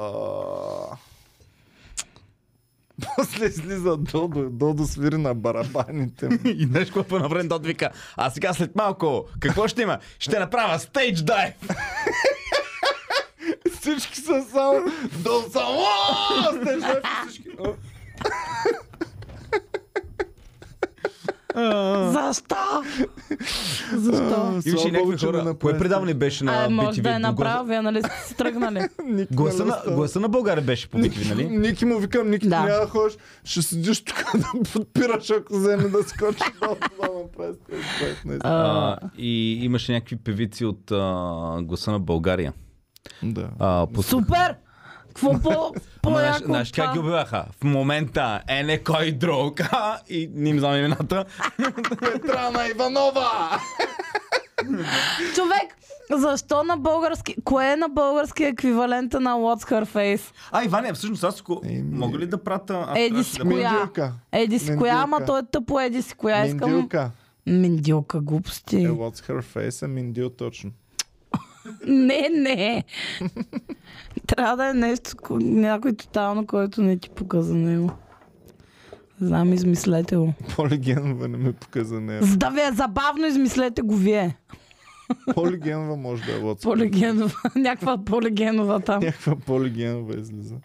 После излиза Додо, Додо свири на барабаните му. И знаеш какво по наврен Дот вика? А сега след малко, какво ще има? Ще направя стейдж дайв. Всички са само долу само. «О, сте жертви всички. О, Защо? Защо? слава Имаше и някакви Богу, че не хора. Кое е направи. предаване беше на Ай, може BTV? да е Гласа- направил, вие нали сте си тръгнали. Ник не Гласа на, остава. гласа на България беше по BTV, нали? Ники му викам, Ники Да. да. няма да ходиш, ще седиш тук да подпираш, ако вземе да скочи долу това направи. сте жертви, наистина. А, и имаше някакви певици от а, гласа на България. Да. А, пос... Супер! Какво по... Ама по-яко знаеш- знаеш от това? как ги убиваха? В момента е не кой друг. а, И не им знам имената. Петрана Иванова! Човек, защо на български... Кое е на български еквивалента на What's Her Face? А, Иване, всъщност аз ако... Еми. Мога ли да прата... аз Еди трябваше си да- коя. Миндилка. Еди си коя, ама Миндилка. той е тъпо еди си коя. Искам... Миндилка. Миндилка, глупости. Е, what's her face е миндил точно. Не, не. Трябва да е нещо, ко- някой тотално, който не ти показа него. Знам, измислете го. Полигенва не ми показа нея. За да ви е забавно, измислете го вие. Полигенва може да е what's her Полегенова. Някаква полегенова там. Някаква полигенва излиза.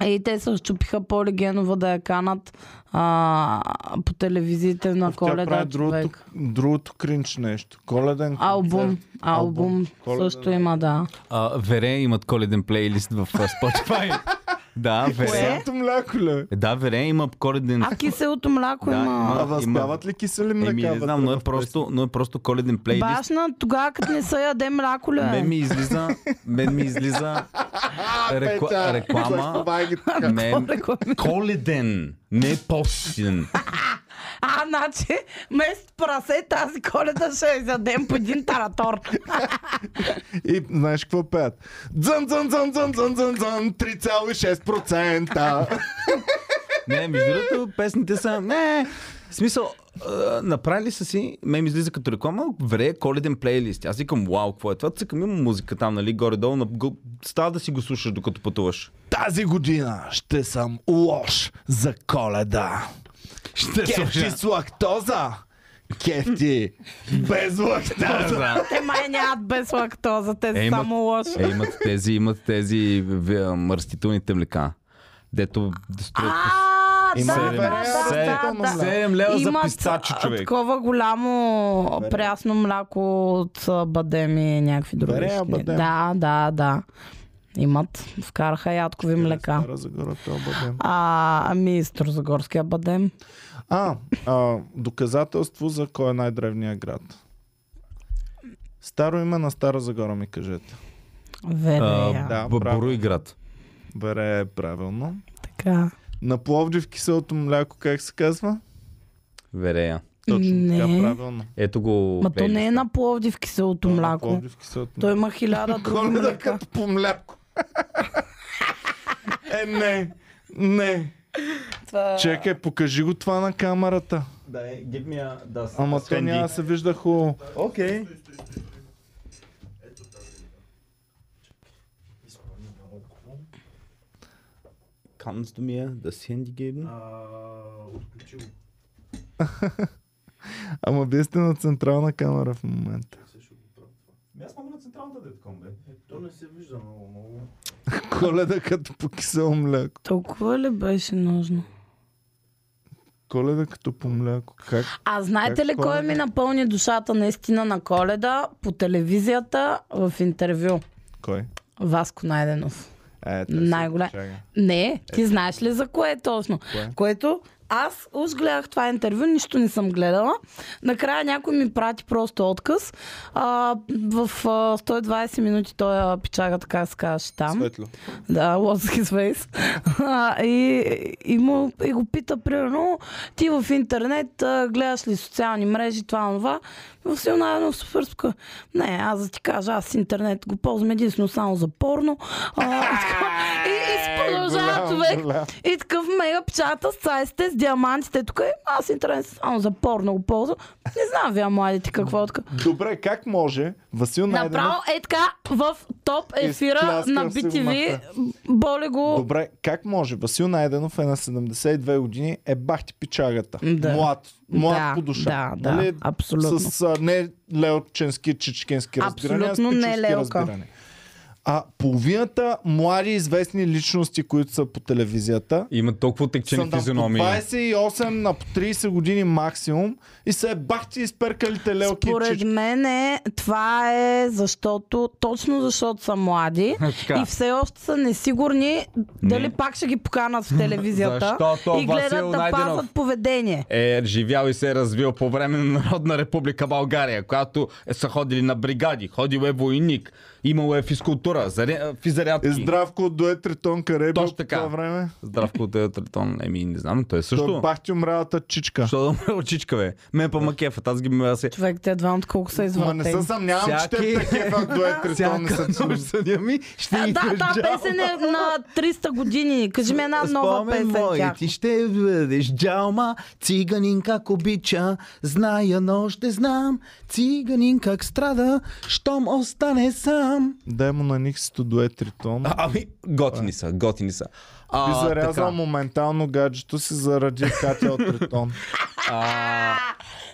Е, и те се щупиха полегенова да я канат а, по телевизиите на Оф, Тя коледа прави другото, човек. другото кринч нещо. Коледен Е, Албум. концерт. Албум. Коледен. Също има, да. А, Вере имат коледен плейлист в а, Spotify. Да, Вере. Е, Сето мляко ли? Да, Вере има коледен... А киселото мляко Да, има. А възпяват ли кисели млека? Еми, не вътре знам, но е в просто, но е просто коледен плейлист. Башна, тогава като не се яде мляко ли? Мен е? ми излиза, мен ми излиза песента? рекла, реклама. Заспавай е ги така. Мен, Реклама. коледен, не постен. А, значи, вместо прасе тази коледа ще я изядем по един таратор. И знаеш какво пеят? Дзън, дзън, дзън, дзън, дзън, дзън, дзън, 3,6%. Не, между другото, песните са... Не, в смисъл, а, направили са си, ме ми излиза като реклама, вре коледен плейлист. Аз викам, вау, какво е това? Цъкам, има музика там, нали, горе-долу, на... гъл- става да си го слушаш докато пътуваш. Тази година ще съм лош за коледа. Ще Кефти слушаш. с лактоза. Кефти без лактоза. Те май нямат без лактоза, те Е, са има- само лоши. Е, имат тези, имат тези в- мърстителните млека, дето да строят А, да, Има да, седем. да, Седем. да, да. Седем лева за Имат, пистачо, а, човек. Такова голямо прясно мляко от а, бадеми и някакви други. Берея шли. бадем. Да, да, да. Имат. Вкараха Е, ядкови млека. Стара Загора, то бъдем. А, ами, Строзагорския бадем. А, а, доказателство за кой е най-древният град. Старо име на Стара Загора ми кажете. Верея. да. Б- браво. Боруйград. Бере е правилно. Така. На Пловдив киселото мляко как се казва? Верея. Точно така, Не. правилно. Ето го. Ма то не е плейлиста. на Пловдив киселото На мляко. Пловдив киселото Той има хиляда други Коледа млека. като по мляко. е, не. Не. Това... Чекай, покажи го това на камерата. Да, е, give me a... Да, с- Ама с то няма да ханди. се вижда хубаво. Окей. Kannst du mir das Handy geben? Ама вие сте на централна камера в момента. Ами Аз мога на централната да бе. Коледа като по кисело мляко. Толкова ли беше нужно? Коледа като по мляко. Как? А знаете Как ли кой Коледа? ми напълни душата наистина на коледа? По телевизията, в интервю. Кой? Vasco Найденов. Е, те Най-голям. се чага. Не, ти знаеш ли за кое точно? Кое? Което аз уж гледах това интервю, нищо не съм гледала. Накрая някой ми прати просто отказ. А, в а, 120 минути той а, пичага, така се казваше там. Светло. Да, what's his face. А, и, и, му, и го пита, примерно, ти в интернет а, гледаш ли социални мрежи, това, това. Васил Найденов супер спука. Не, аз да ти кажа, аз интернет го ползвам единствено само за порно. А, и, и си продължава Е, голям, голям. човек. И такъв мега печата с цайците, с диамантите. Тук е, аз интернет само за порно го ползвам. Не знам, вие младите, какво е така. Добре, как може Васил Найденов... Направо е така в топ ефира Изтласкам на си BTV. гумата. Боли го. Добре, как може? Басил Найденов е на 72 години, е бах ти пичагата. Да. Млад, млад Да, по душа. Нали? да, да, абсолютно. С а, не леоченски, чичкински разбирания, а с Абсолютно не пичовски лелка. разбирания. А половината млади известни личности, които са по телевизията, Има толкова са текчени на по физиономии. 28 на по 30 години максимум и се бахти изперкалите лелки и Според чички. мен е, това е защото, точно защото са млади Така. и все още са несигурни дали Не. пак ще ги поканат в телевизията Защото и гледат Васил да Найденов. пазят поведение. е живял и се е развил по време на Народна република България, която е са ходили на бригади, ходил е войник, Имало е физкултура, заря... физарядки. Е, Здравко дое тритон къде е бил Точно по така. това време. Здравко от е Тритон. Еми, не знам, той Той е също. бах ти умрялата чичка. Що да му е очичка, бе? Мен па макефа, аз ги мила аз се... Човек, те двамата колко са Ма не се извратени. съмнявам, че те Всяки- такива дое тритон не Всяка са нощ съня ми, ще А, ги Е, да, та джалба. песен е на 300 години. Кажи ми една нова Спомен песен. мой, тях. Ти ще бъдеш джалма, циганин как обича, зная, но ще знам, циганин как страда, щом остане сам. Дай му на Никсито дое тритон. А, ами, готини са, готини са. Би А, зарязал така. моментално гаджето си заради Катя от Тритон.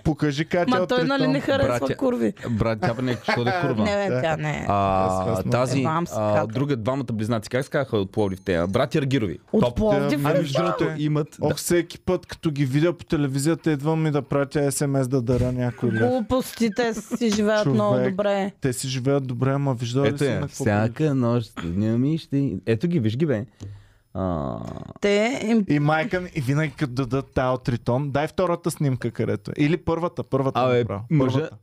Покажи Катя Ма от той Тритон. нали не харесва Братя. курви? Брат, тя бе не, що да е курва. Не, бе, тя не е. А, Естествено. тази, Ебам се, а, хата. друга, двамата близнаци, как се казаха от Пловдив те? А, Братя Аргирови. От Топ. Пловдив Ами, ли? между другото, имат... Ох, всеки път, като ги видя по телевизията, идвам и да пратя СМС да дара някой лев. Глупостите си живеят Човек. много добре. Те си живеят добре, ама виждали ли Ето си е, на какво прилича? всяка нощ, деня ми ще... Ето ги, виж ги бе. А, Те им... И майка ми, и винаги като дадат тая от Тритон, дай втората снимка, където е. Или първата, първата. Абе, направо, мъжа- първата.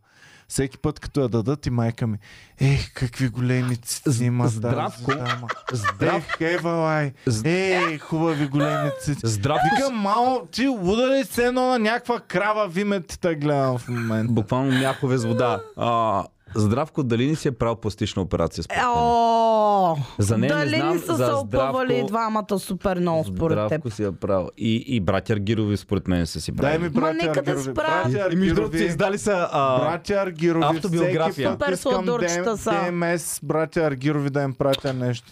Всеки път, като я дадат и майка ми, ех, какви големи цици има тази здравко, дама. здрав, Ех, евалай. З- Ей, хубави големи цици. здравко Викам, мамо, ти удари се едно на някаква крава в името те гледам в момента. Буквално мяхове с вода. А, здравко, дали не си е правил пластична операция? според мен? О, За нея не дали знам, не са за се Здравко- опъвали двамата супер много според теб? Здравко си е правил. И, и братя Аргирови според мен са си Дай правили. ми братя нека да Аргирови. спра. Братя И между другото си Аргирови. издали са... А... Братя Аргирови. автобиография. всеки път Супер искам сладурчета да им- са. да им ес, братя Аргирови да им пратя нещо.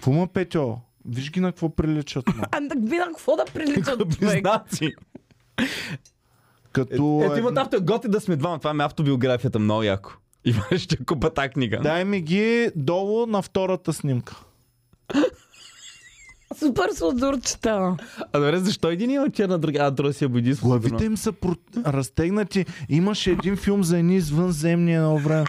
Фума, Петьо, виж ги на какво приличат. ма. А да видя какво да приличат човек. Близнаци. Като... Е, е- Ето имат авто. Готи да сме двама. Това ми е автобиографията. Много яко. Иван ще купа та книга. Дай ми ги долу на втората снимка. Супер сладурчета. А добре, защо един има черна, друга, а друга си е будист? Главите им са про- разтегнати. Имаше един филм за едни извънземни едно време.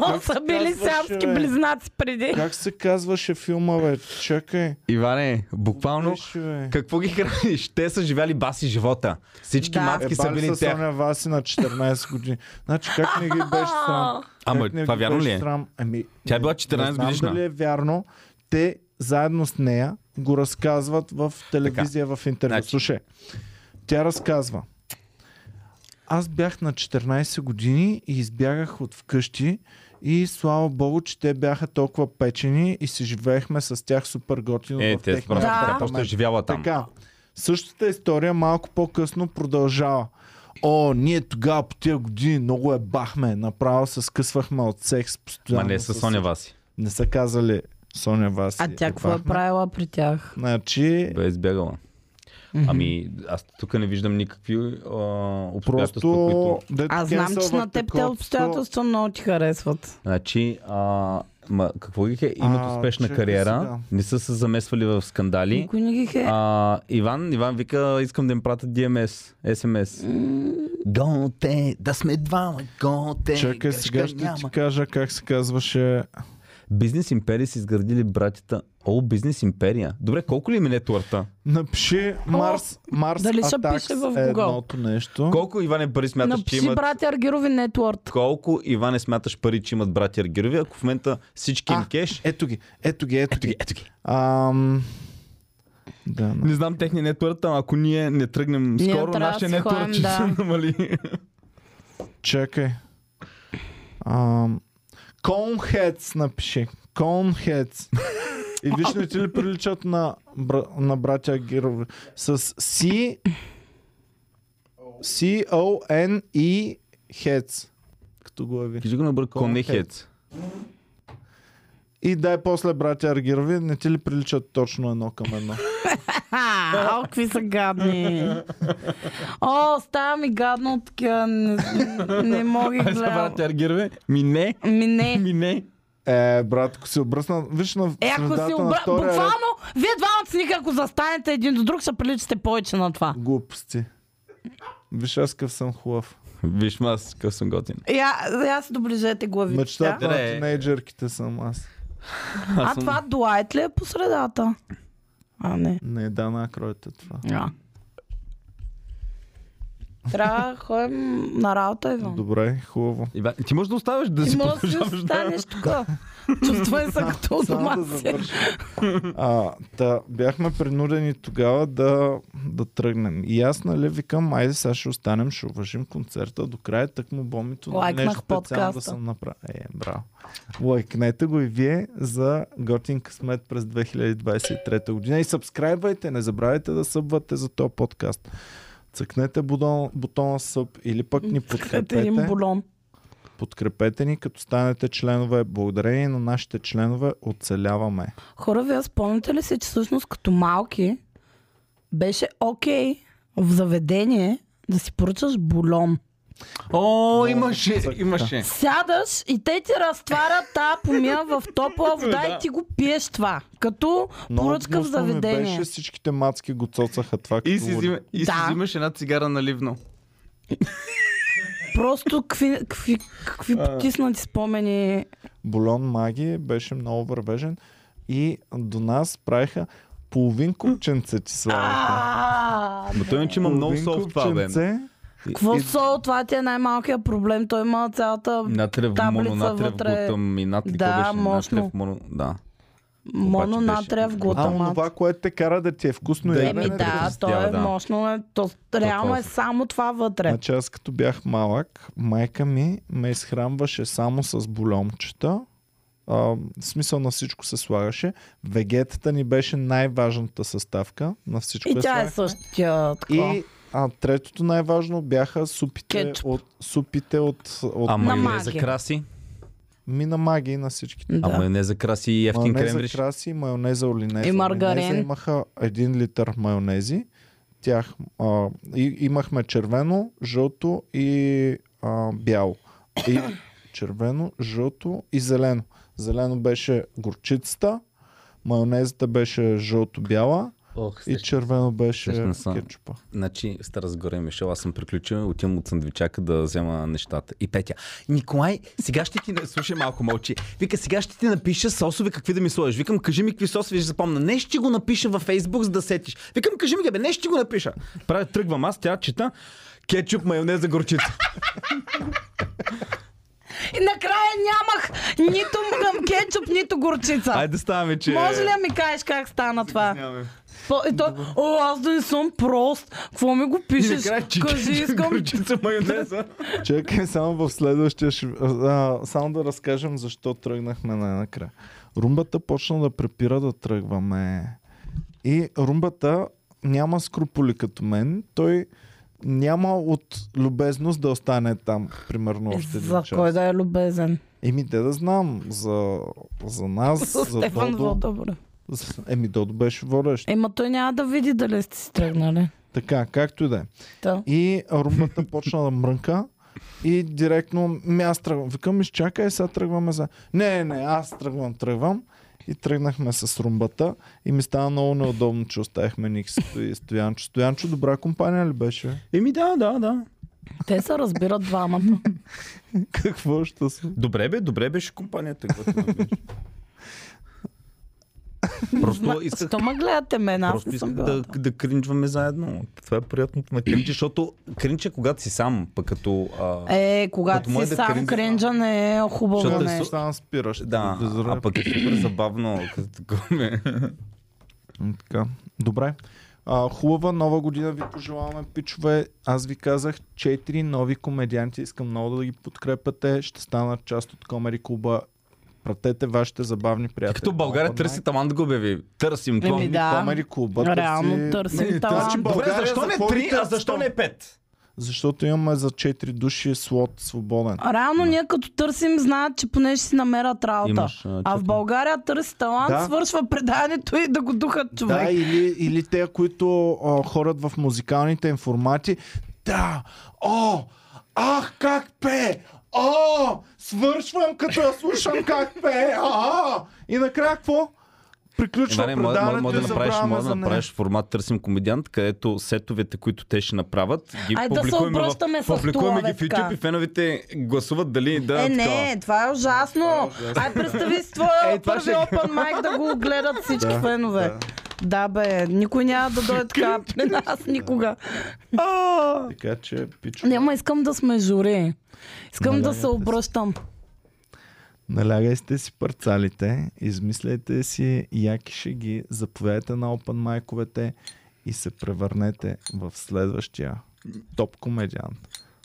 Ма Как се са били казваше, сиамски бе? близнаци преди. Как се казваше филма, бе? Чакай. Иване, буквално Виж, бе. какво ги храниш? Те са живяли баси живота. Всички Да. матки са Ебали били са тях. Е, Соня Васи на 14 години. Значи как не ги беше срам? Ама, Как не това ги вярно беше ли е? Срам? Ами, Тя е била не 14 знам годишна. дали е вярно. Те заедно с нея го разказват в телевизия, в интервю. Значи- Слушай, тя разказва. Аз бях на 14 години и избягах от вкъщи и слава богу, че те бяха толкова печени и си живеехме с тях супер готино в Е, те техния според мен, Да. тя просто е живяла там. така. Същата история малко по-късно продължава. О, ние тогава по тия години много е бахме, направо се скъсвахме от секс Ма постоянно. не са с- Соня Васи. Не са казали Соня Васи. А тя какво е бахме. правила при тях? Значи, Бе е избягала. Ами, аз тук не виждам никакви а, обстоятелства, просто... които... дето Аз знам, че кенселват на теб те е такова, обстоятелства много ти харесват. Значи, а, ма, какво ги е? Имат А, успешна чакай кариера, сега. не са се замесвали в скандали. Никой не ги хе. А, Иван, Иван вика, искам да им пратят DMS, SMS. Готе, да сме двама, готе. Чакай, сега ще ти кажа как се казваше. Бизнес империя са изградили братята. О, бизнес империя. Добре, колко ли им е нетворта? Напиши Марс, Марс дали ще Атакс пише е в Google? едното нещо. Колко Иване пари смяташ, че Напиши имат? братя Аргирови Нетворд. Колко Иване смяташ пари, че имат братя Аргирови, ако в момента всички им А, кеш? Ето ги, ето ги, ето, Ето ги. ги, ето ги. Ам... Да, Не знам техния нетворта, но ако ние не тръгнем Ние скоро, трябва нашия да си нетворт ходим, ще да. се намали. Чакай. Ам... Coneheads напиши. Coneheads. И виж не ти ли приличат на, бра... на братя Гирови? С C... C-O-N-E E Heads. Като е глави. Кажи го на бърко. Конехец. И дай после братя Аргирови, не ти ли приличат точно едно към едно? А, о, какви са гадни. О, става ми гадно от такива. Не, не мога ги За гледам. братя Аргирове? Ми не, Ми не. ми не. Е, брат, ако си обръсна, виж на Е, ако средата си на обра... втория ред, Буквално, вие двамата си никак, ако застанете един до друг, ще приличате повече на това. глупости. Виж аз какъв съм хубав. Виж, ма, аз какъв съм готин. Я, я се доближете главите. Мечтата на Дре. тинейджърките съм аз. А това дуайт ли е по средата? А, не. е Не, да, накройте това. А. Трябва да ходим на работа, Иван. Добре, хубаво. Ива, ти можеш да оставаш да Ти си може да си продължаваш, да. останеш тук. Чувствай се като у Само да дома си. завърша. А, та, бяхме принудени тогава да, да тръгнем. И аз, нали, викам, айде сега ще останем, ще уважим концерта до края, так му бомито на Лайкнах нещо специално да подкаста. съм направил. Е, браво. Лайкнете го и вие за Готин късмет през 2023 година. И сабскрайбайте, не забравяйте да събвате за този подкаст. Цъкнете бутон, бутона съб или пък ни Като един подкрепете. бульон. Подкрепете ни, като станете членове. Благодарение на нашите членове оцеляваме. Хора, вие спомняте ли си, че всъщност като малки беше окей в заведение да си поръчаш бульон. О, имаше, имаше. Сядаш и те ти разтварят тая помия в топла вода и ти го пиеш това. Като Много поръчка в гнусно ми заведение. Беше, всичките мацки го цоцаха това. И като си, взима, и си Да. взимаш една цигара наливно. Просто какви, какви, какви потиснати спомени. Бульон Маги беше много вървежен и до нас правиха половин купченце ти слагаха. А, Ма той иначе има много Половин сол в това, бе. купченце. Какво сол? Това ти е най-малкият проблем. Той има цялата Натрев Таблица моно, натрев вътре. глутам и натли Да, мощно. натрев моно, да. мононатриев А глутамат. онова, което те кара да ти е вкусно Да, да, Еми ядене. да, да. то е Да. мощно. е. То, реално е само това вътре. Значи аз като бях малък, майка ми ме изхранваше само с бульомчета. А, в смисъл на всичко се слагаше. Вегетата ни беше най-важната съставка на всичко. И я тя е слагахме. същия такова. И а, третото най-важно бяха супите Кетчуп. от, супите от, от А На майонеза маги. краси? мина магии на всичките. А Да. майонеза краси и ефтин Майонеза кремвриш? краси, майонеза олинеза. И маргарин. Олинеза имаха един литър майонези. Тях, а, и, имахме червено, жълто и а, бяло. И червено, жълто и зелено. Зелено беше горчицата, майонезата беше жълто-бяла Ох, и червено беше Сещам се. кетчупа. Значи, Стара Загора и Мишел, аз съм приключил, отивам от сандвичака да взема нещата. И Петя, Николай, сега ще ти... на- Слушай малко, мълчи. Вика, сега ще ти напиша сосове, какви да ми сложиш. Викам, кажи ми какви сосове ще запомна. Не ще го напиша във Фейсбук, за да сетиш. Викам, кажи ми, бе, не ще го напиша. Правя, тръгвам аз, тя чета. Кетчуп, майонеза, горчица. И накрая нямах нито към кетчуп, нито горчица. Айде ставаме, че... Може ли да ми кажеш как стана това? По- и той, О, аз да не съм прост. Какво ми го И пишеш? накрая чик, Кажи, искам горчица, майонеза. Чакай, само в следващия. ще- А, само да разкажем защо тръгнахме най-накрая. Румбата почна да препира да тръгваме. И румбата няма скрупули като мен. Той няма от любезност да остане там, примерно, още един За час. кой да е любезен? Еми, де да знам. За, за нас, За за Стефан Додо. Водобре. За- Еми, Додо беше водещ. Ема той няма да види дали сте си тръгнали. Така, както и да е. Та. И румбата почна да мрънка. И директно, ми аз тръгвам. Викам, изчакай, сега тръгваме за... Не, не, аз тръгвам, тръгвам. И тръгнахме с румбата и ми стана много неудобно, че оставихме Никсито и Стоянчо. Стоянчо добра компания ли беше? Еми да, да, да. Те се разбират двамата. Какво ще се? Добре бе, добре беше компанията. каквото да беше. Просто исках Що ме гледате мен? Аз Просто не съм искам била. да, там. да кринджваме заедно. Това е приятното на кринч, защото кринч е когато си сам, пък като... А, Е, Като когато може си да сам кринжа. кринджа не е хубаво Защото е нещо. су- Стана спиращ. да, телевизора. а пък е супер забавно. Като такова е. М, Така. Добре. А, хубава нова година ви пожелаваме, пичове. Аз ви казах, четири нови комедианти. Искам много да ги подкрепяте. Ще станат част от Комери клуба. Пратете вашите забавни приятели. като България търси таман да го обяви. Търсим това. Еми, да. да. Комери клуба. Реално търсим Нали, талант. Значи, Добре, защо не три, а защо не пет? Защото имаме за 4 души слот свободен. Реално ние като търсим знаят, че поне ще си намерят работа. Имаш, а, а в чакай. България търси талант, Да. свършва преданието и да го духат човек. Да, или, или те, които а, хорат в музикалните им формати. Да! О! Ах, как пе! О! Свършвам, като я слушам как пе! А! И накрая какво? Приключва Иване, може, може, предаването може и да направиш, забравяме може да за нея. направиш формат Търсим комедиант, където сетовете, които те ще направят, ги Ай, да се публикуваме, в, обръщаме с публикуваме ги в тулове, така. YouTube и феновете гласуват дали да Е, такова. не, това е ужасно. Ай, представи си твоя Е, това първи ще- Open Mic да го гледат всички фенове. Да бе, никой няма да дойде така при нас никога. А! Така че, пичо, Няма, искам да сме жури. Искам да се обръщам. налягайте си парцалите, измисляйте си яки шеги, заповядайте на Open майковете и се превърнете в следващия топ комедиант.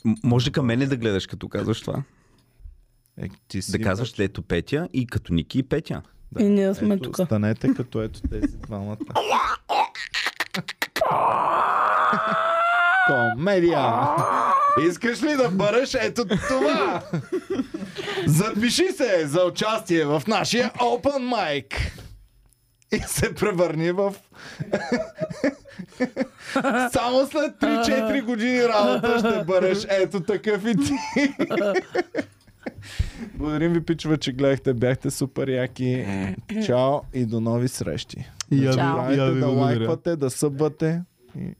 М- Може към мене да гледаш, като казваш това. Е, ти си Да казваш, ето Петя и като Ники и Петя. Да. И ние сме ето, тук. Станете като ето тези двамата. Комедия! Искаш ли да бъдеш ето това? Запиши се за участие в нашия Open Mic! И се превърни в... Само след 3-4 години работа ще бъдеш ето такъв и ти. Благодарим ви, пичове, че гледахте. Бяхте супер яки. Чао и до нови срещи. И я ви- Чао. и я Правите ви да благодаря. лайквате, да събвате. И